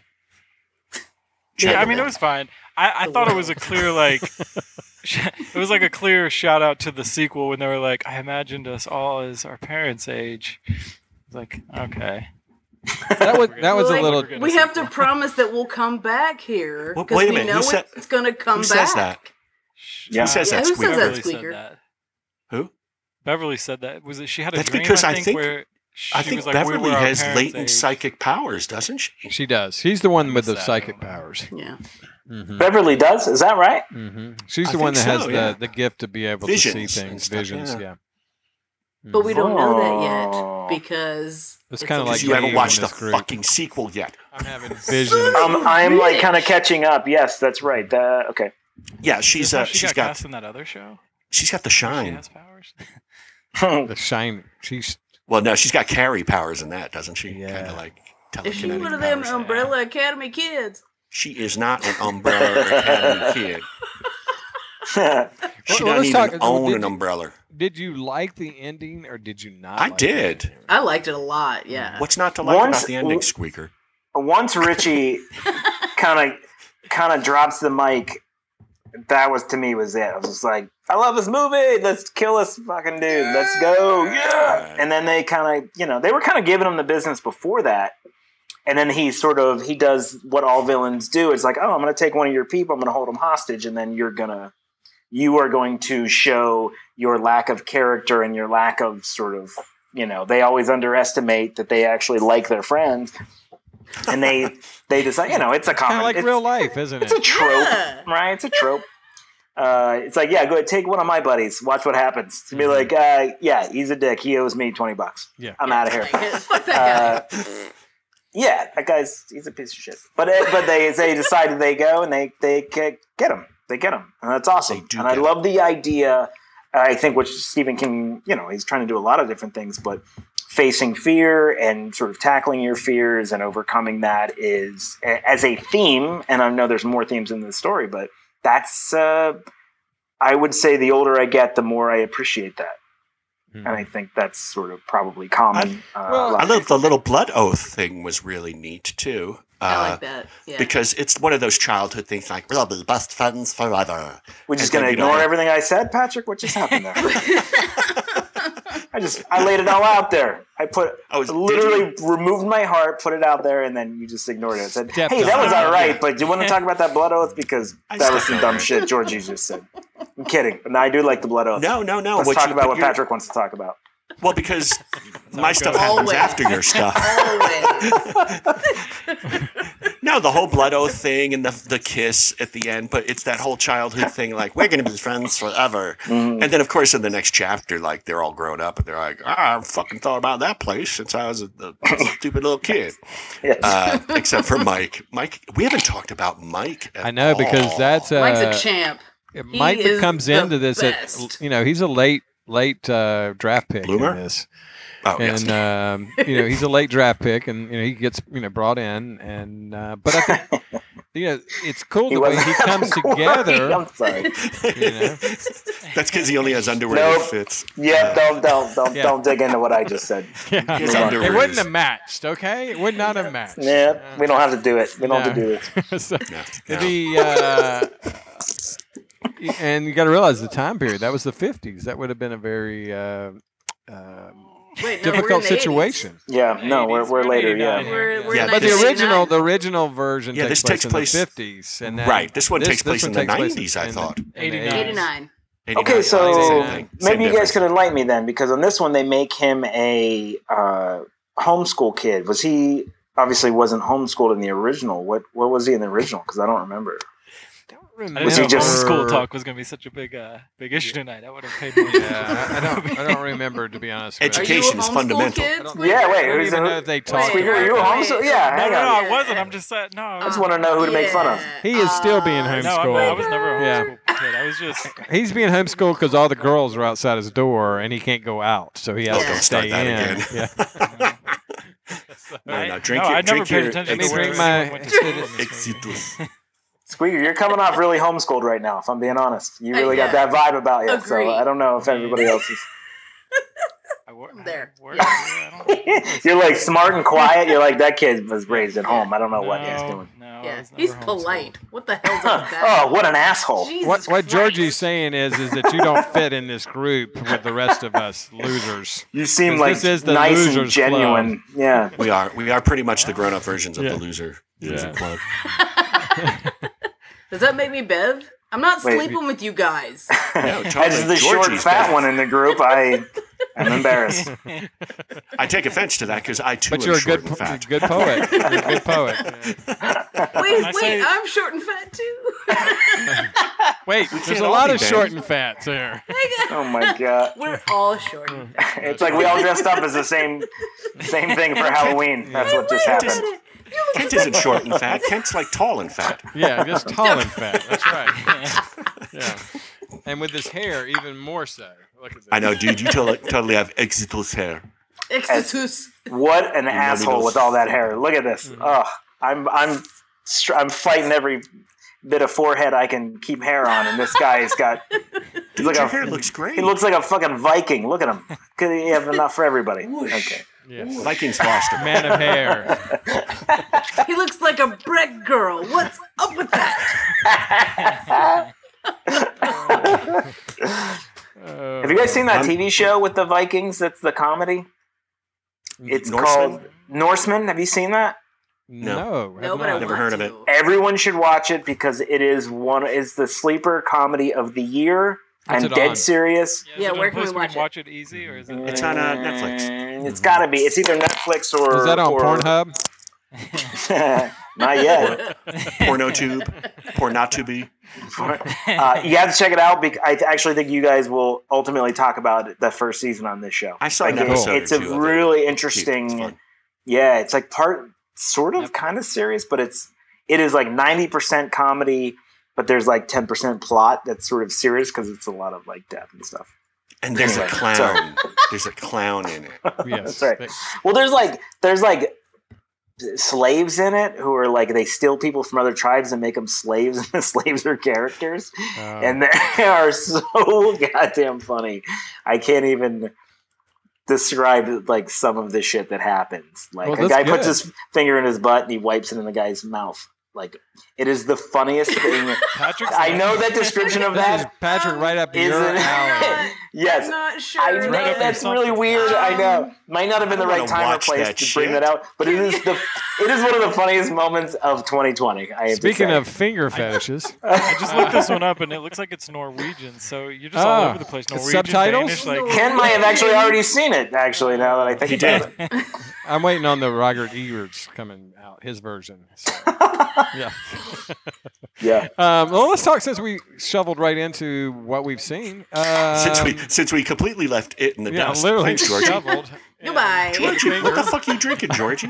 Speaker 8: yeah, I
Speaker 7: Check
Speaker 8: mean, it was fine. I, I thought it was a clear like, it was like a clear shout out to the sequel when they were like, "I imagined us all as our parents' age." It's Like, okay,
Speaker 1: That was that was a
Speaker 6: Like,
Speaker 1: little.
Speaker 8: We're
Speaker 6: We
Speaker 8: gonna
Speaker 6: have to promise that we'll come back here
Speaker 7: Well,
Speaker 6: because
Speaker 7: wait a
Speaker 6: we
Speaker 7: minute,
Speaker 6: know
Speaker 7: who sa-
Speaker 6: it's going to come
Speaker 7: who
Speaker 6: back.
Speaker 7: says that?
Speaker 5: Yeah.
Speaker 7: Who says
Speaker 6: Yeah,
Speaker 7: that?
Speaker 6: who says
Speaker 7: Squeaker?
Speaker 6: that?
Speaker 8: Beverly said
Speaker 6: squeaker?
Speaker 8: that.
Speaker 7: Who?
Speaker 8: Beverly said that. Was it? She had a
Speaker 7: That's
Speaker 8: dream.
Speaker 7: because
Speaker 8: I
Speaker 7: I
Speaker 8: think,
Speaker 7: think-
Speaker 8: where she
Speaker 7: I think
Speaker 8: was like,
Speaker 7: Beverly
Speaker 8: we were our
Speaker 7: has
Speaker 8: parents'
Speaker 7: latent
Speaker 8: age.
Speaker 7: psychic powers, doesn't she?
Speaker 1: She does. She's the one with the
Speaker 8: Sad.
Speaker 1: psychic powers.
Speaker 6: Yeah.
Speaker 1: Mm-hmm.
Speaker 5: Beverly does. Is that right?
Speaker 1: hmm She's
Speaker 7: I
Speaker 1: the one that
Speaker 7: think
Speaker 1: has
Speaker 7: so,
Speaker 1: the,
Speaker 7: yeah.
Speaker 1: the gift to be able to
Speaker 7: Visions
Speaker 1: see
Speaker 7: and
Speaker 1: things,
Speaker 7: stuff,
Speaker 1: visions.
Speaker 7: yeah.
Speaker 1: Yeah.
Speaker 6: But we don't know
Speaker 5: Oh.
Speaker 6: that yet because
Speaker 1: It's kinda
Speaker 6: a-
Speaker 1: like
Speaker 7: Because you haven't
Speaker 1: you
Speaker 7: watched
Speaker 1: in
Speaker 7: the
Speaker 1: this group.
Speaker 7: fucking sequel yet.
Speaker 1: I'm having visions.
Speaker 5: Um, I'm like kind of catching up. Yes, that's right. Uh, okay.
Speaker 7: Yeah,
Speaker 8: Is
Speaker 7: she's
Speaker 8: that
Speaker 7: uh,
Speaker 8: how she
Speaker 7: she's
Speaker 8: got,
Speaker 7: got
Speaker 8: cast in that other show.
Speaker 7: she's got the
Speaker 8: Where She
Speaker 7: shine.
Speaker 8: has powers.
Speaker 5: All
Speaker 1: the shine. She's
Speaker 7: Well, no, she's got Carrie powers in that, doesn't she?
Speaker 1: Yeah.
Speaker 7: Kind of like
Speaker 6: Is she
Speaker 7: telekinetic
Speaker 6: one of them
Speaker 7: powers.
Speaker 6: Umbrella Academy kids?
Speaker 7: She is not an umbrella academy kid. She
Speaker 1: Well, well,
Speaker 7: doesn't
Speaker 1: let's
Speaker 7: even
Speaker 1: talk-
Speaker 7: own
Speaker 1: did
Speaker 7: an
Speaker 1: you-
Speaker 7: umbrella.
Speaker 2: did you like the ending or did you not?
Speaker 7: I
Speaker 2: like the
Speaker 7: did.
Speaker 2: ending?
Speaker 6: I liked it a lot.
Speaker 8: uh,
Speaker 6: Yeah.
Speaker 7: What's not to like
Speaker 5: Once-
Speaker 7: about the ending, Squeaker?
Speaker 5: Once Richie kind of kind of drops the mic, that was to me was it. I was just like, I love this movie. Let's kill this fucking dude. Let's go. Yeah. And then they kind of, you know, they were kind of giving him the business before that. And then he sort of he does what all villains do. It's like, oh, I'm going to take one of your people. I'm going to hold him hostage, and then you're gonna you are going to show your lack of character and your lack of sort of you know they always underestimate that they actually like their friends and they they decide you know it's a
Speaker 1: Kind
Speaker 5: common
Speaker 1: of like
Speaker 5: it's,
Speaker 1: real life, isn't
Speaker 5: it's a
Speaker 1: it?
Speaker 5: trope
Speaker 6: Yeah.
Speaker 5: right it's a trope uh, it's like yeah go ahead take one of my buddies watch what happens to be like uh, yeah he's a dick he owes me 20 bucks
Speaker 2: Yeah.
Speaker 5: i'm out of here
Speaker 6: Fuck
Speaker 5: uh,
Speaker 6: that guy.
Speaker 5: yeah, that guy's he's a piece of shit. But uh, but they they decided they go and they they ca- get him. They get him, and that's
Speaker 7: They
Speaker 5: awesome.
Speaker 7: do
Speaker 5: And I
Speaker 7: get
Speaker 5: love the idea. I think which Stephen King, you know, he's trying to do a lot of different things, but facing fear and sort of tackling your fears and overcoming that is a- as a theme. And I know there's more themes in this story, but that's uh, I would say the older I get, the more I appreciate that.
Speaker 2: Hmm.
Speaker 5: And I think that's sort of probably common. uh,
Speaker 2: well,
Speaker 5: a lot
Speaker 7: Mm-hmm. I
Speaker 5: of
Speaker 7: love the little blood oath thing was really neat too.
Speaker 6: I
Speaker 7: Uh,
Speaker 6: like that. Yeah.
Speaker 7: because it's one of those childhood things like we'll be best friends forever.
Speaker 5: We're just
Speaker 7: And then
Speaker 5: gonna
Speaker 7: you don't
Speaker 5: ignore
Speaker 7: have-
Speaker 5: everything I said, Patrick. What just happened there? I just I laid it all out there. I put
Speaker 7: Oh, is-
Speaker 5: I
Speaker 7: did
Speaker 5: literally removed my heart, put it out there, and then you just ignored it. I said,
Speaker 2: Stepped
Speaker 5: "Hey, that
Speaker 2: on
Speaker 5: was
Speaker 8: it.
Speaker 5: all right, but do you want to talk about that blood oath? Because
Speaker 7: I
Speaker 5: that was
Speaker 7: stepped
Speaker 5: some
Speaker 7: on
Speaker 5: dumb
Speaker 7: it.
Speaker 5: shit Georgie just said." I'm kidding, but no, I do like the blood oath.
Speaker 7: No, no, no.
Speaker 5: let's
Speaker 7: what
Speaker 5: talk
Speaker 7: you-
Speaker 5: about
Speaker 7: but
Speaker 5: what
Speaker 7: you're-
Speaker 5: Patrick wants to talk about.
Speaker 7: Well, because my stuff
Speaker 6: good.
Speaker 7: happens
Speaker 6: Always.
Speaker 7: after your stuff.
Speaker 6: Always.
Speaker 7: No, the whole blood oath thing and the the kiss at the end, but it's that whole childhood thing. Like we're gonna be friends forever.
Speaker 5: Mhm.
Speaker 7: And then, of course, in the next chapter, like they're all grown up and they're like, ah, I've fucking thought about that place since I was a, a stupid little kid.
Speaker 5: Yes.
Speaker 7: Uh, except for Mike. Mike, we haven't talked about Mike. At
Speaker 1: I know because
Speaker 7: all.
Speaker 1: that's uh,
Speaker 6: Mike's a champ. He
Speaker 1: Mike
Speaker 6: is
Speaker 1: comes
Speaker 6: the
Speaker 1: into this. At,
Speaker 6: best.
Speaker 1: you know, he's a late late uh, draft pick.
Speaker 7: Bloomer?
Speaker 1: In this.
Speaker 7: Oh, yes.
Speaker 1: and um, you know he's a late draft pick, and you know he gets you know brought in, and uh, but I think you know it's cool the way
Speaker 5: wasn't
Speaker 1: he comes
Speaker 5: Corey,
Speaker 1: together.
Speaker 5: I'm sorry.
Speaker 1: You know,
Speaker 7: That's because he only has underwear
Speaker 5: Nope.
Speaker 7: that fits.
Speaker 5: Yeah, don't don't don't
Speaker 1: Yeah.
Speaker 5: don't dig into what I just said.
Speaker 1: yeah.
Speaker 7: His
Speaker 5: Yeah.
Speaker 7: underwear
Speaker 1: it wouldn't
Speaker 7: is-
Speaker 1: have matched. Okay, it would not have matched.
Speaker 5: Yeah, we don't have to do it. We don't have to
Speaker 1: No.
Speaker 5: do this.
Speaker 1: So-
Speaker 7: No, no.
Speaker 1: the uh, and you got to realize the time period that was the 50s that would have been a very uh, uh,
Speaker 6: Wait, no, we're in
Speaker 1: difficult
Speaker 6: the 80s.
Speaker 1: situation
Speaker 5: Yeah, no, we're we're later. Yeah.
Speaker 6: We're, we're
Speaker 7: Yeah,
Speaker 6: in
Speaker 1: but the
Speaker 6: 1989.
Speaker 1: original the original version
Speaker 7: Yeah,
Speaker 1: takes
Speaker 7: this
Speaker 1: place
Speaker 7: takes
Speaker 1: in
Speaker 7: place-
Speaker 1: the 50s and then
Speaker 7: Right, this one takes place in the
Speaker 1: takes place
Speaker 7: 90s, I
Speaker 1: in the-
Speaker 7: thought.
Speaker 1: in the
Speaker 8: 89.
Speaker 1: 80s.
Speaker 6: 89.
Speaker 5: Okay, so
Speaker 7: Same thing. Same
Speaker 5: maybe you guys
Speaker 7: difference.
Speaker 5: could enlighten me then, because on this one they make him a uh, homeschool kid. Was he obviously wasn't homeschooled in the original? What what was he in the original? Because I don't remember.
Speaker 8: I
Speaker 5: Was
Speaker 8: didn't
Speaker 5: he
Speaker 8: know
Speaker 5: just-
Speaker 8: school talk was going to be such a big, uh, big issue tonight. I would have paid. more attention.
Speaker 1: yeah, I I don't. I don't remember to be honest. With
Speaker 6: Are
Speaker 1: you.
Speaker 6: you a
Speaker 7: Education is
Speaker 6: homeschool
Speaker 7: fundamental.
Speaker 6: kid?
Speaker 1: I don't-
Speaker 6: Squeaker?
Speaker 5: Yeah, wait,
Speaker 1: I don't
Speaker 5: who's
Speaker 1: even
Speaker 5: the-
Speaker 1: know if they
Speaker 5: Wait,
Speaker 1: talked.
Speaker 5: Squeaker,
Speaker 1: about
Speaker 5: are you a
Speaker 1: it.
Speaker 5: homeschool? Yeah,
Speaker 8: No,
Speaker 5: hang
Speaker 8: no,
Speaker 5: on.
Speaker 8: I wasn't. I'm just saying. No, I
Speaker 5: I just
Speaker 8: was,
Speaker 5: want to know who to make fun of.
Speaker 6: Yeah.
Speaker 1: He is still being
Speaker 6: Uh,
Speaker 8: no, I'm, I
Speaker 1: homeschooled.
Speaker 8: was never a
Speaker 1: Yeah.
Speaker 8: homeschool kid. I was just.
Speaker 1: He's being homeschooled because all the girls are outside his door and he can't go out, so he has
Speaker 6: Oh,
Speaker 1: to
Speaker 6: don't
Speaker 7: start
Speaker 1: stay
Speaker 7: that
Speaker 1: in.
Speaker 7: again.
Speaker 1: Yeah.
Speaker 7: No, no,
Speaker 8: I-
Speaker 7: drink
Speaker 8: no,
Speaker 7: your-
Speaker 8: I never
Speaker 7: drink
Speaker 8: paid
Speaker 7: your-
Speaker 8: attention
Speaker 1: Let
Speaker 8: to
Speaker 1: me
Speaker 8: where
Speaker 1: drink
Speaker 8: anyone
Speaker 1: my-
Speaker 8: went to school in this movie.
Speaker 7: Exitus.
Speaker 5: Squeaker, you're coming off really homeschooled right now. If I'm being honest, you
Speaker 6: Uh,
Speaker 5: really got
Speaker 6: yeah.
Speaker 5: that vibe about you.
Speaker 6: Agreed.
Speaker 5: So I don't know if everybody else is.
Speaker 8: I wor- I
Speaker 6: There.
Speaker 8: work-
Speaker 6: Yeah.
Speaker 8: I don't know.
Speaker 5: you're like smart and quiet. You're like that kid was raised at home. I don't know what he's
Speaker 8: No,
Speaker 5: doing.
Speaker 8: no, I
Speaker 6: Yeah,
Speaker 8: was never
Speaker 6: he's
Speaker 8: homeschooled.
Speaker 6: polite. What the hell's up with that?
Speaker 5: oh, what an asshole!
Speaker 6: Jesus
Speaker 1: What what
Speaker 6: Christ.
Speaker 1: Georgie's saying is is that you don't fit in this group with the rest of us losers.
Speaker 5: You seem
Speaker 1: 'Cause
Speaker 5: like
Speaker 1: this is the
Speaker 5: nice and
Speaker 1: loser's club.
Speaker 5: genuine. Yeah.
Speaker 7: We are we are pretty much the grown up versions of
Speaker 1: Yeah.
Speaker 7: the loser
Speaker 1: Yeah.
Speaker 7: loser club.
Speaker 6: Does that make me Bev? I'm not
Speaker 5: Wait.
Speaker 6: sleeping with you guys.
Speaker 7: No,
Speaker 5: As the
Speaker 7: totally.
Speaker 5: short,
Speaker 7: Georgie's
Speaker 5: fat
Speaker 7: better.
Speaker 5: one in the group, I am embarrassed.
Speaker 7: I take offense to that because I too
Speaker 1: But
Speaker 7: am
Speaker 1: you're a
Speaker 7: short
Speaker 1: good
Speaker 7: and
Speaker 1: po-
Speaker 7: fat.
Speaker 1: good poet. You're a good poet.
Speaker 6: Wait,
Speaker 8: I
Speaker 6: wait,
Speaker 8: say-
Speaker 6: I'm short and fat too.
Speaker 1: Wait, there's
Speaker 7: can't
Speaker 1: a
Speaker 7: all
Speaker 1: lot
Speaker 7: be
Speaker 1: of
Speaker 7: bad.
Speaker 1: short and fats there.
Speaker 5: Oh my god!
Speaker 6: We're all short and fat.
Speaker 5: It's like we all dressed up as the same same thing for Halloween. That's what just
Speaker 6: Wait a
Speaker 5: happened.
Speaker 6: minute. You look
Speaker 7: Kent isn't short and fat. Kent's like tall and fat.
Speaker 1: Yeah, just tall and fat. That's right. Yeah. And with his hair, even more so. Look at this.
Speaker 7: I know, dude. You totally, totally have exitus hair.
Speaker 6: Exitus.
Speaker 5: What an asshole
Speaker 7: those- Mm.
Speaker 5: with all that hair! Look at this. Ugh, I'm I'm str- I'm fighting every bit of forehead I can keep hair on, and this guy's got
Speaker 7: Dude,
Speaker 5: like
Speaker 7: your
Speaker 5: a-
Speaker 7: hair looks great.
Speaker 5: He looks like a fucking Viking. Look at him. Could he have enough for everybody?
Speaker 6: Whoosh.
Speaker 5: Okay.
Speaker 8: Yes.
Speaker 7: Vikings lost him.
Speaker 8: Man of hair.
Speaker 6: He looks like a Brett girl. What's up with that?
Speaker 8: Uh,
Speaker 5: Have you guys seen that
Speaker 7: I'm-
Speaker 5: TV show with the Vikings? That's the comedy. It's
Speaker 7: Norseman?
Speaker 5: called Norseman. Have you seen that?
Speaker 2: No, have
Speaker 6: No, but I
Speaker 2: not.
Speaker 7: Never
Speaker 6: want
Speaker 7: heard of
Speaker 6: to.
Speaker 7: it.
Speaker 5: Everyone should watch it because it is one is the sleeper comedy of the year.
Speaker 2: What's
Speaker 5: I'm
Speaker 2: it
Speaker 5: dead
Speaker 2: on?
Speaker 5: serious.
Speaker 8: is
Speaker 6: Yeah,
Speaker 8: it on
Speaker 6: where can we
Speaker 8: place
Speaker 6: watch it?
Speaker 8: watch it easy, or is it?
Speaker 7: It's on, uh, Netflix.
Speaker 5: Mm, It's got to be. It's either Netflix or
Speaker 2: Is that on
Speaker 5: or-
Speaker 2: Pornhub?
Speaker 5: Not yet.
Speaker 7: Pornotube, Pornotube.
Speaker 5: Uh, you have to check it out. Because I actually think you guys will ultimately talk about the first season on this show.
Speaker 7: I saw
Speaker 5: Like,
Speaker 7: an
Speaker 5: it-
Speaker 7: episode.
Speaker 5: It's
Speaker 7: or
Speaker 5: a
Speaker 7: two of it.
Speaker 5: really
Speaker 7: Cute. It's
Speaker 5: interesting.
Speaker 7: fun.
Speaker 5: Yeah, it's like part sort of
Speaker 4: Yep.
Speaker 5: kind of serious, but it's it is like ninety percent comedy, but there's like ten percent plot that's sort of serious because it's a lot of like death and stuff.
Speaker 7: And there's a
Speaker 5: Anyway, so-
Speaker 7: clown. There's a clown in it.
Speaker 2: Yes.
Speaker 5: right.
Speaker 2: They-
Speaker 5: Well, there's like there's like slaves in it who are like they steal people from other tribes and make them slaves, and the slaves are characters,
Speaker 2: uh,
Speaker 5: and they are so goddamn funny. I can't even describe like some of the shit that happens. Like
Speaker 2: Well,
Speaker 5: a
Speaker 2: that's
Speaker 5: guy puts
Speaker 2: good.
Speaker 5: his finger in his butt and he wipes it in the guy's mouth. Like it is the funniest thing.
Speaker 8: Patrick.
Speaker 5: I know that description of
Speaker 2: Um, this is
Speaker 5: that um,
Speaker 2: Patrick right up
Speaker 5: is
Speaker 2: your
Speaker 5: it-
Speaker 2: alley.
Speaker 5: yes.
Speaker 6: I'm not sure.
Speaker 5: I know
Speaker 8: Right up
Speaker 5: that's
Speaker 8: your
Speaker 5: really
Speaker 8: something.
Speaker 5: weird. I know might not have been
Speaker 7: I
Speaker 5: the right
Speaker 7: wanna
Speaker 5: time or
Speaker 7: watch
Speaker 5: place
Speaker 7: that
Speaker 5: to bring that
Speaker 7: shit.
Speaker 5: out, but it is the it is one of the funniest moments of 2020. I have to
Speaker 2: Speaking
Speaker 5: say.
Speaker 2: of finger fetishes,
Speaker 8: I just looked this one up, and it looks like it's Norwegian. So you're just all
Speaker 2: Ah,
Speaker 8: over the place.
Speaker 2: it's
Speaker 8: Norwegian,
Speaker 2: subtitles?
Speaker 8: Danish, like
Speaker 5: Ken might have actually already seen it. Actually, now that I think
Speaker 7: He
Speaker 5: about
Speaker 7: did.
Speaker 5: it.
Speaker 2: I'm waiting on the Roger Eberts coming out, his version. so, yeah.
Speaker 5: yeah.
Speaker 2: Um, well, let's talk since we shoveled right into what we've seen. Um,
Speaker 7: Since we since we completely left it in the
Speaker 2: yeah,
Speaker 7: dust.
Speaker 2: literally
Speaker 7: Thanks, Georgie.
Speaker 2: shoveled.
Speaker 6: Goodbye.
Speaker 7: Georgie, what the fuck are you drinking, Georgie?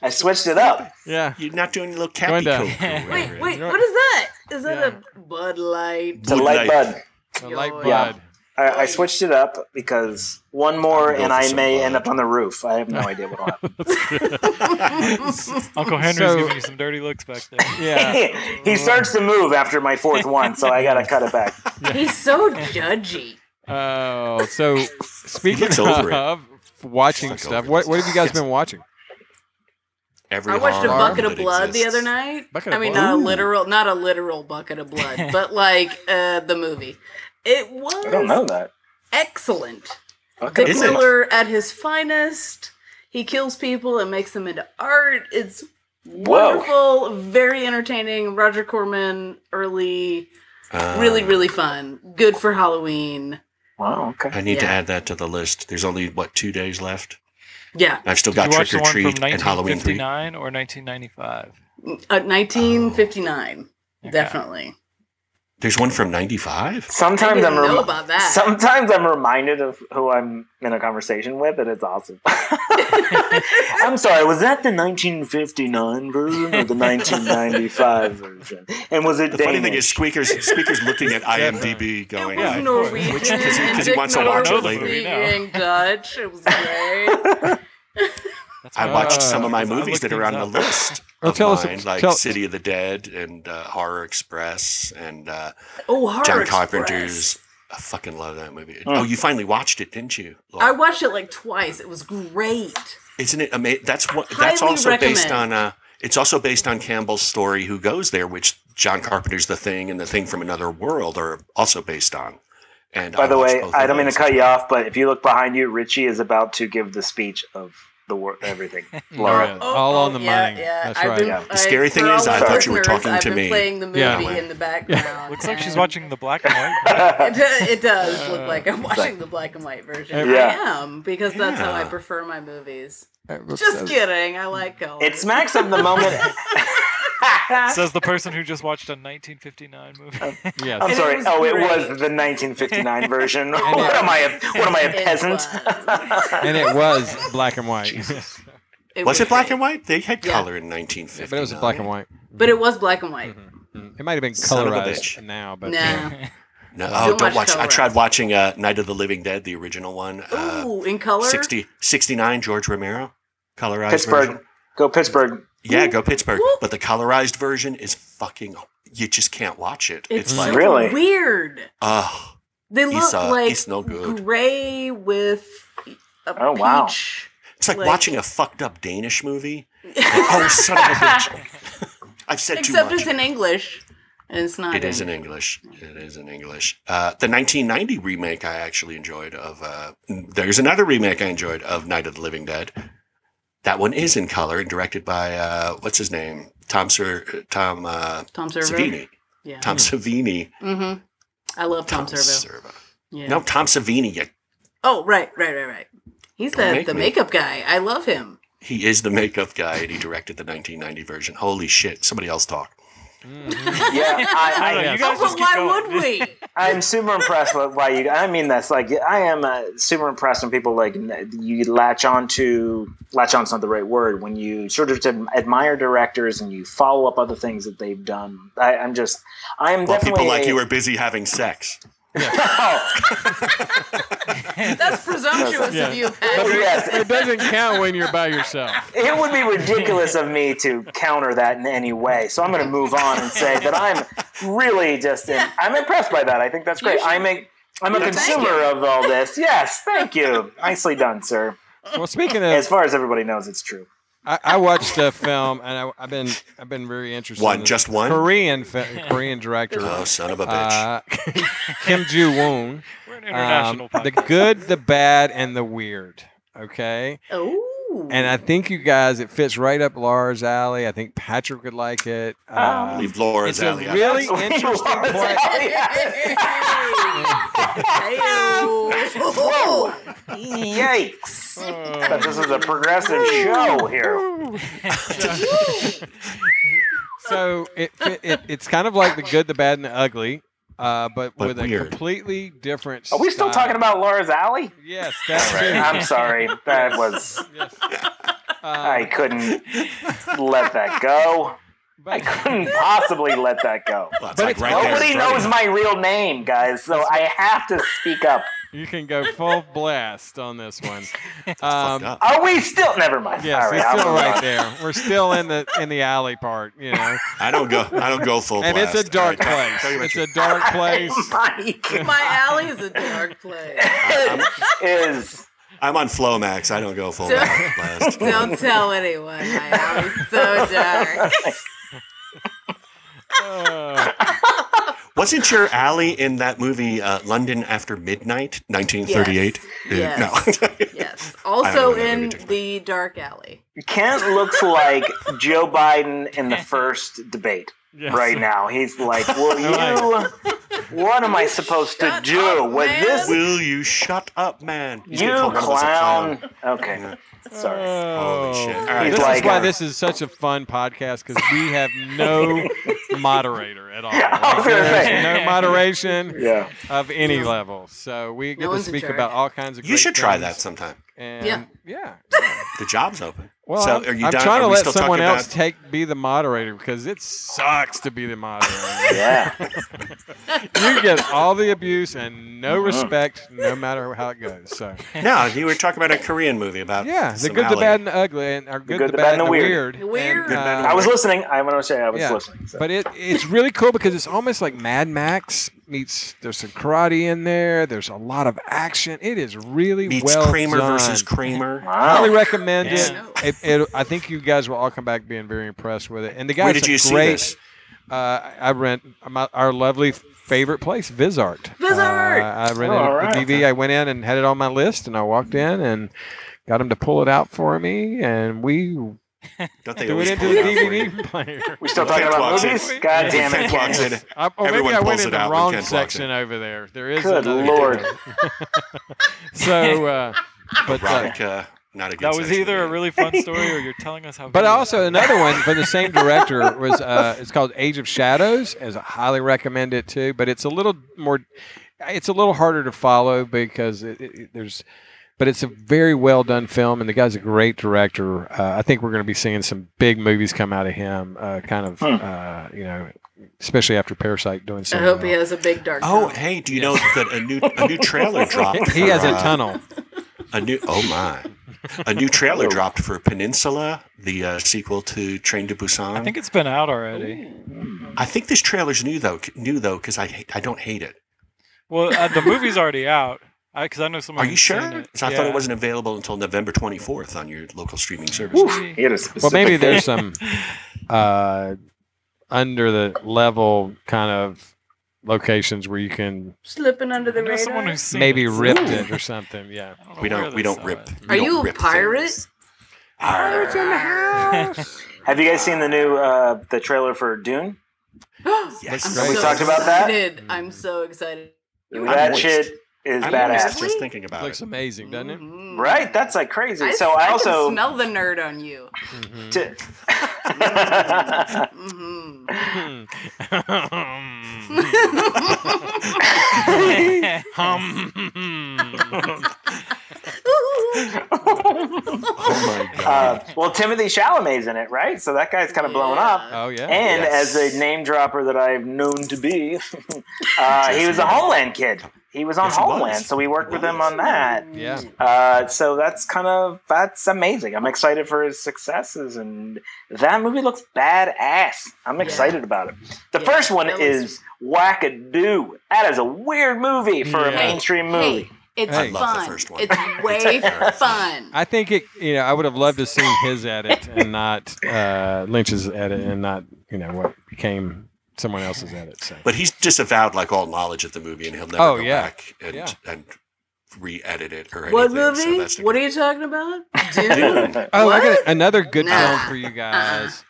Speaker 5: I switched it up.
Speaker 2: Yeah.
Speaker 7: You're not doing a little
Speaker 2: Going
Speaker 7: cappy
Speaker 2: down.
Speaker 7: coke. or whatever.
Speaker 6: Wait, wait, what is that? Is that a Bud Light?
Speaker 5: It's a
Speaker 7: Bud
Speaker 5: light
Speaker 7: Light.
Speaker 5: bud.
Speaker 2: A light
Speaker 6: Yeah.
Speaker 2: bud.
Speaker 5: I, I switched it up because one more
Speaker 7: I'm gonna go
Speaker 5: and
Speaker 7: for
Speaker 5: I
Speaker 7: some
Speaker 5: may
Speaker 7: Bud.
Speaker 5: end up on the roof. I have no idea what will happen.
Speaker 8: Uncle Henry's
Speaker 2: So-
Speaker 8: giving you some dirty looks back there.
Speaker 2: Yeah.
Speaker 5: he starts to move after my fourth one, so I gotta cut it back.
Speaker 6: He's so judgy.
Speaker 2: Oh, so speaking
Speaker 7: gets over it.
Speaker 2: of watching
Speaker 7: Fuck
Speaker 2: stuff,
Speaker 7: over
Speaker 2: what,
Speaker 7: this.
Speaker 2: what have you guys
Speaker 7: Yes.
Speaker 2: been watching?
Speaker 7: Every
Speaker 6: I watched a
Speaker 7: harm
Speaker 6: bucket of
Speaker 7: that
Speaker 6: blood the
Speaker 7: exists.
Speaker 6: other night.
Speaker 2: Bucket
Speaker 6: I
Speaker 2: of
Speaker 6: mean,
Speaker 2: blood?
Speaker 6: not a
Speaker 2: Ooh.
Speaker 6: literal, not a literal bucket of blood, but like uh, the movie. It was
Speaker 5: I don't know that.
Speaker 6: excellent. The
Speaker 5: Okay.
Speaker 7: Is it?
Speaker 6: killer at his finest. He kills people and makes them into art. It's wonderful, very entertaining. Roger Corman early,
Speaker 7: Uh,
Speaker 6: really,
Speaker 5: Um.
Speaker 6: really fun. Good for Halloween.
Speaker 5: Wow, okay.
Speaker 7: I need to
Speaker 6: Yeah.
Speaker 7: add that to the list. There's only what two days left.
Speaker 6: Yeah,
Speaker 7: I've still
Speaker 8: Did
Speaker 7: got
Speaker 8: you
Speaker 7: trick
Speaker 8: watch the
Speaker 7: or
Speaker 8: one from
Speaker 7: treat and Halloween three.
Speaker 8: 1959 or 1995?
Speaker 6: uh, 1959,
Speaker 8: Okay.
Speaker 6: definitely.
Speaker 7: There's one from '95.
Speaker 6: I
Speaker 5: Sometimes
Speaker 6: didn't
Speaker 5: I'm
Speaker 6: know
Speaker 5: rem-
Speaker 6: about that.
Speaker 5: sometimes I'm reminded of who I'm in a conversation with, and it's awesome. I'm sorry, was that the 1959 version or the 1995 version? And was it
Speaker 7: The funny thing
Speaker 5: Danish?
Speaker 7: is, Squeaker's Squeaker's looking at IMDb,
Speaker 6: it was
Speaker 7: going, "I-
Speaker 6: Norwegian.
Speaker 7: Which- 'cause he- 'cause he
Speaker 6: Dick
Speaker 7: wants to watch it
Speaker 6: Norris
Speaker 7: later.
Speaker 6: speaking Dutch. It was great.
Speaker 8: That's
Speaker 7: I
Speaker 8: what-
Speaker 7: watched some of my
Speaker 8: Uh, I looked
Speaker 7: movies that are
Speaker 8: these
Speaker 7: on the
Speaker 8: up.
Speaker 7: list.
Speaker 2: Well,
Speaker 7: of
Speaker 2: tell us-
Speaker 7: mine, like
Speaker 2: tell-
Speaker 7: City of the Dead and uh, Horror Express and uh,
Speaker 6: Oh, Horror
Speaker 7: John
Speaker 6: Express.
Speaker 7: Carpenter's. I fucking love that movie. Oh, you finally watched it, didn't you? Laura?
Speaker 6: I watched it like twice. It was great.
Speaker 7: Isn't it amazing? That's what. That's
Speaker 6: Highly
Speaker 7: also based
Speaker 6: recommend.
Speaker 7: on. Uh, it's also based on Campbell's story, "Who Goes There," which John Carpenter's "The Thing" and "The Thing from Another World" are also based on. And
Speaker 5: By
Speaker 7: I
Speaker 5: the
Speaker 7: watched
Speaker 5: way,
Speaker 7: both
Speaker 5: I
Speaker 7: of
Speaker 5: don't mean to
Speaker 7: those.
Speaker 5: cut you off, but if you look behind you, Richie is about to give the speech of the war, everything. Laura.
Speaker 2: Yeah, all on the
Speaker 6: Oh, yeah,
Speaker 2: money.
Speaker 6: Yeah,
Speaker 2: That's
Speaker 6: I've
Speaker 2: right.
Speaker 6: Been,
Speaker 5: Yeah.
Speaker 7: The scary thing
Speaker 6: for all
Speaker 7: is,
Speaker 6: the
Speaker 7: I thought you were
Speaker 6: listeners,
Speaker 7: talking
Speaker 6: I've
Speaker 7: to
Speaker 6: been
Speaker 7: me.
Speaker 6: Playing the movie
Speaker 2: Yeah.
Speaker 6: in the background.
Speaker 8: Looks like
Speaker 5: Um,
Speaker 8: she's
Speaker 6: and-
Speaker 8: watching the black and white.
Speaker 6: It, do- it does
Speaker 2: Uh,
Speaker 6: look like I'm watching the black and white version.
Speaker 5: Yeah.
Speaker 6: I am because that's how I
Speaker 7: Yeah.
Speaker 6: prefer my movies.
Speaker 2: Uh, what's
Speaker 6: Just
Speaker 2: that?
Speaker 6: kidding. I like color.
Speaker 5: It smacks of the moment.
Speaker 8: Says the person who just watched a 1959 movie.
Speaker 2: Yes.
Speaker 5: I'm
Speaker 6: it
Speaker 5: sorry.
Speaker 6: was
Speaker 5: oh, it
Speaker 6: great.
Speaker 5: was the 1959 version. what am I? A, what am I? A
Speaker 6: It
Speaker 5: peasant?
Speaker 6: was.
Speaker 2: and it was black and white.
Speaker 7: Was it black
Speaker 6: great.
Speaker 7: and white? They had
Speaker 6: Yeah.
Speaker 7: color in 1950.
Speaker 2: but it was black and white.
Speaker 6: But it was black and white.
Speaker 2: Mm. It might have been
Speaker 7: Son of a
Speaker 2: colorized
Speaker 7: bitch.
Speaker 2: now, but
Speaker 6: Nah.
Speaker 7: No,
Speaker 6: Too
Speaker 7: oh,
Speaker 6: much
Speaker 7: don't watch. I
Speaker 6: color.
Speaker 7: tried watching uh, Night of the Living Dead, the original one. Uh,
Speaker 6: Ooh, in color.
Speaker 7: 60, 69, George Romero, colorized
Speaker 5: Pittsburgh.
Speaker 7: version.
Speaker 5: Go Pittsburgh.
Speaker 7: Yeah, go Pittsburgh.
Speaker 6: Whoop.
Speaker 7: But the colorized version is fucking. You just can't watch it.
Speaker 6: It's,
Speaker 7: It's, like,
Speaker 6: so
Speaker 5: Really?
Speaker 6: weird.
Speaker 7: oh,
Speaker 6: They
Speaker 7: He's,
Speaker 6: look
Speaker 7: uh,
Speaker 6: like
Speaker 7: he's no good.
Speaker 6: gray with a
Speaker 5: Oh, wow.
Speaker 6: peach.
Speaker 7: It's like,
Speaker 6: Like-
Speaker 7: watching a fucked up Danish movie. oh, son of a bitch. I've said
Speaker 6: Except
Speaker 7: too much.
Speaker 6: it's in English. And it's not.
Speaker 7: It is in English. It is in English. Uh, the 1990 remake I actually enjoyed of. Uh, there's another remake I enjoyed of Night of the Living Dead. That one is in color and directed by uh, what's his name, Tom Sir Tom uh,
Speaker 6: Tom Servo.
Speaker 7: Savini.
Speaker 6: Yeah.
Speaker 7: Tom Savini.
Speaker 6: hmm I love Tom, Servo.
Speaker 7: Servo.
Speaker 6: Yeah.
Speaker 7: No, Tom Savini. you-
Speaker 6: Oh, right, right, right, right. He's the,
Speaker 7: Make
Speaker 6: the
Speaker 7: me.
Speaker 6: makeup guy. I love him.
Speaker 7: He is the makeup guy, and he directed the 1990 version. Holy shit! Somebody else talk.
Speaker 5: Yeah,
Speaker 8: No, no,
Speaker 5: I,
Speaker 8: you
Speaker 5: I,
Speaker 6: Oh,
Speaker 8: guys just
Speaker 6: but
Speaker 8: keep
Speaker 6: why
Speaker 8: going.
Speaker 6: would we?
Speaker 5: I'm super impressed with why you. I mean, that's like I am uh, super impressed when people like n- you latch on to latch on's not the right word when you sort of ad- admire directors and you follow up other things that they've done. I, I'm just, I am
Speaker 7: Well,
Speaker 5: definitely
Speaker 7: people like
Speaker 5: a-
Speaker 7: you are busy having sex.
Speaker 6: That's presumptuous
Speaker 8: Yeah.
Speaker 6: of you,
Speaker 5: But
Speaker 6: Pat.
Speaker 5: yes,
Speaker 1: It doesn't count when you're by yourself.
Speaker 5: it would be ridiculous of me to counter that in any way. So I'm going to move on and say that I'm really just in, I'm impressed by that. I think that's great.
Speaker 6: You should-
Speaker 5: I'm a I'm a
Speaker 6: Yeah, thank
Speaker 5: consumer of all this. Yes, thank you. Nicely done, sir.
Speaker 1: Well, speaking
Speaker 5: As
Speaker 1: of,
Speaker 5: far as everybody knows, it's true.
Speaker 1: I, I watched a film and I, I've been I've been very interested. in
Speaker 7: One,
Speaker 1: this
Speaker 7: just one?
Speaker 1: Korean fi- Korean director,
Speaker 7: Oh, son of a bitch!
Speaker 1: uh, Kim Joo Woon.
Speaker 8: We're an
Speaker 1: Um,
Speaker 8: international
Speaker 1: the
Speaker 8: podcast.
Speaker 1: good, the bad, and the weird. Okay,
Speaker 6: Oh.
Speaker 1: and I think you guys, it fits right up Laura's alley. I think Patrick would like it.
Speaker 7: I
Speaker 1: Uh,
Speaker 7: believe
Speaker 1: it's
Speaker 7: Laura's
Speaker 1: a
Speaker 7: alley. I-
Speaker 1: really interesting
Speaker 5: Laura's
Speaker 1: play.
Speaker 5: alley.
Speaker 6: Hey-o.
Speaker 5: Yikes!
Speaker 6: Hmm.
Speaker 8: Oh.
Speaker 5: But this is a progressive show here.
Speaker 1: so it, fit, it it's kind of like the good, the bad, and the ugly, uh, but,
Speaker 7: But
Speaker 1: with a
Speaker 7: weird.
Speaker 1: completely different.
Speaker 5: Are we still
Speaker 1: style.
Speaker 5: talking about Laura's Alley?
Speaker 1: Yes, that's
Speaker 5: I'm sorry. That was
Speaker 1: Yes.
Speaker 5: I
Speaker 1: Uh,
Speaker 5: couldn't let that go. I
Speaker 1: but,
Speaker 5: couldn't possibly let that go.
Speaker 7: Well, it's
Speaker 1: But
Speaker 7: like
Speaker 1: it's
Speaker 7: right there in
Speaker 5: Nobody
Speaker 7: front of
Speaker 5: knows
Speaker 7: you.
Speaker 5: my real name, guys, so I have to speak up.
Speaker 1: you can go full blast on this one. Um,
Speaker 7: Fucked up.
Speaker 5: Are we still? Never mind.
Speaker 1: yes,
Speaker 5: All right,
Speaker 1: it's
Speaker 5: I'll
Speaker 1: still
Speaker 5: move
Speaker 1: right
Speaker 5: on.
Speaker 1: there. We're still in the in the alley part, you know.
Speaker 7: I don't go. I don't go full.
Speaker 1: And it's
Speaker 7: blast.
Speaker 1: a dark
Speaker 7: All right,
Speaker 1: place.
Speaker 7: tell you what
Speaker 1: It's
Speaker 7: you-
Speaker 1: a dark place.
Speaker 5: Mike
Speaker 6: My alley is a dark place.
Speaker 5: is
Speaker 7: I'm on Flomax. I don't go full
Speaker 6: So-
Speaker 7: blast.
Speaker 6: Don't tell anyone. My alley's so dark.
Speaker 1: Uh,
Speaker 7: Wasn't your alley in that movie uh, London After Midnight, 1938?
Speaker 6: Yes.
Speaker 7: Uh,
Speaker 6: Yes.
Speaker 7: I don't know
Speaker 6: Also
Speaker 7: that movie
Speaker 6: in
Speaker 7: too.
Speaker 6: the dark alley.
Speaker 5: Kent looks like Joe Biden in the first debate
Speaker 1: yes.
Speaker 5: right now. He's like, "Will you? What am I supposed to
Speaker 6: Shut
Speaker 5: do
Speaker 6: up,
Speaker 5: with
Speaker 6: man.
Speaker 7: No.
Speaker 5: this?
Speaker 7: Will you shut up, man? He's
Speaker 5: you
Speaker 7: gonna call one of us a
Speaker 5: clown." Okay,
Speaker 7: Yeah.
Speaker 5: sorry.
Speaker 1: Oh.
Speaker 7: shit.
Speaker 1: All
Speaker 7: He's
Speaker 1: right, this
Speaker 5: like,
Speaker 1: is why
Speaker 5: uh,
Speaker 1: this is such a fun podcast because we have no moderator at all.
Speaker 7: Oh,
Speaker 5: I
Speaker 1: Like,
Speaker 5: was gonna
Speaker 1: there's
Speaker 5: say.
Speaker 1: no moderation
Speaker 5: Yeah.
Speaker 1: of any
Speaker 6: No.
Speaker 1: level. So we get
Speaker 6: No
Speaker 1: to
Speaker 6: one's in
Speaker 1: speak
Speaker 6: charge.
Speaker 1: about all kinds of.
Speaker 7: You
Speaker 1: great
Speaker 7: should try
Speaker 1: things,
Speaker 7: that sometime.
Speaker 1: And
Speaker 6: Yeah.
Speaker 1: yeah.
Speaker 7: The job's open.
Speaker 1: Well,
Speaker 7: so
Speaker 1: I'm,
Speaker 7: are you
Speaker 1: I'm
Speaker 7: done?
Speaker 1: trying to
Speaker 7: Are we
Speaker 1: let
Speaker 7: still
Speaker 1: someone
Speaker 7: talking
Speaker 1: else
Speaker 7: about-
Speaker 1: take be the moderator because it sucks to be the moderator.
Speaker 5: Yeah.
Speaker 1: you get all the abuse and
Speaker 7: Uh-huh.
Speaker 1: no respect, no matter how it goes. So
Speaker 7: No, you were talking about a Korean movie about
Speaker 1: yeah, the
Speaker 7: some
Speaker 1: good, the
Speaker 7: alley.
Speaker 1: bad, and the ugly, and our good,
Speaker 5: good,
Speaker 1: the bad, and the weird.
Speaker 6: Weird.
Speaker 1: And, uh,
Speaker 5: I was listening. I'm gonna say I was
Speaker 1: Yeah.
Speaker 5: listening. so.
Speaker 1: But it it's really cool because it's almost like Mad Max meets. There's some karate in there. There's a lot of action. It is really
Speaker 7: meets
Speaker 1: well
Speaker 7: Kramer
Speaker 1: done.
Speaker 7: versus Kramer.
Speaker 1: Highly
Speaker 5: Wow.
Speaker 1: recommend
Speaker 6: Yeah.
Speaker 1: it. it, it. I think you guys will all come back being very impressed with it. And the guys
Speaker 7: Where did you
Speaker 1: great,
Speaker 7: see this?
Speaker 1: Uh, I rent my, our lovely favorite place, Vizart.
Speaker 6: Vizart!
Speaker 1: Uh, I rented
Speaker 5: Oh, all right.
Speaker 1: the DV. I went in and had it on my list, and I walked in and got him to pull it out for me, and we
Speaker 7: Don't they
Speaker 1: threw it
Speaker 7: always
Speaker 1: into
Speaker 7: pull
Speaker 1: the
Speaker 7: out for you?
Speaker 1: DVD player.
Speaker 5: We still talking
Speaker 7: Kent
Speaker 5: about
Speaker 7: walks in.
Speaker 5: movies? God damn it!
Speaker 7: Kent walks in.
Speaker 5: Kent.
Speaker 1: I, or
Speaker 7: Everyone
Speaker 1: maybe I
Speaker 7: pulls
Speaker 1: went in
Speaker 7: it
Speaker 1: the
Speaker 7: out when
Speaker 1: wrong
Speaker 7: Kent walks
Speaker 1: section over there. There is
Speaker 5: Good
Speaker 1: another
Speaker 5: lord.
Speaker 1: so, uh, but uh,
Speaker 7: Erotic, uh, not a good
Speaker 8: That was
Speaker 7: section
Speaker 8: either
Speaker 7: to
Speaker 8: a
Speaker 7: be
Speaker 8: really fun story or you're telling us how.
Speaker 1: but
Speaker 8: good it is.
Speaker 1: also another one from the same director was uh, it's called Age of Shadows. As I highly recommend it too, but it's a little more, it's a little harder to follow because it, it, it- there's. But it's a very well done film, and the guy's a great director. Uh, I think we're going to be seeing some big movies come out of him, uh, kind of,
Speaker 5: Hmm.
Speaker 1: uh, you know, especially after Parasite doing uh,
Speaker 6: I
Speaker 1: so.
Speaker 6: hope
Speaker 1: well.
Speaker 6: he has a big dark.
Speaker 7: Oh,
Speaker 6: tunnel.
Speaker 7: hey, do you know that a new a new trailer dropped?
Speaker 1: He has
Speaker 7: for,
Speaker 1: a
Speaker 7: uh,
Speaker 1: tunnel.
Speaker 7: A new oh my, a new trailer dropped for Peninsula, the uh, sequel to Train to Busan.
Speaker 8: I think it's been out already.
Speaker 7: I think this trailer's new though. New though, because I hate, I don't hate it.
Speaker 8: Well, uh, the movie's already out. Because I, know
Speaker 7: Are
Speaker 8: someone.
Speaker 7: you
Speaker 8: who's seen
Speaker 7: sure?
Speaker 8: It.
Speaker 7: 'Cause I thought
Speaker 8: Yeah.
Speaker 7: it wasn't available until November 24th on your local streaming service.
Speaker 5: Woo. He had a
Speaker 1: Well,
Speaker 5: specific
Speaker 1: maybe there's some uh, under the level kind of locations where you can
Speaker 6: Slipping under
Speaker 8: I
Speaker 6: the
Speaker 8: know someone
Speaker 6: radar.
Speaker 8: who's seen
Speaker 1: maybe
Speaker 8: it.
Speaker 1: rip
Speaker 7: Ooh.
Speaker 1: it or something. Yeah.
Speaker 8: I don't know
Speaker 7: We
Speaker 8: where
Speaker 7: don't. We
Speaker 8: they
Speaker 7: don't
Speaker 8: saw
Speaker 7: rip.
Speaker 8: it.
Speaker 7: we
Speaker 4: Are
Speaker 7: don't
Speaker 4: you a
Speaker 7: rip
Speaker 4: pirate?
Speaker 7: things. Arr.
Speaker 5: Have you guys seen the new uh, the trailer for Dune?
Speaker 7: Yes.
Speaker 4: I'm
Speaker 1: Right.
Speaker 4: so
Speaker 1: We talked
Speaker 5: about that?
Speaker 4: excited. I'm so excited.
Speaker 5: That
Speaker 7: moist.
Speaker 5: shit is
Speaker 7: I'm
Speaker 5: badass.
Speaker 7: just- just thinking about
Speaker 1: Looks
Speaker 7: it.
Speaker 1: amazing, doesn't it?
Speaker 6: Mm-hmm.
Speaker 4: Mhm.
Speaker 5: Right? That's like crazy.
Speaker 4: I,
Speaker 5: so I,
Speaker 4: I
Speaker 5: also
Speaker 4: can smell the nerd on you.
Speaker 5: to-
Speaker 6: Mm-hmm.
Speaker 4: hmm
Speaker 7: Oh my god!
Speaker 5: uh, well, Timothy Chalamet's in it, right? So that guy's kind of blown
Speaker 4: Yeah.
Speaker 5: up.
Speaker 1: oh yeah.
Speaker 5: And
Speaker 7: Yes.
Speaker 5: as a name dropper that I've known to be, uh, he was a Homeland kid. He was on
Speaker 7: Yes, he was.
Speaker 5: Homeland, so we worked with him on that.
Speaker 1: yeah.
Speaker 5: Uh, so that's kind of that's amazing. I'm excited for his successes, and that movie looks badass. I'm excited about it. The
Speaker 4: Yeah,
Speaker 5: first one
Speaker 4: that looks-
Speaker 5: is Wackadoo. That is a weird movie for
Speaker 1: Yeah.
Speaker 5: a mainstream movie.
Speaker 4: Hey, it's
Speaker 1: Hey. I
Speaker 4: fun.
Speaker 7: love the first one.
Speaker 4: It's way fun.
Speaker 1: I think it. You know, I would have loved to seen his edit and not uh, Lynch's edit and not you know what became someone else's edit. So.
Speaker 7: But he's disavowed like all knowledge of the movie, and he'll never
Speaker 1: Oh,
Speaker 7: go
Speaker 1: yeah.
Speaker 7: back and
Speaker 1: Yeah.
Speaker 7: and re-edit it or anything.
Speaker 6: What
Speaker 7: So
Speaker 6: movie?
Speaker 7: that's the-
Speaker 6: what are you talking about? Dude.
Speaker 1: Oh, I
Speaker 6: What?
Speaker 1: got another good
Speaker 4: Nah.
Speaker 1: film for you guys.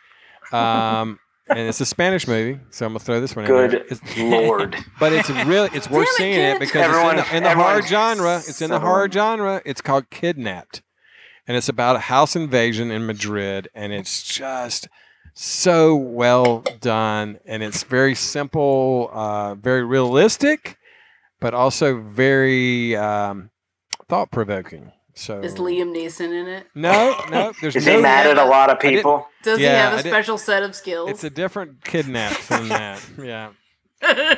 Speaker 1: Um, and it's a Spanish movie, so I'm gonna throw this one in.
Speaker 5: Good
Speaker 1: there. It's-
Speaker 5: Lord.
Speaker 1: but it's really it's worth
Speaker 6: Damn it,
Speaker 1: seeing it
Speaker 6: kids.
Speaker 1: because
Speaker 5: Everyone-
Speaker 1: it's in the, in the
Speaker 5: everyone-
Speaker 1: horror genre. It's in the horror
Speaker 5: Someone-
Speaker 1: genre. It's called Kidnapped, and it's about a house invasion in Madrid, and it's just so well done, and it's very simple, uh, very realistic, but also very um, thought provoking. So
Speaker 6: Is Liam Neeson in it?
Speaker 1: No, no. There's
Speaker 5: Is
Speaker 1: no
Speaker 5: he mad at a lot of
Speaker 1: I didn't-
Speaker 5: people?
Speaker 4: Does
Speaker 1: Yeah,
Speaker 4: he
Speaker 1: I
Speaker 4: have a
Speaker 1: did-
Speaker 4: special set of skills?
Speaker 1: It's a different kidnap than that. Yeah.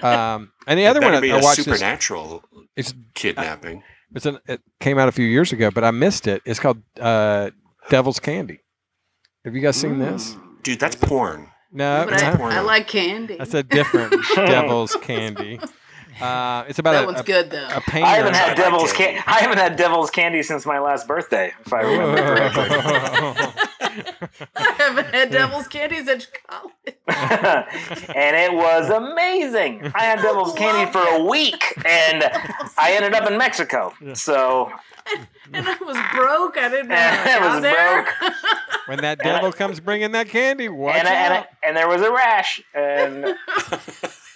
Speaker 1: Um, and the other
Speaker 7: It
Speaker 1: one
Speaker 7: better
Speaker 1: I,
Speaker 7: be
Speaker 1: I
Speaker 7: a
Speaker 1: watched this,
Speaker 7: supernatural
Speaker 1: it's
Speaker 7: kidnapping.
Speaker 1: it's an, it came out a few years ago, but I missed it. It's called uh, Devil's Candy. Have you guys seen this?
Speaker 5: Mm.
Speaker 7: Dude, that's porn.
Speaker 1: No,
Speaker 4: But
Speaker 1: no.
Speaker 4: I, I like candy.
Speaker 1: that's a different Devil's Candy. Uh, it's about
Speaker 4: that
Speaker 1: a,
Speaker 4: one's
Speaker 1: a,
Speaker 4: good though.
Speaker 1: a painter.
Speaker 5: I haven't had
Speaker 7: Sorry,
Speaker 5: devil's
Speaker 7: Jake.
Speaker 5: can- I haven't had devil's candy since my last birthday, if I remember correctly.
Speaker 4: I haven't had devil's candy since college.
Speaker 5: and it was amazing. I had devil's candy for a week, and I ended up in Mexico. So
Speaker 4: And I was broke. I didn't know.
Speaker 5: Yeah,
Speaker 4: I
Speaker 5: I was
Speaker 4: was there.
Speaker 1: when that devil comes bringing that candy, watch
Speaker 5: and, I, and,
Speaker 1: out.
Speaker 5: I, and there was a rash, and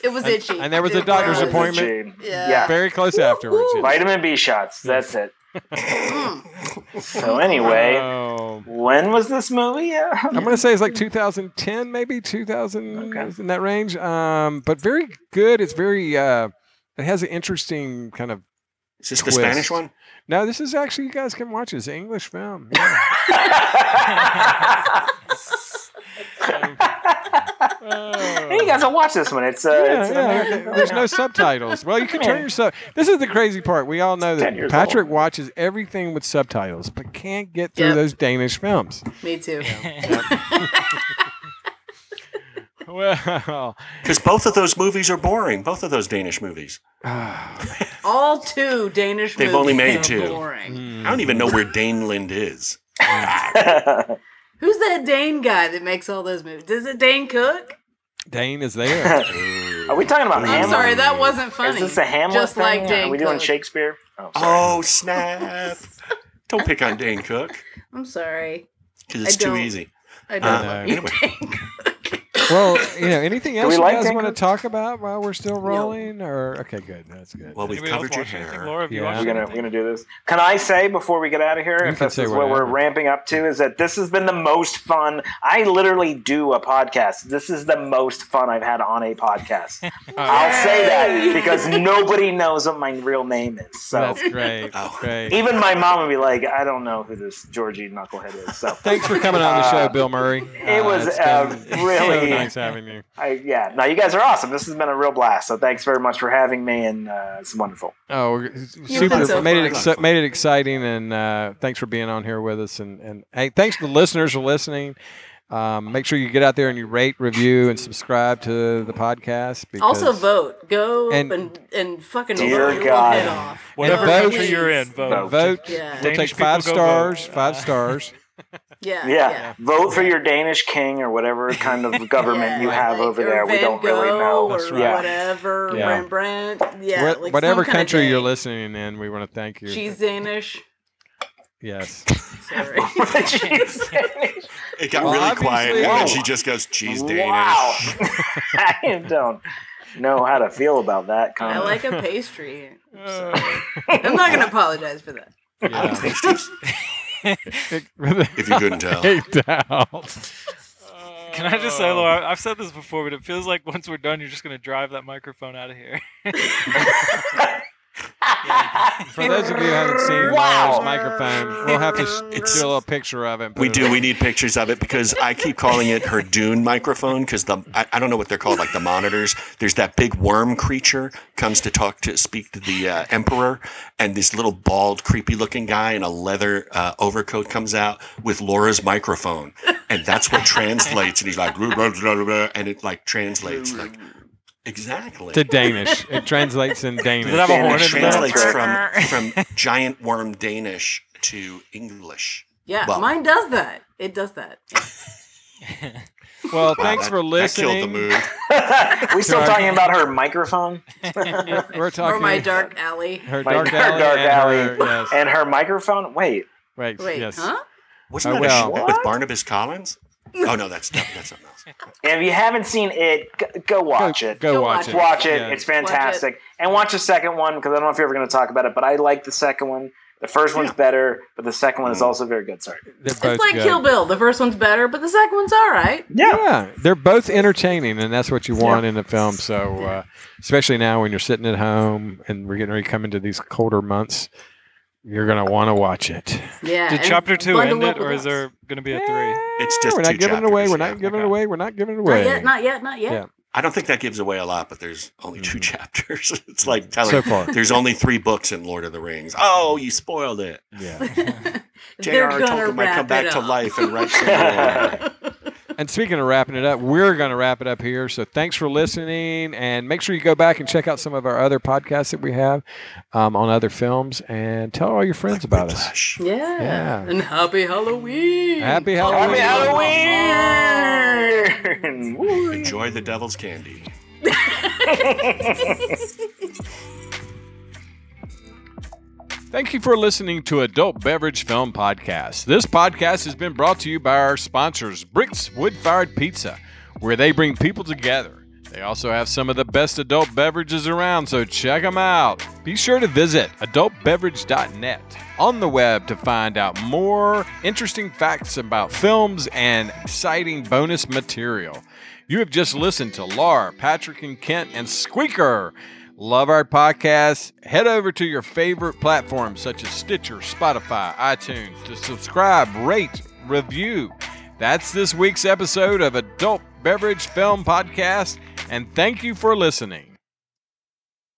Speaker 4: It was
Speaker 1: And-
Speaker 4: itchy.
Speaker 1: and there was a
Speaker 4: It
Speaker 1: doctor's
Speaker 4: was.
Speaker 1: appointment.
Speaker 5: Gene.
Speaker 4: Yeah.
Speaker 5: yeah,
Speaker 1: Very close afterwards. yeah.
Speaker 5: vitamin B shots. That's it.
Speaker 4: Mm.
Speaker 5: so anyway,
Speaker 1: Oh.
Speaker 5: when was this movie? Yeah.
Speaker 1: I'm gonna say it's like 2010, maybe 2000 is in that range. Um, but very good. It's very. Uh, it has an interesting kind of.
Speaker 7: Is this the
Speaker 1: Twist.
Speaker 7: Spanish one?
Speaker 1: No, this is actually you guys can watch it. It's an English film. Yeah.
Speaker 5: Hey, you guys will watch this one. It's uh,
Speaker 1: Yeah,
Speaker 5: it's an
Speaker 1: yeah,
Speaker 5: American
Speaker 1: there-
Speaker 5: film.
Speaker 1: There's no subtitles. Well, you can turn your sub. This is the crazy part. We all know
Speaker 5: 10
Speaker 1: that
Speaker 5: years
Speaker 1: Patrick watches everything with subtitles, but can't get through
Speaker 4: Yep.
Speaker 1: those Danish films.
Speaker 4: Me too.
Speaker 1: Well,
Speaker 7: Because both of those movies are boring. Both of those Danish movies.
Speaker 4: All two Danish
Speaker 7: They've
Speaker 4: movies
Speaker 7: only made
Speaker 4: are
Speaker 7: two.
Speaker 4: boring.
Speaker 1: Mm-hmm. Hmm.
Speaker 7: I don't even know where Daneland is.
Speaker 4: Who's that Dane guy that makes all those movies? Is it Dane Cook?
Speaker 1: Dane is there.
Speaker 5: Are we talking about
Speaker 4: I'm
Speaker 5: Hamlet?
Speaker 4: sorry, that wasn't funny.
Speaker 5: Is this a Hamlet
Speaker 4: Just
Speaker 5: thing?
Speaker 4: like Dane
Speaker 5: Are we doing
Speaker 4: Cook.
Speaker 5: Shakespeare? Oh, sorry.
Speaker 7: Oh snap! don't pick on Dane Cook
Speaker 4: I'm sorry.
Speaker 7: because it's
Speaker 4: I
Speaker 7: too
Speaker 4: don't.
Speaker 7: easy.
Speaker 4: I don't
Speaker 7: Uh,
Speaker 4: know.
Speaker 1: know.
Speaker 7: anyway,
Speaker 1: well, you know, anything else
Speaker 5: we
Speaker 1: you
Speaker 5: like
Speaker 1: guys
Speaker 5: Dane
Speaker 1: want to
Speaker 5: Cook?
Speaker 1: talk about while we're still rolling? Or okay, good. That's good.
Speaker 7: well, we've
Speaker 8: Anybody else
Speaker 7: covered your
Speaker 8: watch anything?
Speaker 7: hair.
Speaker 8: Laura, have you
Speaker 1: Yeah.
Speaker 8: watched
Speaker 5: We're gonna
Speaker 8: anything?
Speaker 5: we're gonna do this. Can I say before we get out of here,
Speaker 1: You
Speaker 5: if
Speaker 1: can
Speaker 5: this
Speaker 1: say
Speaker 5: is what we're
Speaker 1: whatever.
Speaker 5: ramping up to, is that this has been the most fun. I literally do a podcast. This is the most fun I've had on a podcast.
Speaker 1: Uh,
Speaker 5: I'll say that because nobody knows what my real name is. So
Speaker 1: That's great.
Speaker 7: Oh.
Speaker 1: Great.
Speaker 5: even my mom would be like, I don't know who this Georgie knucklehead is. So
Speaker 1: Thanks for coming on the show, Bill Murray.
Speaker 5: uh, it was,
Speaker 1: it's
Speaker 5: uh,
Speaker 1: been so
Speaker 5: really-
Speaker 1: nice having you.
Speaker 5: I, yeah, no, you guys are awesome. This has been a real blast. So thanks very much for having me, and uh, it's wonderful.
Speaker 1: Oh, we're- super!
Speaker 4: so
Speaker 1: made it
Speaker 7: fun.
Speaker 1: exci- made it exciting, and uh, thanks for being on here with us. And and hey, thanks to the listeners for listening. Um, make sure you get out there and you rate, review, and subscribe to the podcast. Because
Speaker 4: Also vote. Go
Speaker 1: And-
Speaker 4: and and, fucking vote
Speaker 5: Dear
Speaker 4: your little
Speaker 5: God.
Speaker 4: head off.
Speaker 8: Whatever
Speaker 1: vote.
Speaker 8: country you're in, vote.
Speaker 1: vote.
Speaker 4: Yeah.
Speaker 1: We'll
Speaker 8: Danish
Speaker 1: take five
Speaker 8: people go vote.
Speaker 1: stars. Five
Speaker 8: Uh,
Speaker 1: stars.
Speaker 4: Yeah.
Speaker 5: Yeah. Vote for your Danish king or whatever kind of government
Speaker 4: Yeah,
Speaker 5: you have
Speaker 4: like,
Speaker 5: over
Speaker 4: or
Speaker 5: there. We
Speaker 4: Van
Speaker 5: don't really
Speaker 4: Gogh
Speaker 5: know.
Speaker 4: Or
Speaker 5: Yeah.
Speaker 4: whatever.
Speaker 1: Yeah.
Speaker 4: Rembrandt. Yeah.
Speaker 1: Where-
Speaker 4: like some
Speaker 1: whatever
Speaker 4: kind of
Speaker 1: country you're
Speaker 4: thing.
Speaker 1: listening in, we want to thank you.
Speaker 4: She's Danish.
Speaker 1: Yes.
Speaker 4: Sorry.
Speaker 5: She's Danish.
Speaker 7: It got
Speaker 1: Well,
Speaker 7: really
Speaker 1: obviously-
Speaker 7: quiet, and then
Speaker 5: Whoa.
Speaker 7: she just goes, "She's Danish."
Speaker 5: Wow. I don't know how to feel about that
Speaker 4: I
Speaker 5: comment.
Speaker 4: like a pastry.
Speaker 8: Uh,
Speaker 4: I'm not gonna apologize for that.
Speaker 1: Yeah.
Speaker 7: If you couldn't tell.
Speaker 1: Caked out.
Speaker 8: Can I just say, though, I- I've said this before, but it feels like once we're done, you're just going to drive that microphone out of here.
Speaker 1: For those of you who haven't seen
Speaker 5: Wow.
Speaker 1: Laura's microphone, we'll have to s-
Speaker 7: It's-
Speaker 1: do a little picture of it. and put
Speaker 7: We
Speaker 1: it
Speaker 7: do.
Speaker 1: up.
Speaker 7: We need pictures of it because I keep calling it her Dune microphone because the I, I don't know what they're called, like the monitors. There's that big worm creature comes to talk to speak to the uh, emperor, and this little bald, creepy looking guy in a leather uh, overcoat comes out with Laura's microphone, and that's what translates. And he's like, "Blah, blah, blah, blah," and it like translates like exactly.
Speaker 1: to Danish. It translates in Danish.
Speaker 8: Does it have a
Speaker 7: And
Speaker 8: horn
Speaker 7: it
Speaker 8: in the middle?
Speaker 7: translates from from giant worm Danish to English.
Speaker 4: Yeah,
Speaker 7: Well-
Speaker 4: mine does that. It does that.
Speaker 1: well,
Speaker 7: Wow,
Speaker 1: thanks
Speaker 7: that-
Speaker 1: for
Speaker 7: That killed the
Speaker 1: listening.
Speaker 7: mood.
Speaker 5: we still talking about her microphone
Speaker 1: We're talking
Speaker 4: Or my dark alley.
Speaker 1: her
Speaker 5: My
Speaker 1: dark
Speaker 5: Dark
Speaker 1: alley.
Speaker 5: Dark
Speaker 1: and her-
Speaker 5: Alley.
Speaker 1: yes.
Speaker 5: and her microphone. Wait,
Speaker 1: Wait,
Speaker 4: Wait,
Speaker 1: yes.
Speaker 4: huh?
Speaker 7: Wasn't
Speaker 1: I
Speaker 7: that a
Speaker 1: will.
Speaker 7: short Uh, with Barnabas Collins? Oh no, that's that- that's something else.
Speaker 5: if you haven't seen it, g- go
Speaker 1: Go,
Speaker 5: watch it.
Speaker 1: go
Speaker 4: Go
Speaker 1: watch
Speaker 4: watch
Speaker 1: it.
Speaker 4: it.
Speaker 5: Watch it.
Speaker 1: Yeah.
Speaker 5: It's fantastic. And watch the second one because I don't know if you're ever going to talk about it, but I like the second one. The first one's better, but the second one is also very good. Sorry.
Speaker 1: They're both
Speaker 4: It's like
Speaker 1: good.
Speaker 4: Kill Bill. The first one's better, but the second one's all right.
Speaker 1: Yeah, they're both entertaining, and that's what you want in a film. So, uh, especially now when you're sitting at home and we're getting ready to come into these colder months, you're gonna want to watch it.
Speaker 4: Yeah.
Speaker 8: Did
Speaker 4: and
Speaker 8: chapter two
Speaker 4: bundle
Speaker 8: end it,
Speaker 4: up with
Speaker 8: or is
Speaker 4: us.
Speaker 8: there going to be a three?
Speaker 1: Eh,
Speaker 7: It's just
Speaker 1: we're not
Speaker 7: two
Speaker 1: giving it away.
Speaker 7: chapters,
Speaker 1: We're not
Speaker 7: yeah.
Speaker 1: giving it
Speaker 8: Okay.
Speaker 1: away. We're not giving it
Speaker 4: Not
Speaker 1: away.
Speaker 4: yet. Not yet. Not yet.
Speaker 1: Yeah.
Speaker 7: I don't think that gives away a lot, but there's only two chapters. It's like telling
Speaker 1: so far.
Speaker 7: there's only three books in Lord of the Rings. Oh, you spoiled it.
Speaker 1: Yeah.
Speaker 4: They're
Speaker 7: J.R.R.
Speaker 4: gonna
Speaker 7: Tolkien might
Speaker 4: wrap
Speaker 7: come back
Speaker 4: it
Speaker 7: to
Speaker 4: up.
Speaker 7: life and write some more.
Speaker 1: And speaking of wrapping it up, we're going to wrap it up here. So thanks for listening, and make sure you go back and check out some of our other podcasts that we have um, on other films, and tell all your friends about us.
Speaker 7: Whiplash.
Speaker 4: Yeah.
Speaker 1: Yeah.
Speaker 4: And happy Halloween.
Speaker 1: Happy
Speaker 5: Happy
Speaker 1: Halloween!
Speaker 5: Halloween! Woo.
Speaker 7: Enjoy the devil's candy.
Speaker 1: Thank you for listening to Adult Beverage Film Podcast. This podcast has been brought to you by our sponsors, Bricks Wood Fired Pizza, where they bring people together. They also have some of the best adult beverages around, so check them out. Be sure to visit adultbeverage.net on the web to find out more interesting facts about films and exciting bonus material. You have just listened to Lar, Patrick and Kent, and Squeaker. Love our podcast? Head over to your favorite platforms such as Stitcher, Spotify, iTunes to subscribe, rate, review. That's this week's episode of Adult Beverage Film Podcast, and thank you for listening.